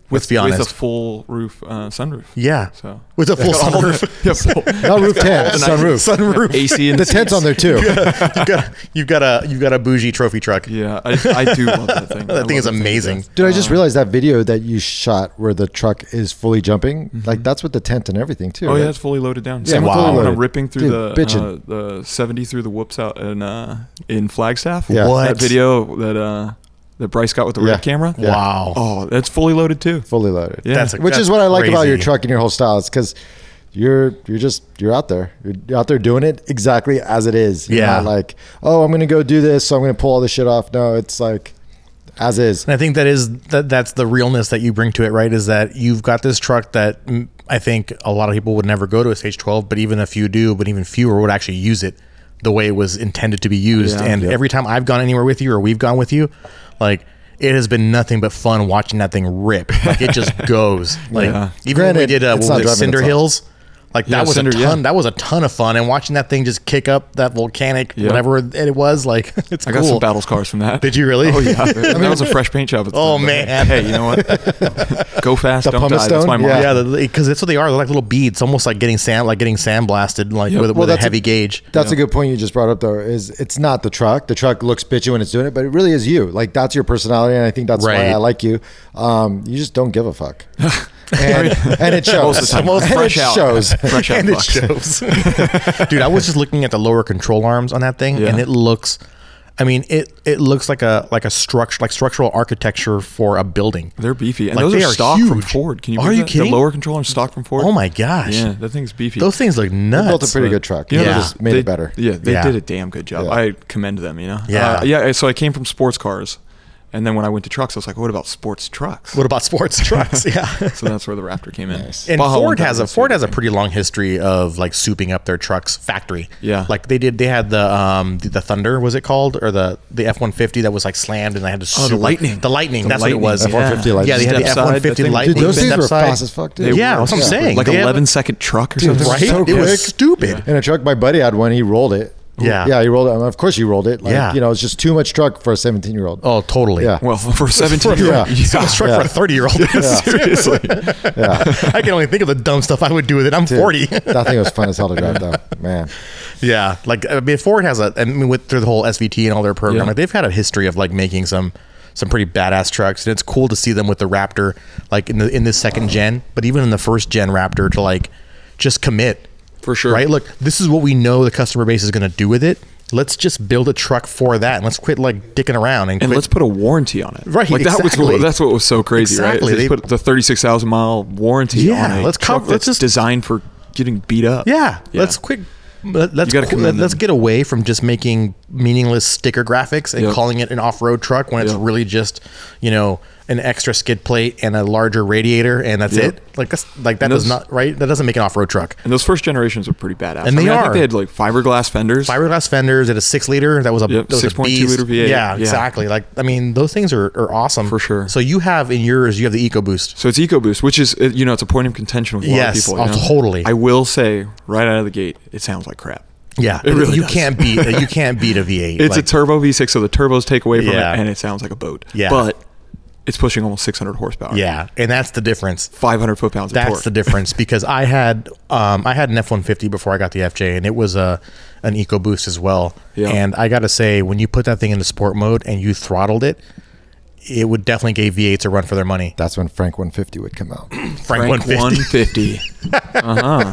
[SPEAKER 1] Let's be
[SPEAKER 2] With
[SPEAKER 1] honest.
[SPEAKER 2] a full roof uh, sunroof.
[SPEAKER 1] yeah.
[SPEAKER 2] So.
[SPEAKER 1] With a
[SPEAKER 2] (laughs)
[SPEAKER 1] full (laughs) sunroof.
[SPEAKER 2] yeah, full-
[SPEAKER 3] Not
[SPEAKER 2] (laughs)
[SPEAKER 3] roof tent,
[SPEAKER 2] Nice.
[SPEAKER 3] sunroof.
[SPEAKER 1] sunroof.
[SPEAKER 2] AC and
[SPEAKER 3] The tent's on there too.
[SPEAKER 1] you've, got, (laughs) you've got a you've got a bougie trophy truck.
[SPEAKER 2] (laughs) Yeah, I, I do love that thing. I
[SPEAKER 1] That thing
[SPEAKER 2] love
[SPEAKER 1] is amazing.
[SPEAKER 2] to death.
[SPEAKER 3] Dude, I just realized that video that you shot where the truck is fully jumping, like that's with the tent and everything too.
[SPEAKER 2] Mm-hmm. Oh
[SPEAKER 3] right?
[SPEAKER 2] yeah, it's fully loaded down. Same
[SPEAKER 1] wow.
[SPEAKER 2] with the one
[SPEAKER 1] Fully
[SPEAKER 2] I'm
[SPEAKER 3] loaded.
[SPEAKER 2] ripping through
[SPEAKER 3] Dude,
[SPEAKER 2] the
[SPEAKER 3] bitchin'.
[SPEAKER 2] uh, the 70 through the whoops out in uh, in Flagstaff.
[SPEAKER 3] Yeah.
[SPEAKER 1] What?
[SPEAKER 2] that video that uh, that Bryce got with the
[SPEAKER 3] Yeah.
[SPEAKER 2] red camera?
[SPEAKER 3] Yeah.
[SPEAKER 1] Wow.
[SPEAKER 2] Oh, that's fully loaded too.
[SPEAKER 3] fully loaded.
[SPEAKER 2] Yeah.
[SPEAKER 1] That's a-
[SPEAKER 3] which
[SPEAKER 1] that's
[SPEAKER 3] is what I like about your
[SPEAKER 1] crazy.
[SPEAKER 3] truck and your whole style. It's because you're you're just you're out there. You're out there doing it exactly as it is. You're
[SPEAKER 1] Yeah.
[SPEAKER 3] not like oh, I'm gonna go do this, so I'm gonna pull all this shit off. No, it's like as is.
[SPEAKER 1] And I think that is that that's the realness that you bring to it, right? Is that you've got this truck that mm, I think a lot of people would never go to a stage 12, but even if you do, but even fewer would actually use it the way it was intended to be used.
[SPEAKER 2] Yeah.
[SPEAKER 1] and
[SPEAKER 2] Yeah.
[SPEAKER 1] every time I've gone anywhere with you or we've gone with you, like it has been nothing but fun watching that thing rip. Like it
[SPEAKER 2] (laughs)
[SPEAKER 1] just goes. Like
[SPEAKER 2] Yeah.
[SPEAKER 1] even when we
[SPEAKER 3] Granted,
[SPEAKER 1] did uh,
[SPEAKER 3] it's
[SPEAKER 1] what was
[SPEAKER 3] not
[SPEAKER 1] it,
[SPEAKER 3] driving
[SPEAKER 1] Cinder
[SPEAKER 3] itself.
[SPEAKER 1] Hills. Like
[SPEAKER 2] Yeah,
[SPEAKER 1] that was
[SPEAKER 2] Cinder,
[SPEAKER 1] a
[SPEAKER 2] yeah.
[SPEAKER 1] ton. That was a ton of fun, and watching that thing just kick up that volcanic
[SPEAKER 2] Yeah.
[SPEAKER 1] whatever it was. Like (laughs) it's
[SPEAKER 2] I
[SPEAKER 1] cool.
[SPEAKER 2] got some battle scars from that.
[SPEAKER 1] Did you really? (laughs)
[SPEAKER 2] Oh yeah, that was a fresh paint job. At the
[SPEAKER 1] Oh,
[SPEAKER 2] time, but,
[SPEAKER 1] man.
[SPEAKER 2] Hey, you know what? (laughs) Go fast,
[SPEAKER 3] The
[SPEAKER 2] don't die.
[SPEAKER 3] pumice
[SPEAKER 2] That's my
[SPEAKER 3] stone?
[SPEAKER 2] motto.
[SPEAKER 3] Yeah.
[SPEAKER 1] Yeah, because that's what they are. They're like little beads, almost like getting sand, like getting sandblasted, like with,
[SPEAKER 3] Well,
[SPEAKER 1] with a
[SPEAKER 3] that's a-
[SPEAKER 1] heavy gauge. (laughs)
[SPEAKER 3] That's a good point you just brought up though. Is it's not the truck. The truck looks bitchy when it's doing it, but it really is you. Like that's your personality, and I think that's
[SPEAKER 1] Right.
[SPEAKER 3] why I like you. Um, you just don't give a
[SPEAKER 2] (laughs)
[SPEAKER 3] fuck, and, and it shows.
[SPEAKER 2] Most of the time,
[SPEAKER 3] And
[SPEAKER 2] fresh
[SPEAKER 3] it
[SPEAKER 2] out.
[SPEAKER 3] shows.
[SPEAKER 2] Fresh out.
[SPEAKER 1] and it
[SPEAKER 2] (laughs) fucks.
[SPEAKER 1] shows. (laughs) Dude, I was just looking at the lower control arms on that thing,
[SPEAKER 2] Yeah.
[SPEAKER 1] and it looks. I mean, it it looks like a like a structure, like structural architecture for a building.
[SPEAKER 2] They're beefy, and
[SPEAKER 1] Like,
[SPEAKER 2] those
[SPEAKER 1] they
[SPEAKER 2] are
[SPEAKER 1] are
[SPEAKER 2] stock from
[SPEAKER 1] huge.
[SPEAKER 2] Ford. Can you?
[SPEAKER 1] Are
[SPEAKER 2] believe
[SPEAKER 1] you
[SPEAKER 2] that?
[SPEAKER 1] kidding?
[SPEAKER 2] The lower controller stock from Ford.
[SPEAKER 1] Oh my gosh,
[SPEAKER 2] Yeah, that thing's beefy.
[SPEAKER 1] those things look nuts.
[SPEAKER 3] Built a pretty good truck.
[SPEAKER 2] You
[SPEAKER 3] Yeah,
[SPEAKER 2] know,
[SPEAKER 1] Yeah.
[SPEAKER 3] just made
[SPEAKER 2] they,
[SPEAKER 3] it better.
[SPEAKER 2] Yeah, they
[SPEAKER 1] Yeah.
[SPEAKER 2] did a damn good job.
[SPEAKER 3] Yeah.
[SPEAKER 2] I commend them. You know.
[SPEAKER 1] Yeah.
[SPEAKER 2] Uh, yeah. So I came from sports cars, and then when I went to trucks, I was like, "What about sports trucks?"
[SPEAKER 1] What about sports trucks? Yeah.
[SPEAKER 2] (laughs) so that's where the Raptor came in.
[SPEAKER 1] And
[SPEAKER 2] Baja
[SPEAKER 1] Ford
[SPEAKER 2] 1000
[SPEAKER 1] has a
[SPEAKER 2] is
[SPEAKER 1] Ford
[SPEAKER 2] good,
[SPEAKER 1] has a
[SPEAKER 2] I think.
[SPEAKER 1] pretty long history of like souping up their trucks factory.
[SPEAKER 2] Yeah.
[SPEAKER 1] like they did. They had the um the, the Thunder was it called or the the F one fifty that was like slammed and they had to
[SPEAKER 2] Oh, the
[SPEAKER 1] soup-
[SPEAKER 2] Lightning.
[SPEAKER 1] the Lightning.
[SPEAKER 2] The
[SPEAKER 1] that's what it was.
[SPEAKER 2] Lightning, yeah.
[SPEAKER 3] F-150 Lightning.
[SPEAKER 1] Yeah, they had the
[SPEAKER 2] Step
[SPEAKER 1] F
[SPEAKER 2] side,
[SPEAKER 1] one
[SPEAKER 2] I
[SPEAKER 1] fifty
[SPEAKER 2] think.
[SPEAKER 1] Lightning.
[SPEAKER 3] Dude, those things
[SPEAKER 1] step
[SPEAKER 3] were
[SPEAKER 1] side.
[SPEAKER 3] fast as fuck, dude.
[SPEAKER 1] yeah, that's what I'm
[SPEAKER 3] Yeah.
[SPEAKER 1] saying.
[SPEAKER 2] like
[SPEAKER 1] They had-
[SPEAKER 2] 11 second truck or
[SPEAKER 3] Dude,
[SPEAKER 2] something.
[SPEAKER 1] Right?
[SPEAKER 3] they're so
[SPEAKER 1] it
[SPEAKER 3] quick.
[SPEAKER 1] was stupid.
[SPEAKER 3] In a truck, my buddy had one. He rolled it.
[SPEAKER 1] Yeah.
[SPEAKER 3] yeah, he rolled it. I mean, of course, you rolled it. Like,
[SPEAKER 1] Yeah.
[SPEAKER 3] you know, it's just too much truck for a 17 year old.
[SPEAKER 1] Oh, totally.
[SPEAKER 3] Yeah. (laughs)
[SPEAKER 2] Well, for 17 year old,
[SPEAKER 3] Yeah.
[SPEAKER 1] So much truck for a thirty year old. (laughs)
[SPEAKER 2] seriously.
[SPEAKER 1] I can only think of the dumb stuff I would do with it. I'm
[SPEAKER 3] Dude,
[SPEAKER 1] forty.
[SPEAKER 3] that thing was fun
[SPEAKER 1] (laughs)
[SPEAKER 3] as hell to drive, though. Man,
[SPEAKER 1] Yeah, like I mean, Ford has a. I mean, with through the whole SVT and all their program,
[SPEAKER 2] Yeah.
[SPEAKER 1] like they've had a history of like making some some pretty badass trucks, and it's cool to see them with the Raptor, like in the in this second gen, but even in the first gen Raptor, to like just commit
[SPEAKER 2] For sure.
[SPEAKER 1] Right? Look, this is what we know the customer base is going to do with it. Let's just build a truck for that, and let's quit like dicking around and,
[SPEAKER 2] And
[SPEAKER 1] quit.
[SPEAKER 2] let's put a warranty on it.
[SPEAKER 1] Right,
[SPEAKER 2] Like that
[SPEAKER 1] exactly.
[SPEAKER 2] was that's what was so crazy,
[SPEAKER 1] Exactly.
[SPEAKER 2] right? They
[SPEAKER 1] They-
[SPEAKER 2] put the 36,000 mile warranty
[SPEAKER 1] Yeah,
[SPEAKER 2] on a
[SPEAKER 1] let's
[SPEAKER 2] truck
[SPEAKER 1] cov- let's
[SPEAKER 2] that's
[SPEAKER 1] just-
[SPEAKER 2] designed for getting beat up.
[SPEAKER 1] Yeah, let's quick. Let, us
[SPEAKER 2] gotta
[SPEAKER 1] qu-
[SPEAKER 2] commend
[SPEAKER 1] let, us
[SPEAKER 2] them.
[SPEAKER 1] get away from just making meaningless sticker graphics and
[SPEAKER 2] Yep.
[SPEAKER 1] calling it an off-road truck when it's
[SPEAKER 2] Yep.
[SPEAKER 1] really just you know an extra skid plate and a larger radiator and that's
[SPEAKER 2] Yep.
[SPEAKER 1] it. Like that's like that
[SPEAKER 2] And
[SPEAKER 1] does
[SPEAKER 2] those-
[SPEAKER 1] not right. That doesn't make an off-road truck.
[SPEAKER 2] And those first generations are pretty badass.
[SPEAKER 1] And
[SPEAKER 2] I
[SPEAKER 1] they
[SPEAKER 2] mean, I
[SPEAKER 1] are.
[SPEAKER 2] think they had like fiberglass fenders.
[SPEAKER 1] Fiberglass fenders at a six liter. That was a
[SPEAKER 2] Yep,
[SPEAKER 1] that was a
[SPEAKER 2] 6.2
[SPEAKER 1] beast.
[SPEAKER 2] liter V8,
[SPEAKER 1] Yeah,
[SPEAKER 2] yeah.
[SPEAKER 1] exactly. Like I mean, those things are, are awesome
[SPEAKER 2] For sure.
[SPEAKER 1] So you have in yours, you have the EcoBoost.
[SPEAKER 2] So it's EcoBoost, which is uh, you know it's a point of contention with a lot
[SPEAKER 1] Yes,
[SPEAKER 2] of people. you
[SPEAKER 1] oh,
[SPEAKER 2] know?
[SPEAKER 1] totally.
[SPEAKER 2] I will say right out of the gate, it sounds like crap.
[SPEAKER 1] Yeah,
[SPEAKER 2] It really
[SPEAKER 1] you
[SPEAKER 2] does.
[SPEAKER 1] can't beat you can't beat a V8.
[SPEAKER 2] (laughs) It's
[SPEAKER 1] Like,
[SPEAKER 2] a turbo V6, so the turbos take away from
[SPEAKER 1] Yeah.
[SPEAKER 2] it, and it sounds like a boat.
[SPEAKER 1] Yeah.
[SPEAKER 2] But it's pushing almost 600 horsepower.
[SPEAKER 1] Yeah, and that's the difference.
[SPEAKER 2] 500 foot pounds of
[SPEAKER 1] That's
[SPEAKER 2] torque.
[SPEAKER 1] the difference because I had um, I had an F one fifty before I got the FJ, and it was a an EcoBoost as well.
[SPEAKER 2] Yeah.
[SPEAKER 1] And I gotta say, when you put that thing into sport mode and you throttled it, it would definitely give V eights a run for their money.
[SPEAKER 3] That's when Frank 150 would come (clears throat) out.
[SPEAKER 1] Frank,
[SPEAKER 2] Frank
[SPEAKER 1] 150. (laughs)
[SPEAKER 2] 150. uh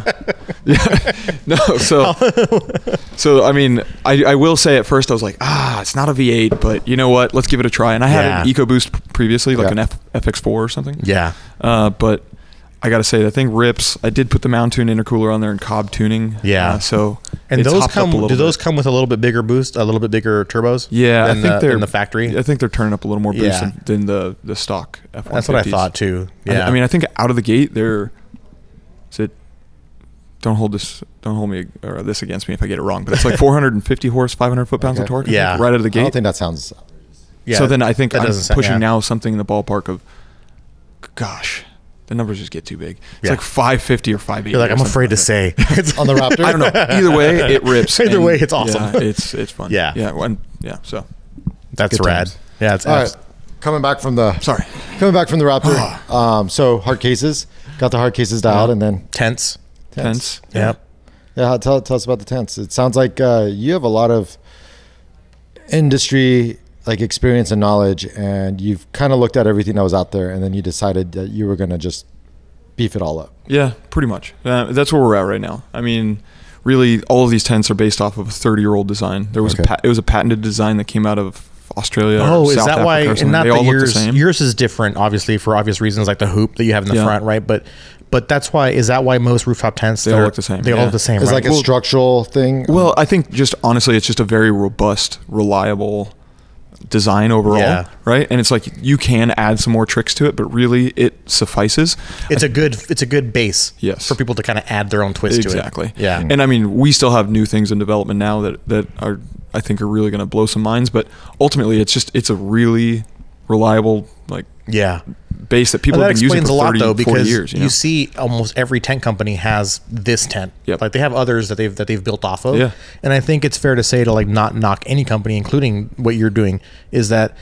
[SPEAKER 2] huh.
[SPEAKER 1] Uh-huh.
[SPEAKER 2] Yeah. (laughs) No,
[SPEAKER 1] (laughs)
[SPEAKER 2] so so I mean, I, I will say at first I was like, ah, it's not a V8, but you know what? Let's give it a try. And I had an
[SPEAKER 1] Yeah.
[SPEAKER 2] EcoBoost previously, like
[SPEAKER 3] Yeah.
[SPEAKER 2] an F, FX4 or something.
[SPEAKER 1] Yeah.
[SPEAKER 2] Uh, but I gotta say that thing rips. I did put the Mound Tune intercooler on there and Cobb tuning.
[SPEAKER 1] Yeah.
[SPEAKER 2] Uh, so
[SPEAKER 1] And
[SPEAKER 2] it's
[SPEAKER 1] those
[SPEAKER 2] hopped up
[SPEAKER 1] come
[SPEAKER 2] a little
[SPEAKER 1] do those
[SPEAKER 2] bit.
[SPEAKER 1] come with a little bit bigger boost, a little bit bigger turbos?
[SPEAKER 2] Yeah, I
[SPEAKER 1] than
[SPEAKER 2] think
[SPEAKER 1] the,
[SPEAKER 2] they're
[SPEAKER 1] than the factory.
[SPEAKER 2] I think they're turning up a little more boost
[SPEAKER 1] Yeah.
[SPEAKER 2] than, than the the stock F150s.
[SPEAKER 1] That's what I thought too.
[SPEAKER 2] I-
[SPEAKER 1] Yeah.
[SPEAKER 2] I, mean, I think out of the gate, they're. Is it? Don't hold this. Don't hold me or this against me if I get it wrong. But
[SPEAKER 1] (laughs)
[SPEAKER 2] it's like 450 horse, 500 foot pounds of
[SPEAKER 3] Okay.
[SPEAKER 2] torque. I think,
[SPEAKER 1] Yeah.
[SPEAKER 2] right out of the
[SPEAKER 3] I don't
[SPEAKER 2] gate.
[SPEAKER 3] think that sounds.
[SPEAKER 1] yeah,
[SPEAKER 2] so then I think
[SPEAKER 1] that
[SPEAKER 2] I'm
[SPEAKER 1] doesn't sound-
[SPEAKER 2] pushing
[SPEAKER 1] yeah.
[SPEAKER 2] now something in the ballpark of, gosh, the numbers just get too big. It's
[SPEAKER 1] Yeah.
[SPEAKER 2] like 550 or 580.
[SPEAKER 1] You're like,
[SPEAKER 2] or
[SPEAKER 1] I'm
[SPEAKER 2] something
[SPEAKER 1] afraid to
[SPEAKER 2] that.
[SPEAKER 1] say.
[SPEAKER 2] (laughs)
[SPEAKER 3] On the Raptor?
[SPEAKER 2] I don't know.
[SPEAKER 1] (laughs)
[SPEAKER 2] Either way, it rips.
[SPEAKER 1] Either
[SPEAKER 2] and
[SPEAKER 1] way, it's awesome.
[SPEAKER 2] yeah, it's it's fun.
[SPEAKER 1] Yeah.
[SPEAKER 2] yeah, and, yeah. So
[SPEAKER 1] (laughs) That's
[SPEAKER 3] Good
[SPEAKER 1] rad.
[SPEAKER 3] times.
[SPEAKER 1] Yeah, it's
[SPEAKER 3] All
[SPEAKER 1] abs-
[SPEAKER 3] right. Coming back from the.
[SPEAKER 2] sorry.
[SPEAKER 3] Coming back from the (sighs) Raptor. um, so hard cases. Got the hard cases dialed and then
[SPEAKER 1] tense.
[SPEAKER 2] Tense.
[SPEAKER 1] Yep.
[SPEAKER 3] Yeah, tell, tell us about the tents. It sounds like uh, you have a lot of industry like experience and knowledge, and you've kind of looked at everything that was out there, and then you decided that you were gonna just beef it all up.
[SPEAKER 2] Yeah, pretty much. Uh, that's where we're at right now. I mean, really, all of these tents are based off of a 30 year old design. There was a
[SPEAKER 3] Okay.
[SPEAKER 2] pat- it was a patented design that came out of Australia. or
[SPEAKER 1] Oh, is
[SPEAKER 2] South
[SPEAKER 1] that
[SPEAKER 2] Africa
[SPEAKER 1] why?
[SPEAKER 2] or
[SPEAKER 1] And
[SPEAKER 2] something.
[SPEAKER 1] not
[SPEAKER 2] they
[SPEAKER 1] the
[SPEAKER 2] all look the
[SPEAKER 1] yours.
[SPEAKER 2] same.
[SPEAKER 1] yours is different, obviously, for obvious reasons, like the hoop that you have in the
[SPEAKER 2] Yeah.
[SPEAKER 1] front, right? But but that's why. Is that why most rooftop tents
[SPEAKER 2] They all
[SPEAKER 1] they're-
[SPEAKER 2] look the same,
[SPEAKER 1] They all
[SPEAKER 2] yeah.
[SPEAKER 1] look the same.
[SPEAKER 3] It's
[SPEAKER 1] right?
[SPEAKER 3] like a structural thing.
[SPEAKER 2] well, I think just honestly, it's just a very robust, reliable design overall,
[SPEAKER 1] Yeah.
[SPEAKER 2] right? And it's like you can add some more tricks to it, but really, it suffices.
[SPEAKER 1] it's a good it's a good base.
[SPEAKER 2] Yes.
[SPEAKER 1] For people to kind of add their own twist
[SPEAKER 2] exactly.
[SPEAKER 1] to it. Yeah.
[SPEAKER 2] And I mean, we still have new things in development now that that are I think are really going to blow some minds. But ultimately, it's just it's a really reliable like
[SPEAKER 1] yeah.
[SPEAKER 2] base that people
[SPEAKER 1] Well, that
[SPEAKER 2] have been using
[SPEAKER 1] explains
[SPEAKER 2] for
[SPEAKER 1] a lot
[SPEAKER 2] 30,
[SPEAKER 1] though,
[SPEAKER 2] 40
[SPEAKER 1] because
[SPEAKER 2] years. You,
[SPEAKER 1] you,
[SPEAKER 2] know?
[SPEAKER 1] see almost every tent company has this tent.
[SPEAKER 2] Yep.
[SPEAKER 1] Like they have others that they've that they've built off of.
[SPEAKER 2] Yeah.
[SPEAKER 1] And I think it's fair to say to like not knock any company, including what you're doing, is that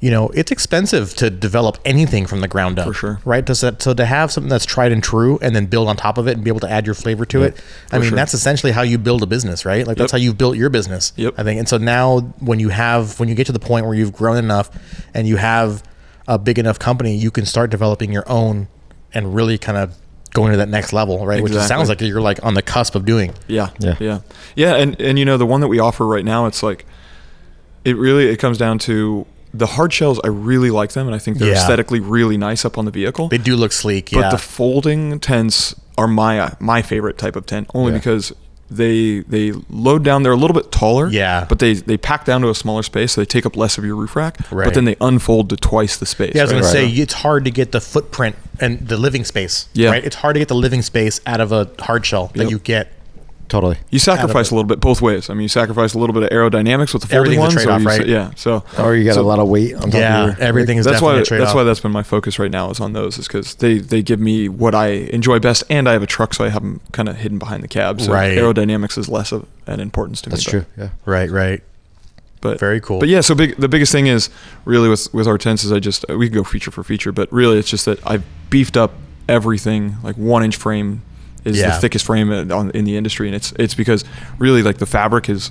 [SPEAKER 1] you know it's expensive to develop anything from the ground up. For
[SPEAKER 2] sure.
[SPEAKER 1] Right. To, so so to have something that's tried and true, and then build on top of it, and be able to add your flavor to it. I mean,
[SPEAKER 2] sure.
[SPEAKER 1] that's essentially how you build a business, right? Like that's
[SPEAKER 2] Yep.
[SPEAKER 1] how you've built your business.
[SPEAKER 2] Yep.
[SPEAKER 1] I think. And so now, when you have when you get to the point where you've grown enough, and you have a big enough company, you can start developing your own and really kind of going to that next level, right? Which it
[SPEAKER 2] Exactly.
[SPEAKER 1] sounds like you're like on the cusp of doing.
[SPEAKER 2] yeah,
[SPEAKER 3] Yeah.
[SPEAKER 2] yeah, yeah, yeah. And and you know the one that we offer right now, it's like it really it comes down to the hard shells. I really like them, and I think they're
[SPEAKER 1] Yeah.
[SPEAKER 2] aesthetically really nice up on the vehicle.
[SPEAKER 1] They do look sleek,
[SPEAKER 2] but
[SPEAKER 1] yeah.
[SPEAKER 2] the folding tents are my my favorite type of tent only
[SPEAKER 3] Yeah.
[SPEAKER 2] because they they load down they're a little bit taller
[SPEAKER 1] Yeah.
[SPEAKER 2] but they they pack down to a smaller space so they take up less of your roof rack
[SPEAKER 1] Right.
[SPEAKER 2] but then they unfold to twice the space
[SPEAKER 1] yeah, I was
[SPEAKER 2] right?
[SPEAKER 1] going
[SPEAKER 3] Right.
[SPEAKER 1] to say it's hard to get the footprint and the living space,
[SPEAKER 2] Yeah.
[SPEAKER 1] right? It's hard to get the living space out of a hard shell that
[SPEAKER 2] Yep.
[SPEAKER 1] you get.
[SPEAKER 3] totally.
[SPEAKER 2] you sacrifice a little bit both ways i mean you sacrifice a little bit of aerodynamics with the folding
[SPEAKER 1] Everything's a trade-off,
[SPEAKER 2] one so you sa-
[SPEAKER 1] right?
[SPEAKER 2] yeah so
[SPEAKER 3] Or you got
[SPEAKER 2] so
[SPEAKER 3] a lot of weight on top
[SPEAKER 1] Yeah,
[SPEAKER 3] of your.
[SPEAKER 1] everything is
[SPEAKER 2] that's
[SPEAKER 1] definitely
[SPEAKER 2] why
[SPEAKER 1] a trade-off.
[SPEAKER 2] that's why that's been my focus right now is on those is because they they give me what I enjoy best and I have a truck so I have them kind of hidden behind the cab so
[SPEAKER 1] Right.
[SPEAKER 2] aerodynamics is less of an importance to
[SPEAKER 3] That's
[SPEAKER 2] me but-
[SPEAKER 3] true. Yeah.
[SPEAKER 1] right, right.
[SPEAKER 2] but
[SPEAKER 1] Very cool.
[SPEAKER 2] But yeah, so big. The biggest thing is really with with our tents is I just we can go feature for feature, but really it's just that I've beefed up everything. Like one inch frame is
[SPEAKER 1] Yeah.
[SPEAKER 2] the thickest frame in- on, in the industry, and it's it's because really like the fabric is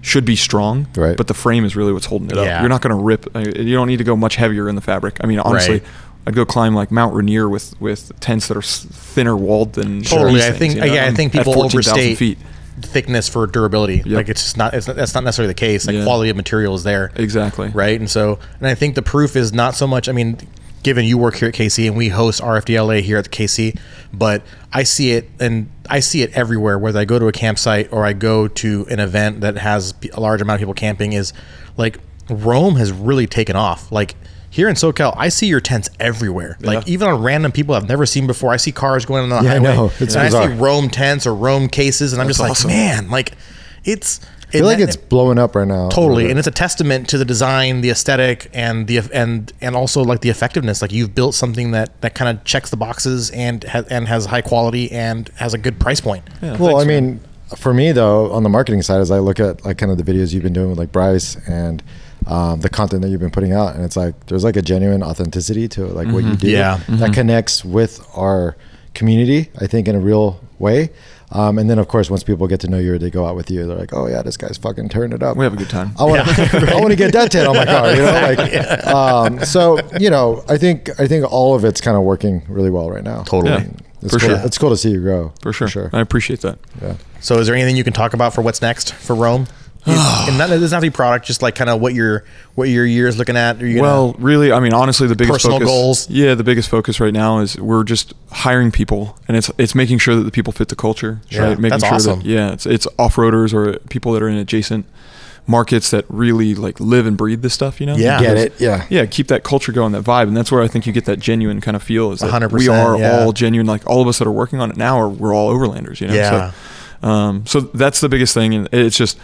[SPEAKER 2] should be strong,
[SPEAKER 3] Right.
[SPEAKER 2] But the frame is really what's holding it
[SPEAKER 1] Yeah.
[SPEAKER 2] up. You're not going to rip. I- You don't need to go much heavier in the fabric. I mean, honestly.
[SPEAKER 1] Right.
[SPEAKER 2] I'd go climb like Mount Rainier with, with tents that are s- thinner walled than
[SPEAKER 1] Totally,
[SPEAKER 2] these
[SPEAKER 1] I
[SPEAKER 2] things,
[SPEAKER 1] think-
[SPEAKER 2] you know?
[SPEAKER 1] yeah, I
[SPEAKER 2] I'm
[SPEAKER 1] think
[SPEAKER 2] at
[SPEAKER 1] people
[SPEAKER 2] 14,000
[SPEAKER 1] overstate-
[SPEAKER 2] feet.
[SPEAKER 1] Thickness for durability, like it's just not. It's not, that's not necessarily the case. Like
[SPEAKER 2] Yeah.
[SPEAKER 1] quality of material is there.
[SPEAKER 2] Exactly.
[SPEAKER 1] right? And so, and I think the proof is not so much. I mean, given you work here at KC and we host RFDLA here at the KC, but I see it and I see it everywhere. Whether I go to a campsite or I go to an event that has p- a large amount of people camping, is like Rome has really taken off. Like here in SoCal, I see your tents everywhere. Like
[SPEAKER 2] Yeah.
[SPEAKER 1] even on random people I've never seen before. I see cars going on the
[SPEAKER 3] Yeah, I
[SPEAKER 1] highway.
[SPEAKER 3] know. It's
[SPEAKER 1] and I
[SPEAKER 3] bizarre.
[SPEAKER 1] see Rome tents or Rome cases, and I'm just
[SPEAKER 2] awesome.
[SPEAKER 1] like, man, like it's.
[SPEAKER 3] I feel like it's blowing up right now.
[SPEAKER 1] Totally, and it's a testament to the design, the aesthetic, and the and and also like the effectiveness. Like you've built something that that kind of checks the boxes and ha- and has high quality and has a good price point.
[SPEAKER 2] Yeah,
[SPEAKER 3] well,
[SPEAKER 2] thanks,
[SPEAKER 3] I
[SPEAKER 2] man.
[SPEAKER 3] mean, for me though, on the marketing side, as I look at like kind of the videos you've been doing with like Bryce, and um, the content that you've been putting out, and it's like there's like a genuine authenticity to like what
[SPEAKER 2] Mm-hmm.
[SPEAKER 3] you do
[SPEAKER 1] Yeah.
[SPEAKER 3] that connects with our community. I think in a real way. Um, and then, of course, once people get to know you or they go out with you, they're like, "Oh yeah, this guy's fucking turned it up.
[SPEAKER 2] We have a good time.
[SPEAKER 3] I want to, (laughs) I want to get that tat on my car. You know,
[SPEAKER 2] (laughs)
[SPEAKER 3] like, um, so you know, I think I think all of it's kind of working really well right now.
[SPEAKER 1] Totally.
[SPEAKER 2] Yeah.
[SPEAKER 3] It's
[SPEAKER 2] For
[SPEAKER 3] cool.
[SPEAKER 2] sure.
[SPEAKER 3] It's cool to see you grow.
[SPEAKER 2] for sure. I appreciate that.
[SPEAKER 3] Yeah.
[SPEAKER 1] So, is there anything you can talk about for what's next for
[SPEAKER 2] (sighs)
[SPEAKER 1] Rome? and not, it doesn't have to be product, just like kind of what your what your year is looking at. Are you gonna-
[SPEAKER 2] well, really, I mean, honestly, the biggest
[SPEAKER 1] Personal
[SPEAKER 2] focus,
[SPEAKER 1] goals.
[SPEAKER 2] Yeah, the biggest focus right now is we're just hiring people, and it's it's making sure that the people fit the culture.
[SPEAKER 1] Yeah,
[SPEAKER 2] right? making
[SPEAKER 1] that's
[SPEAKER 2] sure
[SPEAKER 1] awesome.
[SPEAKER 2] That, yeah, it's it's off roaders or people that are in adjacent markets that really like live and breathe this stuff. You know,
[SPEAKER 1] Yeah.
[SPEAKER 3] Get it? Yeah.
[SPEAKER 2] yeah, keep that culture going, that vibe, and that's where I think you get that genuine kind of feel. Is that
[SPEAKER 1] 100%,
[SPEAKER 2] we are
[SPEAKER 1] yeah.
[SPEAKER 2] all genuine, like all of us that are working on it now are we're all overlanders, you know.
[SPEAKER 1] Yeah.
[SPEAKER 2] So, um, so that's the biggest thing, and it's just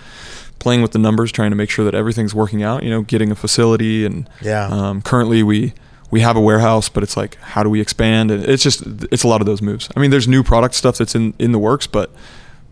[SPEAKER 2] playing with the numbers, trying to make sure that everything's working out. You know, getting a facility, and
[SPEAKER 1] Yeah.
[SPEAKER 2] Um, currently, we we have a warehouse, but it's like, how do we expand? And it's just it's a lot of those moves. I mean, there's new product stuff that's in in the works, but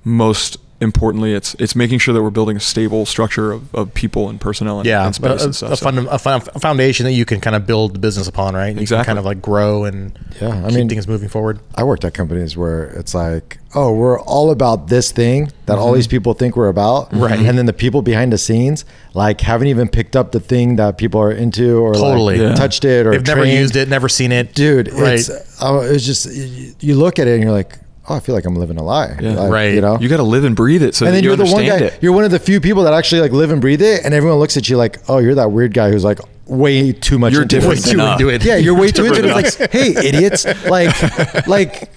[SPEAKER 2] most importantly, it's it's making sure that we're building a stable structure of, of people and personnel and,
[SPEAKER 1] yeah,
[SPEAKER 2] and space
[SPEAKER 1] a,
[SPEAKER 2] and stuff.
[SPEAKER 1] a,
[SPEAKER 2] So-
[SPEAKER 1] fund, a, fun, a foundation that you can kind of build the business upon, right? You can
[SPEAKER 2] Exactly.
[SPEAKER 1] kind of like grow and
[SPEAKER 3] Yeah, I
[SPEAKER 1] keep
[SPEAKER 3] mean-
[SPEAKER 1] things moving forward.
[SPEAKER 3] I worked at companies where it's like, oh, we're all about this thing that all these people think we're about,
[SPEAKER 1] Mm-hmm. Right.
[SPEAKER 3] And then the people behind the scenes like haven't even picked up the thing that people are into or like,
[SPEAKER 1] Totally.
[SPEAKER 2] Yeah.
[SPEAKER 3] touched it or
[SPEAKER 1] They've never
[SPEAKER 3] trained.
[SPEAKER 1] used it, never seen it,
[SPEAKER 3] dude.
[SPEAKER 1] Right?
[SPEAKER 3] It's uh, it's just you, you look at it and you're like, oh, I feel like I'm living a lie,
[SPEAKER 2] Yeah.
[SPEAKER 3] Like,
[SPEAKER 1] Right.
[SPEAKER 3] You know,
[SPEAKER 2] You got to live and breathe it so
[SPEAKER 3] and
[SPEAKER 2] that
[SPEAKER 3] then
[SPEAKER 2] you
[SPEAKER 3] you're the one
[SPEAKER 2] understand
[SPEAKER 3] guy.
[SPEAKER 2] it.
[SPEAKER 3] You're one of the few people that actually like live and breathe it, and everyone looks at you like, "Oh, you're that weird guy who's like way too much.
[SPEAKER 2] You're
[SPEAKER 3] into
[SPEAKER 2] different
[SPEAKER 3] it.
[SPEAKER 2] than us.
[SPEAKER 3] Yeah, you're
[SPEAKER 2] (laughs)
[SPEAKER 3] way too
[SPEAKER 2] Different
[SPEAKER 3] into it.
[SPEAKER 2] than
[SPEAKER 3] It's like, hey, idiots! Like, like,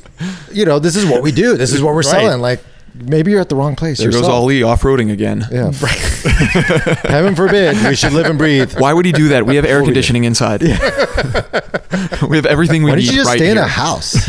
[SPEAKER 3] you know, this is what we do. This is what we're selling. Like, maybe you're at the wrong place.
[SPEAKER 2] there goes e-
[SPEAKER 3] yourself.
[SPEAKER 2] Ali off-roading again. (laughs)
[SPEAKER 3] Yeah.
[SPEAKER 1] (laughs)
[SPEAKER 3] Heaven forbid we should live and breathe.
[SPEAKER 2] Why would he do that? We have air
[SPEAKER 3] What we do.
[SPEAKER 2] conditioning inside. (laughs) we have everything we
[SPEAKER 3] Why
[SPEAKER 2] need
[SPEAKER 3] did you just
[SPEAKER 2] right
[SPEAKER 3] stay in
[SPEAKER 2] here.
[SPEAKER 3] a house?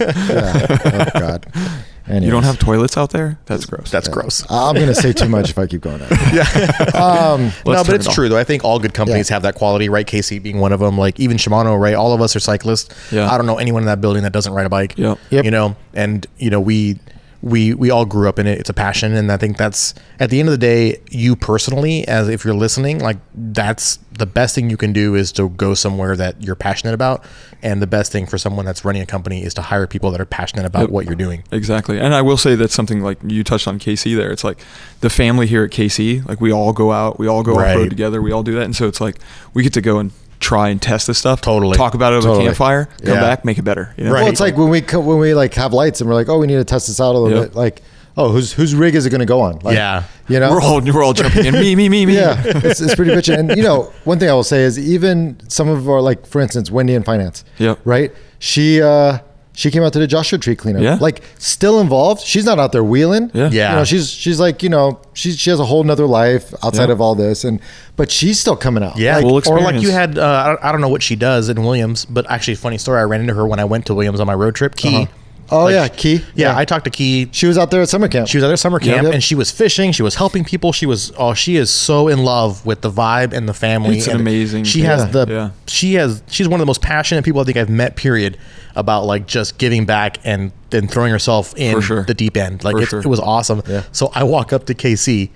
[SPEAKER 2] (laughs)
[SPEAKER 3] yeah. Oh God.
[SPEAKER 2] You
[SPEAKER 3] Anyways.
[SPEAKER 2] don't have toilets out there? That's gross.
[SPEAKER 1] That's gross.
[SPEAKER 3] I'm gonna say too much if I keep going. Yeah. Um,
[SPEAKER 1] no,
[SPEAKER 2] Let's
[SPEAKER 1] but
[SPEAKER 2] turn
[SPEAKER 1] it's
[SPEAKER 2] it off.
[SPEAKER 1] true though. I think all good companies have that quality, right? KC being one of them. Like even Shimano, right? All of us are cyclists.
[SPEAKER 2] Yeah.
[SPEAKER 1] I don't know anyone in that building that doesn't ride a bike.
[SPEAKER 2] Yep.
[SPEAKER 3] Yep.
[SPEAKER 1] You know, and you know we we we all grew up in it. It's a passion, and I think that's at the end of the day, you personally, as if you're listening, like that's the best thing you can do is to go somewhere that you're passionate about, and the best thing for someone that's running a company is to hire people that are passionate about
[SPEAKER 2] Yep.
[SPEAKER 1] what you're doing.
[SPEAKER 2] Exactly. And I will say that's something like you touched on KC there. It's like the family here at KC, like we all go out, we all go off
[SPEAKER 1] Right.
[SPEAKER 2] road together, we all do that. And so it's like we get to go and try and test this stuff.
[SPEAKER 1] Totally.
[SPEAKER 2] Talk about it over
[SPEAKER 3] Totally.
[SPEAKER 2] a campfire, come
[SPEAKER 1] Yeah.
[SPEAKER 2] back, make it better. you know?
[SPEAKER 1] Right.
[SPEAKER 3] Well, it's like when we co- when we like have lights and we're like, oh, we need to test this out a little
[SPEAKER 2] Yeah.
[SPEAKER 3] bit. Like, oh, whose whose rig is it going to go on? Like,
[SPEAKER 1] Yeah.
[SPEAKER 3] you know, (laughs)
[SPEAKER 2] We're all we're all jumping in. Me, me, me, me.
[SPEAKER 3] yeah, it's, it's pretty bitchin'. And you know, one thing I will say is even some of our like, for instance, Wendy in finance.
[SPEAKER 2] Yep.
[SPEAKER 3] Right. She uh she came out to the Joshua Tree cleanup.
[SPEAKER 2] Yeah.
[SPEAKER 3] Like still involved. She's not out there wheeling.
[SPEAKER 2] Yeah.
[SPEAKER 1] Yeah.
[SPEAKER 3] You know, she's she's like you know she she has a whole nother life outside
[SPEAKER 2] Yeah.
[SPEAKER 3] of all this, and but she's still coming out.
[SPEAKER 1] Yeah,
[SPEAKER 2] Full
[SPEAKER 1] or like you
[SPEAKER 2] experience.
[SPEAKER 1] had, uh, I don't- I don't know what she does in Williams, but actually, funny story. I ran into her when I went to Williams on my road trip. Key.
[SPEAKER 3] Oh, yeah, Key.
[SPEAKER 1] Yeah,
[SPEAKER 3] Yeah.
[SPEAKER 1] I talked to Key.
[SPEAKER 3] She was out there at summer camp.
[SPEAKER 1] She was at their summer camp,
[SPEAKER 3] Yep.
[SPEAKER 1] and she was fishing. She was helping people. She was oh, she is so in love with the vibe and the family.
[SPEAKER 2] It's an
[SPEAKER 1] and
[SPEAKER 2] amazing
[SPEAKER 1] She
[SPEAKER 2] thing.
[SPEAKER 1] has
[SPEAKER 2] Yeah.
[SPEAKER 1] the
[SPEAKER 2] Yeah.
[SPEAKER 1] she has she's one of the most passionate people I think I've met. Period. About like just giving back and then throwing herself in
[SPEAKER 2] For sure.
[SPEAKER 1] the deep end. Like
[SPEAKER 2] For
[SPEAKER 1] it's,
[SPEAKER 2] sure.
[SPEAKER 1] it was awesome. So I walk up to KC.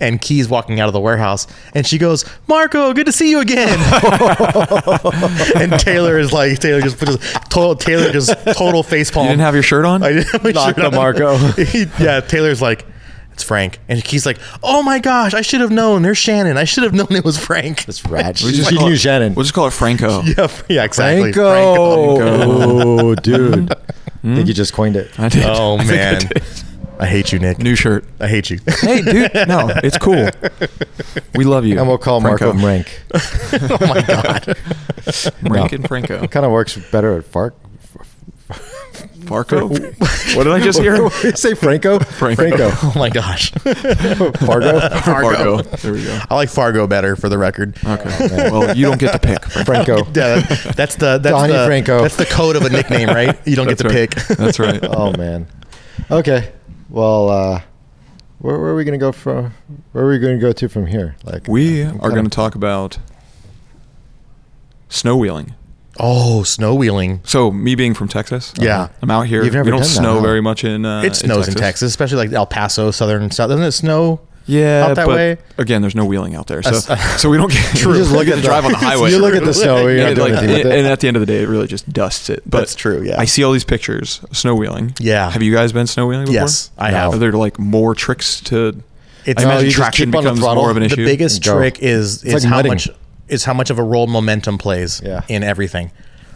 [SPEAKER 1] And Key's walking out of the warehouse, and she goes, "Marco, good to see you again." (laughs) and Taylor is like, Taylor just puts his- total Taylor just total face palm.
[SPEAKER 2] You didn't have your shirt on?
[SPEAKER 1] I didn't have my
[SPEAKER 3] Knock
[SPEAKER 1] shirt
[SPEAKER 3] the
[SPEAKER 1] on.
[SPEAKER 3] Marco.
[SPEAKER 1] (laughs) He- yeah, Taylor's like, it's Frank, and he's like, oh my gosh, I should have known. There's Shannon. I should have known it was Frank. (laughs)
[SPEAKER 3] That's rad.
[SPEAKER 2] We
[SPEAKER 3] She,
[SPEAKER 2] just
[SPEAKER 3] she
[SPEAKER 2] call
[SPEAKER 3] knew
[SPEAKER 2] it-
[SPEAKER 3] Shannon.
[SPEAKER 2] We'll just call it Franco.
[SPEAKER 1] yeah, yeah, exactly.
[SPEAKER 3] Franco.
[SPEAKER 2] Franco. Hmm?
[SPEAKER 3] Oh,
[SPEAKER 2] (laughs)
[SPEAKER 3] dude. I think you just coined it.
[SPEAKER 2] I did. (laughs)
[SPEAKER 1] Oh
[SPEAKER 2] I think I
[SPEAKER 1] man,
[SPEAKER 2] did.
[SPEAKER 1] I hate you, Nick.
[SPEAKER 2] New shirt.
[SPEAKER 1] I hate you.
[SPEAKER 2] Hey,
[SPEAKER 1] (laughs)
[SPEAKER 2] dude. No, it's cool. We love you.
[SPEAKER 3] And we'll call Marco
[SPEAKER 2] (laughs)
[SPEAKER 3] Mrank.
[SPEAKER 1] oh my god.
[SPEAKER 2] Mrank and Franco.
[SPEAKER 3] Kind of works better at
[SPEAKER 2] (laughs)
[SPEAKER 3] Fark.
[SPEAKER 2] Farco? what did I just hear?
[SPEAKER 3] What did you say Franco?
[SPEAKER 2] Franco.
[SPEAKER 1] Oh my
[SPEAKER 2] (laughs)
[SPEAKER 1] gosh.
[SPEAKER 3] Fargo?
[SPEAKER 1] Fargo.
[SPEAKER 2] There we go.
[SPEAKER 1] I like Fargo better for the record.
[SPEAKER 2] (laughs)
[SPEAKER 1] Oh,
[SPEAKER 2] Okay. well, you don't get to pick. Franco.
[SPEAKER 3] Franco.
[SPEAKER 1] (laughs) Yeah, that's the that's
[SPEAKER 3] Donnie
[SPEAKER 1] the
[SPEAKER 3] Franco.
[SPEAKER 1] that's the code of a nickname, right? You don't get to
[SPEAKER 2] That's right.
[SPEAKER 1] pick. (laughs)
[SPEAKER 2] That's
[SPEAKER 3] (laughs)
[SPEAKER 2] right.
[SPEAKER 3] Oh, man. Okay. Well, uh, where, where are we going to go from? Where are we going to go to from here? Like
[SPEAKER 2] We
[SPEAKER 3] I'm
[SPEAKER 2] are
[SPEAKER 3] kinda-
[SPEAKER 2] going to talk about snow wheeling.
[SPEAKER 1] Oh, snow wheeling.
[SPEAKER 2] So, me being from Texas,
[SPEAKER 1] Yeah.
[SPEAKER 2] I'm out here.
[SPEAKER 3] You've never
[SPEAKER 2] we don't
[SPEAKER 3] done that,
[SPEAKER 2] snow
[SPEAKER 3] huh?
[SPEAKER 2] very much in. Uh-huh. Uh,
[SPEAKER 1] It snows in Texas. especially like El Paso, southern south. Doesn't it snow?
[SPEAKER 2] yeah,
[SPEAKER 1] out that
[SPEAKER 2] but (laughs)
[SPEAKER 1] way.
[SPEAKER 2] again, there's no wheeling out there, so
[SPEAKER 1] That's-
[SPEAKER 2] so we don't get
[SPEAKER 1] True.
[SPEAKER 2] (laughs) we
[SPEAKER 1] Just
[SPEAKER 2] don't
[SPEAKER 1] look
[SPEAKER 2] get
[SPEAKER 1] at
[SPEAKER 2] to
[SPEAKER 1] the- (laughs)
[SPEAKER 2] drive on the highway.
[SPEAKER 3] You look at the snow. You're not
[SPEAKER 2] and,
[SPEAKER 3] doing
[SPEAKER 2] like,
[SPEAKER 3] anything with
[SPEAKER 2] and-
[SPEAKER 3] it.
[SPEAKER 2] and at the end of the day, it really just dusts it. But
[SPEAKER 1] That's true, yeah.
[SPEAKER 2] I see all these pictures of snow wheeling.
[SPEAKER 1] Yeah.
[SPEAKER 2] Have you guys been snow wheeling? Before?
[SPEAKER 1] Yes, I have.
[SPEAKER 2] Are there like more tricks to?
[SPEAKER 1] It's-
[SPEAKER 2] I
[SPEAKER 1] No, you
[SPEAKER 2] imagine
[SPEAKER 3] uh, just
[SPEAKER 2] traction
[SPEAKER 3] keep on the
[SPEAKER 2] becomes
[SPEAKER 3] throttle.
[SPEAKER 2] more of an
[SPEAKER 3] The
[SPEAKER 2] issue.
[SPEAKER 1] the biggest
[SPEAKER 3] Go.
[SPEAKER 1] trick is is
[SPEAKER 3] like
[SPEAKER 1] how
[SPEAKER 3] mudding.
[SPEAKER 1] much is how much of a role momentum plays
[SPEAKER 3] Yeah.
[SPEAKER 1] in everything.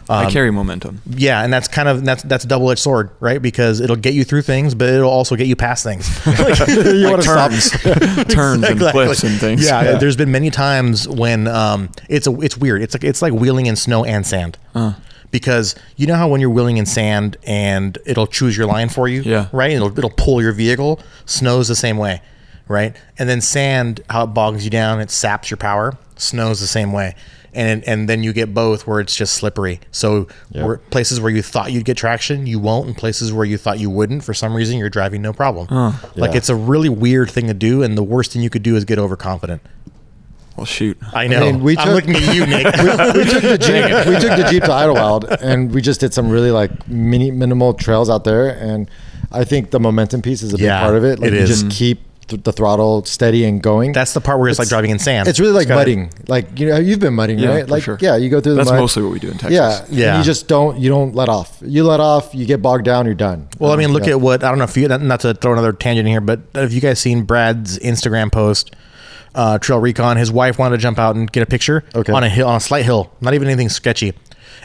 [SPEAKER 2] I
[SPEAKER 1] Um,
[SPEAKER 2] carry momentum.
[SPEAKER 1] Yeah, and that's kind of that's that's double edged sword, right? Because it'll get you through things, but it'll also get you past things. (laughs)
[SPEAKER 3] (laughs) you
[SPEAKER 2] like
[SPEAKER 3] want to stop. (laughs)
[SPEAKER 2] turns, turns and
[SPEAKER 1] Exactly.
[SPEAKER 2] cliffs and things.
[SPEAKER 1] Yeah, there's been many times when um, it's a, it's weird. It's like it's like wheeling in snow and sand.
[SPEAKER 2] Uh.
[SPEAKER 1] Because you know how when you're wheeling in sand and it'll choose your line for you,
[SPEAKER 2] Yeah.
[SPEAKER 1] right? It'll it'll pull your vehicle. Snow's the same way, right? And then sand, how it bogs you down, it saps your power. Snow's the same way, and and then you get both where it's just slippery. So where, places where you thought you'd get traction, you won't, and places where you thought you wouldn't, for some reason, you're driving no problem. Like
[SPEAKER 3] Yeah.
[SPEAKER 1] it's a really weird thing to do, and the worst thing you could do is get overconfident.
[SPEAKER 2] Well, shoot.
[SPEAKER 1] I know. I
[SPEAKER 3] mean, we
[SPEAKER 1] am
[SPEAKER 3] took-
[SPEAKER 1] looking at you, Nick.
[SPEAKER 3] (laughs) we took the jeep. we took the jeep to Idlewild, and we just did some really like mini minimal trails out there. And I think the momentum piece is a big
[SPEAKER 1] Yeah,
[SPEAKER 3] part of it. Like
[SPEAKER 1] it
[SPEAKER 3] you
[SPEAKER 1] is. Mm-hmm.
[SPEAKER 3] just keep th- the throttle steady and going.
[SPEAKER 1] That's the part where it's, like driving in sand.
[SPEAKER 3] It's really
[SPEAKER 1] Just
[SPEAKER 3] like
[SPEAKER 1] gotta-
[SPEAKER 3] mudding. Like you know, you've been mudding,
[SPEAKER 2] Yeah,
[SPEAKER 3] right?
[SPEAKER 2] for
[SPEAKER 3] Like
[SPEAKER 2] sure.
[SPEAKER 3] yeah, you go through the
[SPEAKER 2] That's
[SPEAKER 3] mud.
[SPEAKER 2] mostly what we do in Texas.
[SPEAKER 3] Yeah, and
[SPEAKER 1] Yeah.
[SPEAKER 3] you just don't you don't let off. You let off, you get bogged down, you're done.
[SPEAKER 1] Well, I mean, look
[SPEAKER 3] Yeah.
[SPEAKER 1] at what I don't know if you not- not to throw another tangent in here, but have you guys seen Brad's Instagram post? Uh, Trail Recon. His wife wanted to jump out and get a picture
[SPEAKER 3] Okay.
[SPEAKER 1] on a hill, on a slight hill, not even anything sketchy,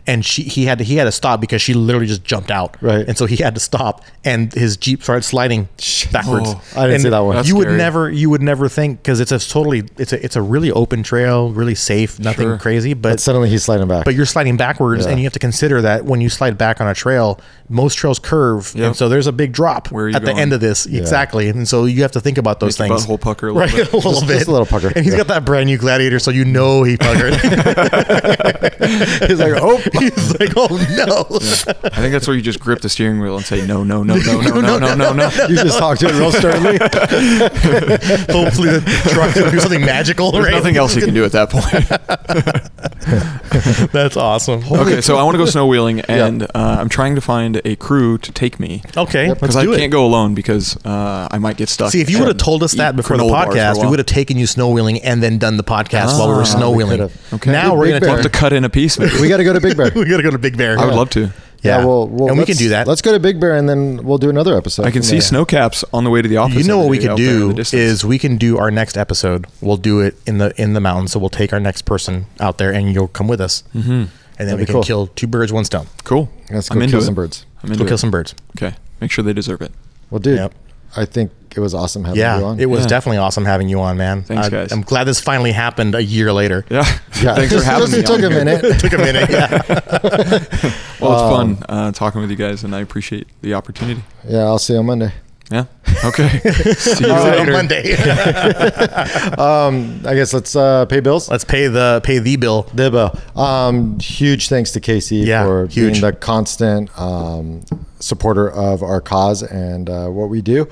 [SPEAKER 1] and she he had to, he had to stop because she literally just jumped out,
[SPEAKER 3] Right.
[SPEAKER 1] And so he had to stop, and his jeep started sliding backwards.
[SPEAKER 2] Oh,
[SPEAKER 3] I didn't
[SPEAKER 1] And
[SPEAKER 3] see that one.
[SPEAKER 2] That's
[SPEAKER 1] you would
[SPEAKER 2] scary.
[SPEAKER 1] never you would never think because it's a totally it's a it's a really open trail, really safe, nothing
[SPEAKER 2] Sure.
[SPEAKER 1] crazy, but
[SPEAKER 3] But suddenly he's sliding back.
[SPEAKER 1] but you're sliding backwards
[SPEAKER 3] Yeah.
[SPEAKER 1] and you have to consider that when you slide back on a trail most trails curve
[SPEAKER 2] Yep.
[SPEAKER 1] and so there's a big drop
[SPEAKER 2] Where are you
[SPEAKER 1] at
[SPEAKER 2] going?
[SPEAKER 1] the end of this exactly and so you have to think about those
[SPEAKER 2] Make your
[SPEAKER 1] things
[SPEAKER 2] butthole pucker a little
[SPEAKER 1] right (laughs)
[SPEAKER 2] bit.
[SPEAKER 1] a little
[SPEAKER 3] Just-
[SPEAKER 1] bit
[SPEAKER 3] just a little pucker,
[SPEAKER 1] and he's
[SPEAKER 3] yeah.
[SPEAKER 1] got that brand new gladiator so you know he
[SPEAKER 2] (laughs)
[SPEAKER 1] puckered (laughs)
[SPEAKER 3] he's like, oh,
[SPEAKER 1] he's like oh no
[SPEAKER 2] I think that's where you just grip the steering wheel and say no, no, no, no, no, no, no, no, no.
[SPEAKER 3] (laughs) (laughs) you just talked to it
[SPEAKER 1] (laughs)
[SPEAKER 3] real sternly.
[SPEAKER 1] (laughs) hopefully the truck will do something magical
[SPEAKER 2] There's
[SPEAKER 1] right?
[SPEAKER 2] nothing else you can do at that point.
[SPEAKER 1] that's awesome
[SPEAKER 2] okay, so I want to go
[SPEAKER 1] (laughs)
[SPEAKER 2] snow wheeling, and uh, I'm trying to find a crew to take me
[SPEAKER 1] okay let's
[SPEAKER 3] Yep,
[SPEAKER 2] because I
[SPEAKER 1] do
[SPEAKER 2] can't
[SPEAKER 1] it
[SPEAKER 2] go alone because uh, I might get stuck.
[SPEAKER 1] See, if you
[SPEAKER 2] and
[SPEAKER 1] would have told us
[SPEAKER 2] eat
[SPEAKER 1] that before the
[SPEAKER 2] granola bars for a
[SPEAKER 1] podcast, we
[SPEAKER 2] while.
[SPEAKER 1] would have taken you snow wheeling and then done the podcast while we
[SPEAKER 2] Ah,
[SPEAKER 1] were
[SPEAKER 2] we
[SPEAKER 1] snow wheeling.
[SPEAKER 3] could've.
[SPEAKER 2] Okay.
[SPEAKER 1] Now
[SPEAKER 3] Big
[SPEAKER 1] we're going
[SPEAKER 3] Bear.
[SPEAKER 2] We'll
[SPEAKER 1] to
[SPEAKER 2] have to cut in a piece. Maybe.
[SPEAKER 3] (laughs) we got to go to Big Bear.
[SPEAKER 1] we got to go to Big Bear.
[SPEAKER 2] I would love to.
[SPEAKER 1] (laughs) Yeah,
[SPEAKER 3] well, well,
[SPEAKER 1] and we can
[SPEAKER 3] let's-
[SPEAKER 1] do that.
[SPEAKER 3] Let's go to Big Bear, and then we'll do another episode.
[SPEAKER 2] I can
[SPEAKER 3] from
[SPEAKER 2] see
[SPEAKER 3] there.
[SPEAKER 2] snow caps on the way to the office.
[SPEAKER 1] you know
[SPEAKER 2] every
[SPEAKER 1] what we
[SPEAKER 2] day
[SPEAKER 1] could
[SPEAKER 2] out there in the
[SPEAKER 1] do
[SPEAKER 2] distance.
[SPEAKER 1] is we can do our next episode. We'll do it in the in the mountains. So we'll take our next person out there, and you'll come with us, mm-hmm. and then we
[SPEAKER 3] be
[SPEAKER 1] can
[SPEAKER 3] cool.
[SPEAKER 1] kill two birds, one stone.
[SPEAKER 2] cool.
[SPEAKER 3] Let's go
[SPEAKER 2] I'm into
[SPEAKER 3] kill
[SPEAKER 2] it.
[SPEAKER 3] some birds.
[SPEAKER 2] I'm
[SPEAKER 1] Let's
[SPEAKER 2] into
[SPEAKER 1] go kill
[SPEAKER 2] it.
[SPEAKER 1] some birds.
[SPEAKER 2] Okay, make sure they deserve it. (laughs)
[SPEAKER 3] Well, dude,
[SPEAKER 1] Yep.
[SPEAKER 3] I think it was awesome having you
[SPEAKER 1] Yeah,
[SPEAKER 3] on.
[SPEAKER 1] it was
[SPEAKER 2] Yeah.
[SPEAKER 1] definitely awesome having you on, man.
[SPEAKER 2] Thanks,
[SPEAKER 1] I,
[SPEAKER 2] guys.
[SPEAKER 1] I'm glad this finally happened a year later.
[SPEAKER 2] Yeah.
[SPEAKER 1] (laughs)
[SPEAKER 3] Yeah,
[SPEAKER 2] Thanks
[SPEAKER 3] (laughs)
[SPEAKER 2] for
[SPEAKER 3] Just-
[SPEAKER 2] having
[SPEAKER 3] just
[SPEAKER 2] me.
[SPEAKER 3] It took
[SPEAKER 2] on
[SPEAKER 3] a
[SPEAKER 2] here.
[SPEAKER 1] It
[SPEAKER 3] minute.
[SPEAKER 1] took a minute.
[SPEAKER 2] (laughs)
[SPEAKER 1] Yeah.
[SPEAKER 2] Well, it's fun
[SPEAKER 3] Um,
[SPEAKER 2] uh, talking with you guys, and I appreciate the opportunity.
[SPEAKER 3] yeah, I'll see you
[SPEAKER 1] (laughs)
[SPEAKER 3] on Monday.
[SPEAKER 2] Yeah.
[SPEAKER 3] (laughs)
[SPEAKER 2] Okay. See you
[SPEAKER 1] See you Uh, on
[SPEAKER 2] later.
[SPEAKER 1] Monday. (laughs)
[SPEAKER 3] Um, I guess let's uh, pay bills.
[SPEAKER 1] Let's pay the pay the bill.
[SPEAKER 3] Debo. Um, huge thanks to Casey
[SPEAKER 1] Yeah,
[SPEAKER 3] for
[SPEAKER 1] huge.
[SPEAKER 3] being the constant um, supporter of our cause and uh, what we do.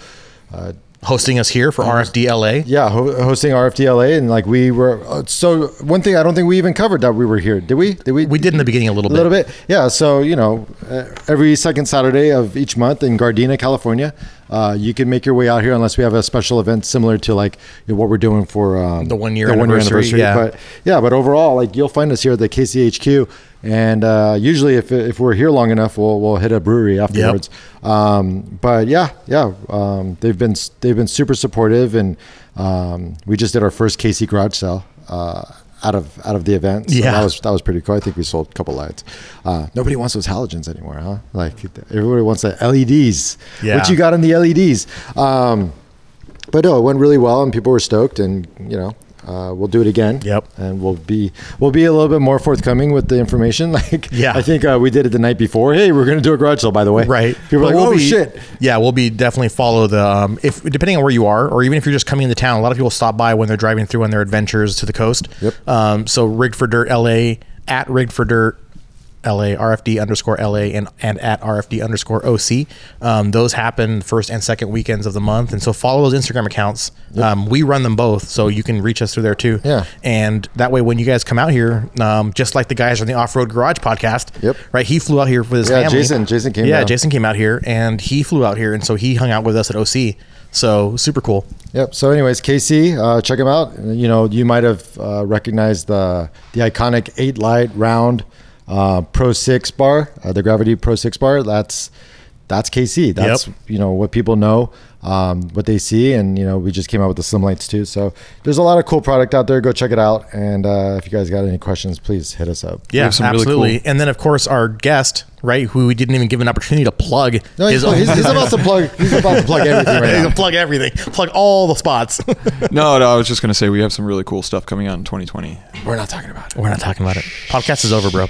[SPEAKER 3] Uh,
[SPEAKER 1] Hosting us here for RFDLA.
[SPEAKER 3] yeah, ho- hosting RFDLA and like we were uh, so one thing I don't think we even covered that we were here. Did we? Did we?
[SPEAKER 1] We did in the beginning a little
[SPEAKER 3] a
[SPEAKER 1] bit.
[SPEAKER 3] little bit. Yeah. So you know, uh, every second Saturday of each month in Gardena, California, uh, you can make your way out here unless we have a special event similar to like you know, what we're doing for um,
[SPEAKER 1] The one-year anniversary, yeah.
[SPEAKER 3] But yeah, but overall, like you'll find us here at the KCHQ, and uh, usually if, if we're here long enough, we'll we'll hit a brewery afterwards. Um, but yeah, yeah, um, they've been they've been super supportive, and um, we just did our first KC garage sale. Uh, out of out of the event, So
[SPEAKER 1] Yeah.
[SPEAKER 3] that was that was pretty cool. I think we sold a couple lights. Uh, nobody wants those halogens anymore, huh? Like everybody wants the LEDs.
[SPEAKER 1] Yeah.
[SPEAKER 3] What you got in the LEDs? Um, but no, it went really well, and people were stoked, and you know. Uh, we'll do it again.
[SPEAKER 1] Yep.
[SPEAKER 3] and we'll be we'll be a little bit more forthcoming with the information. (laughs) Like,
[SPEAKER 1] Yeah.
[SPEAKER 3] I think uh, we did it the night before. Hey, we're gonna do a garage sale, by the way.
[SPEAKER 1] Right.
[SPEAKER 3] People are
[SPEAKER 1] But
[SPEAKER 3] like,
[SPEAKER 1] we'll
[SPEAKER 3] oh
[SPEAKER 1] be-
[SPEAKER 3] shit.
[SPEAKER 1] Yeah, we'll be definitely follow the um, if depending on where you are, or even if you're just coming into town. A lot of people stop by when they're driving through on their adventures to the coast.
[SPEAKER 3] Yep.
[SPEAKER 1] Um, so rigged for dirt LA at rigged for dirt. LA RFD underscore LA and, and at RFD underscore OC. Um, those happen first and second weekends of the month. And so follow those Instagram accounts. Um, we run them both. So you can reach us through there too.
[SPEAKER 3] Yeah.
[SPEAKER 1] And that way, when you guys come out here, um, just like the guys on the Off Road Garage podcast,
[SPEAKER 3] Yep.
[SPEAKER 1] right? He flew out here with his
[SPEAKER 3] Yeah,
[SPEAKER 1] family.
[SPEAKER 3] Jason- Jason came
[SPEAKER 1] Yeah,
[SPEAKER 3] down.
[SPEAKER 1] Jason. Jason came out here and he flew out here, and so he hung out with us at OC. So super cool.
[SPEAKER 3] Yep. So, anyways, KC, uh, check him out. You know, you might have uh, recognized the the iconic eight light round uh, Pro Six bar, uh, the Gravity Pro Six bar. That's that's KC. That's
[SPEAKER 1] Yep.
[SPEAKER 3] you know what people know, um, what they see, and you know we just came out with the Slim Lights too. So there's a lot of cool product out there. Go check it out. And uh, if you guys got any questions, please hit us up.
[SPEAKER 1] Yeah,
[SPEAKER 2] some really
[SPEAKER 1] absolutely. And then of course our guest, right, who we didn't even give an opportunity to plug.
[SPEAKER 3] No, he's,
[SPEAKER 1] is-
[SPEAKER 3] he's, he's about
[SPEAKER 1] (laughs)
[SPEAKER 3] to plug. He's about to plug everything right now.
[SPEAKER 1] plug everything, plug all the spots. (laughs)
[SPEAKER 2] No, no, I was just gonna say we have some really cool stuff coming out in 2020.
[SPEAKER 3] We're not talking about it.
[SPEAKER 1] We're not talking about it. Podcast is over, bro.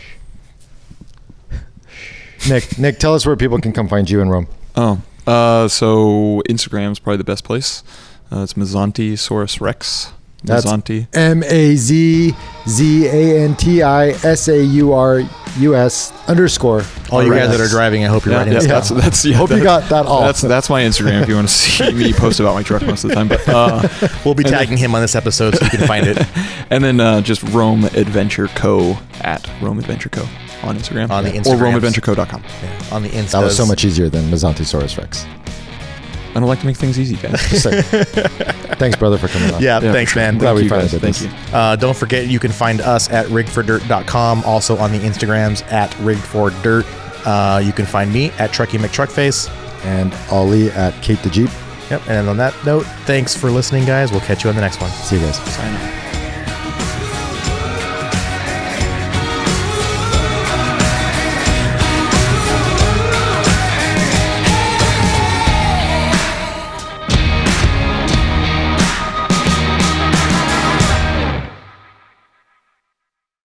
[SPEAKER 3] Nick, Nick, tell us where people can come find you in Rome.
[SPEAKER 2] Oh, uh, so Instagram's probably the best place. Uh, it's Mazanti Saurus Rex.
[SPEAKER 3] That's
[SPEAKER 2] Mazanti.
[SPEAKER 3] M A Z Z A N T I S A U R U S underscore.
[SPEAKER 1] All you guys
[SPEAKER 3] Rest.
[SPEAKER 1] that are driving, I hope you're
[SPEAKER 2] Yeah,
[SPEAKER 1] writing
[SPEAKER 2] yeah,
[SPEAKER 1] this down.
[SPEAKER 2] that's that's yeah,
[SPEAKER 3] Hope you got that all.
[SPEAKER 2] That's that's my Instagram. If you want to see
[SPEAKER 3] (laughs)
[SPEAKER 2] me post about my truck most of the time, but uh, (laughs)
[SPEAKER 1] We'll be tagging him on this episode so you can find it
[SPEAKER 2] and then uh, just Rome Adventure Co at Rome Adventure Co on Instagram
[SPEAKER 1] On the
[SPEAKER 2] or
[SPEAKER 1] Instagrams.
[SPEAKER 2] RomeAdventureCo.com.
[SPEAKER 1] on the Insta.
[SPEAKER 3] that was so much easier than Mizantisaurus Rex.
[SPEAKER 2] I don't like to make
[SPEAKER 3] (laughs)
[SPEAKER 2] things easy, guys.
[SPEAKER 1] (laughs)
[SPEAKER 3] Just saying. Thanks, brother, for coming on.
[SPEAKER 1] Yeah,
[SPEAKER 2] Yeah,
[SPEAKER 1] thanks,
[SPEAKER 2] for sure.
[SPEAKER 1] man.
[SPEAKER 3] Glad
[SPEAKER 2] Thank
[SPEAKER 3] we
[SPEAKER 2] you,
[SPEAKER 3] finally
[SPEAKER 2] guys.
[SPEAKER 3] did
[SPEAKER 2] Thank
[SPEAKER 3] this.
[SPEAKER 2] you.
[SPEAKER 1] Uh, don't forget, you can find us at rigfordirt.com, also on the Instagrams at rigfordirt. Uh, you can find me at Trucky McTruckface.
[SPEAKER 3] And Ollie at Kate the Jeep.
[SPEAKER 1] Yep. And on that note, thanks for listening, guys. We'll catch you on the next one.
[SPEAKER 3] See you guys.
[SPEAKER 2] Sign up.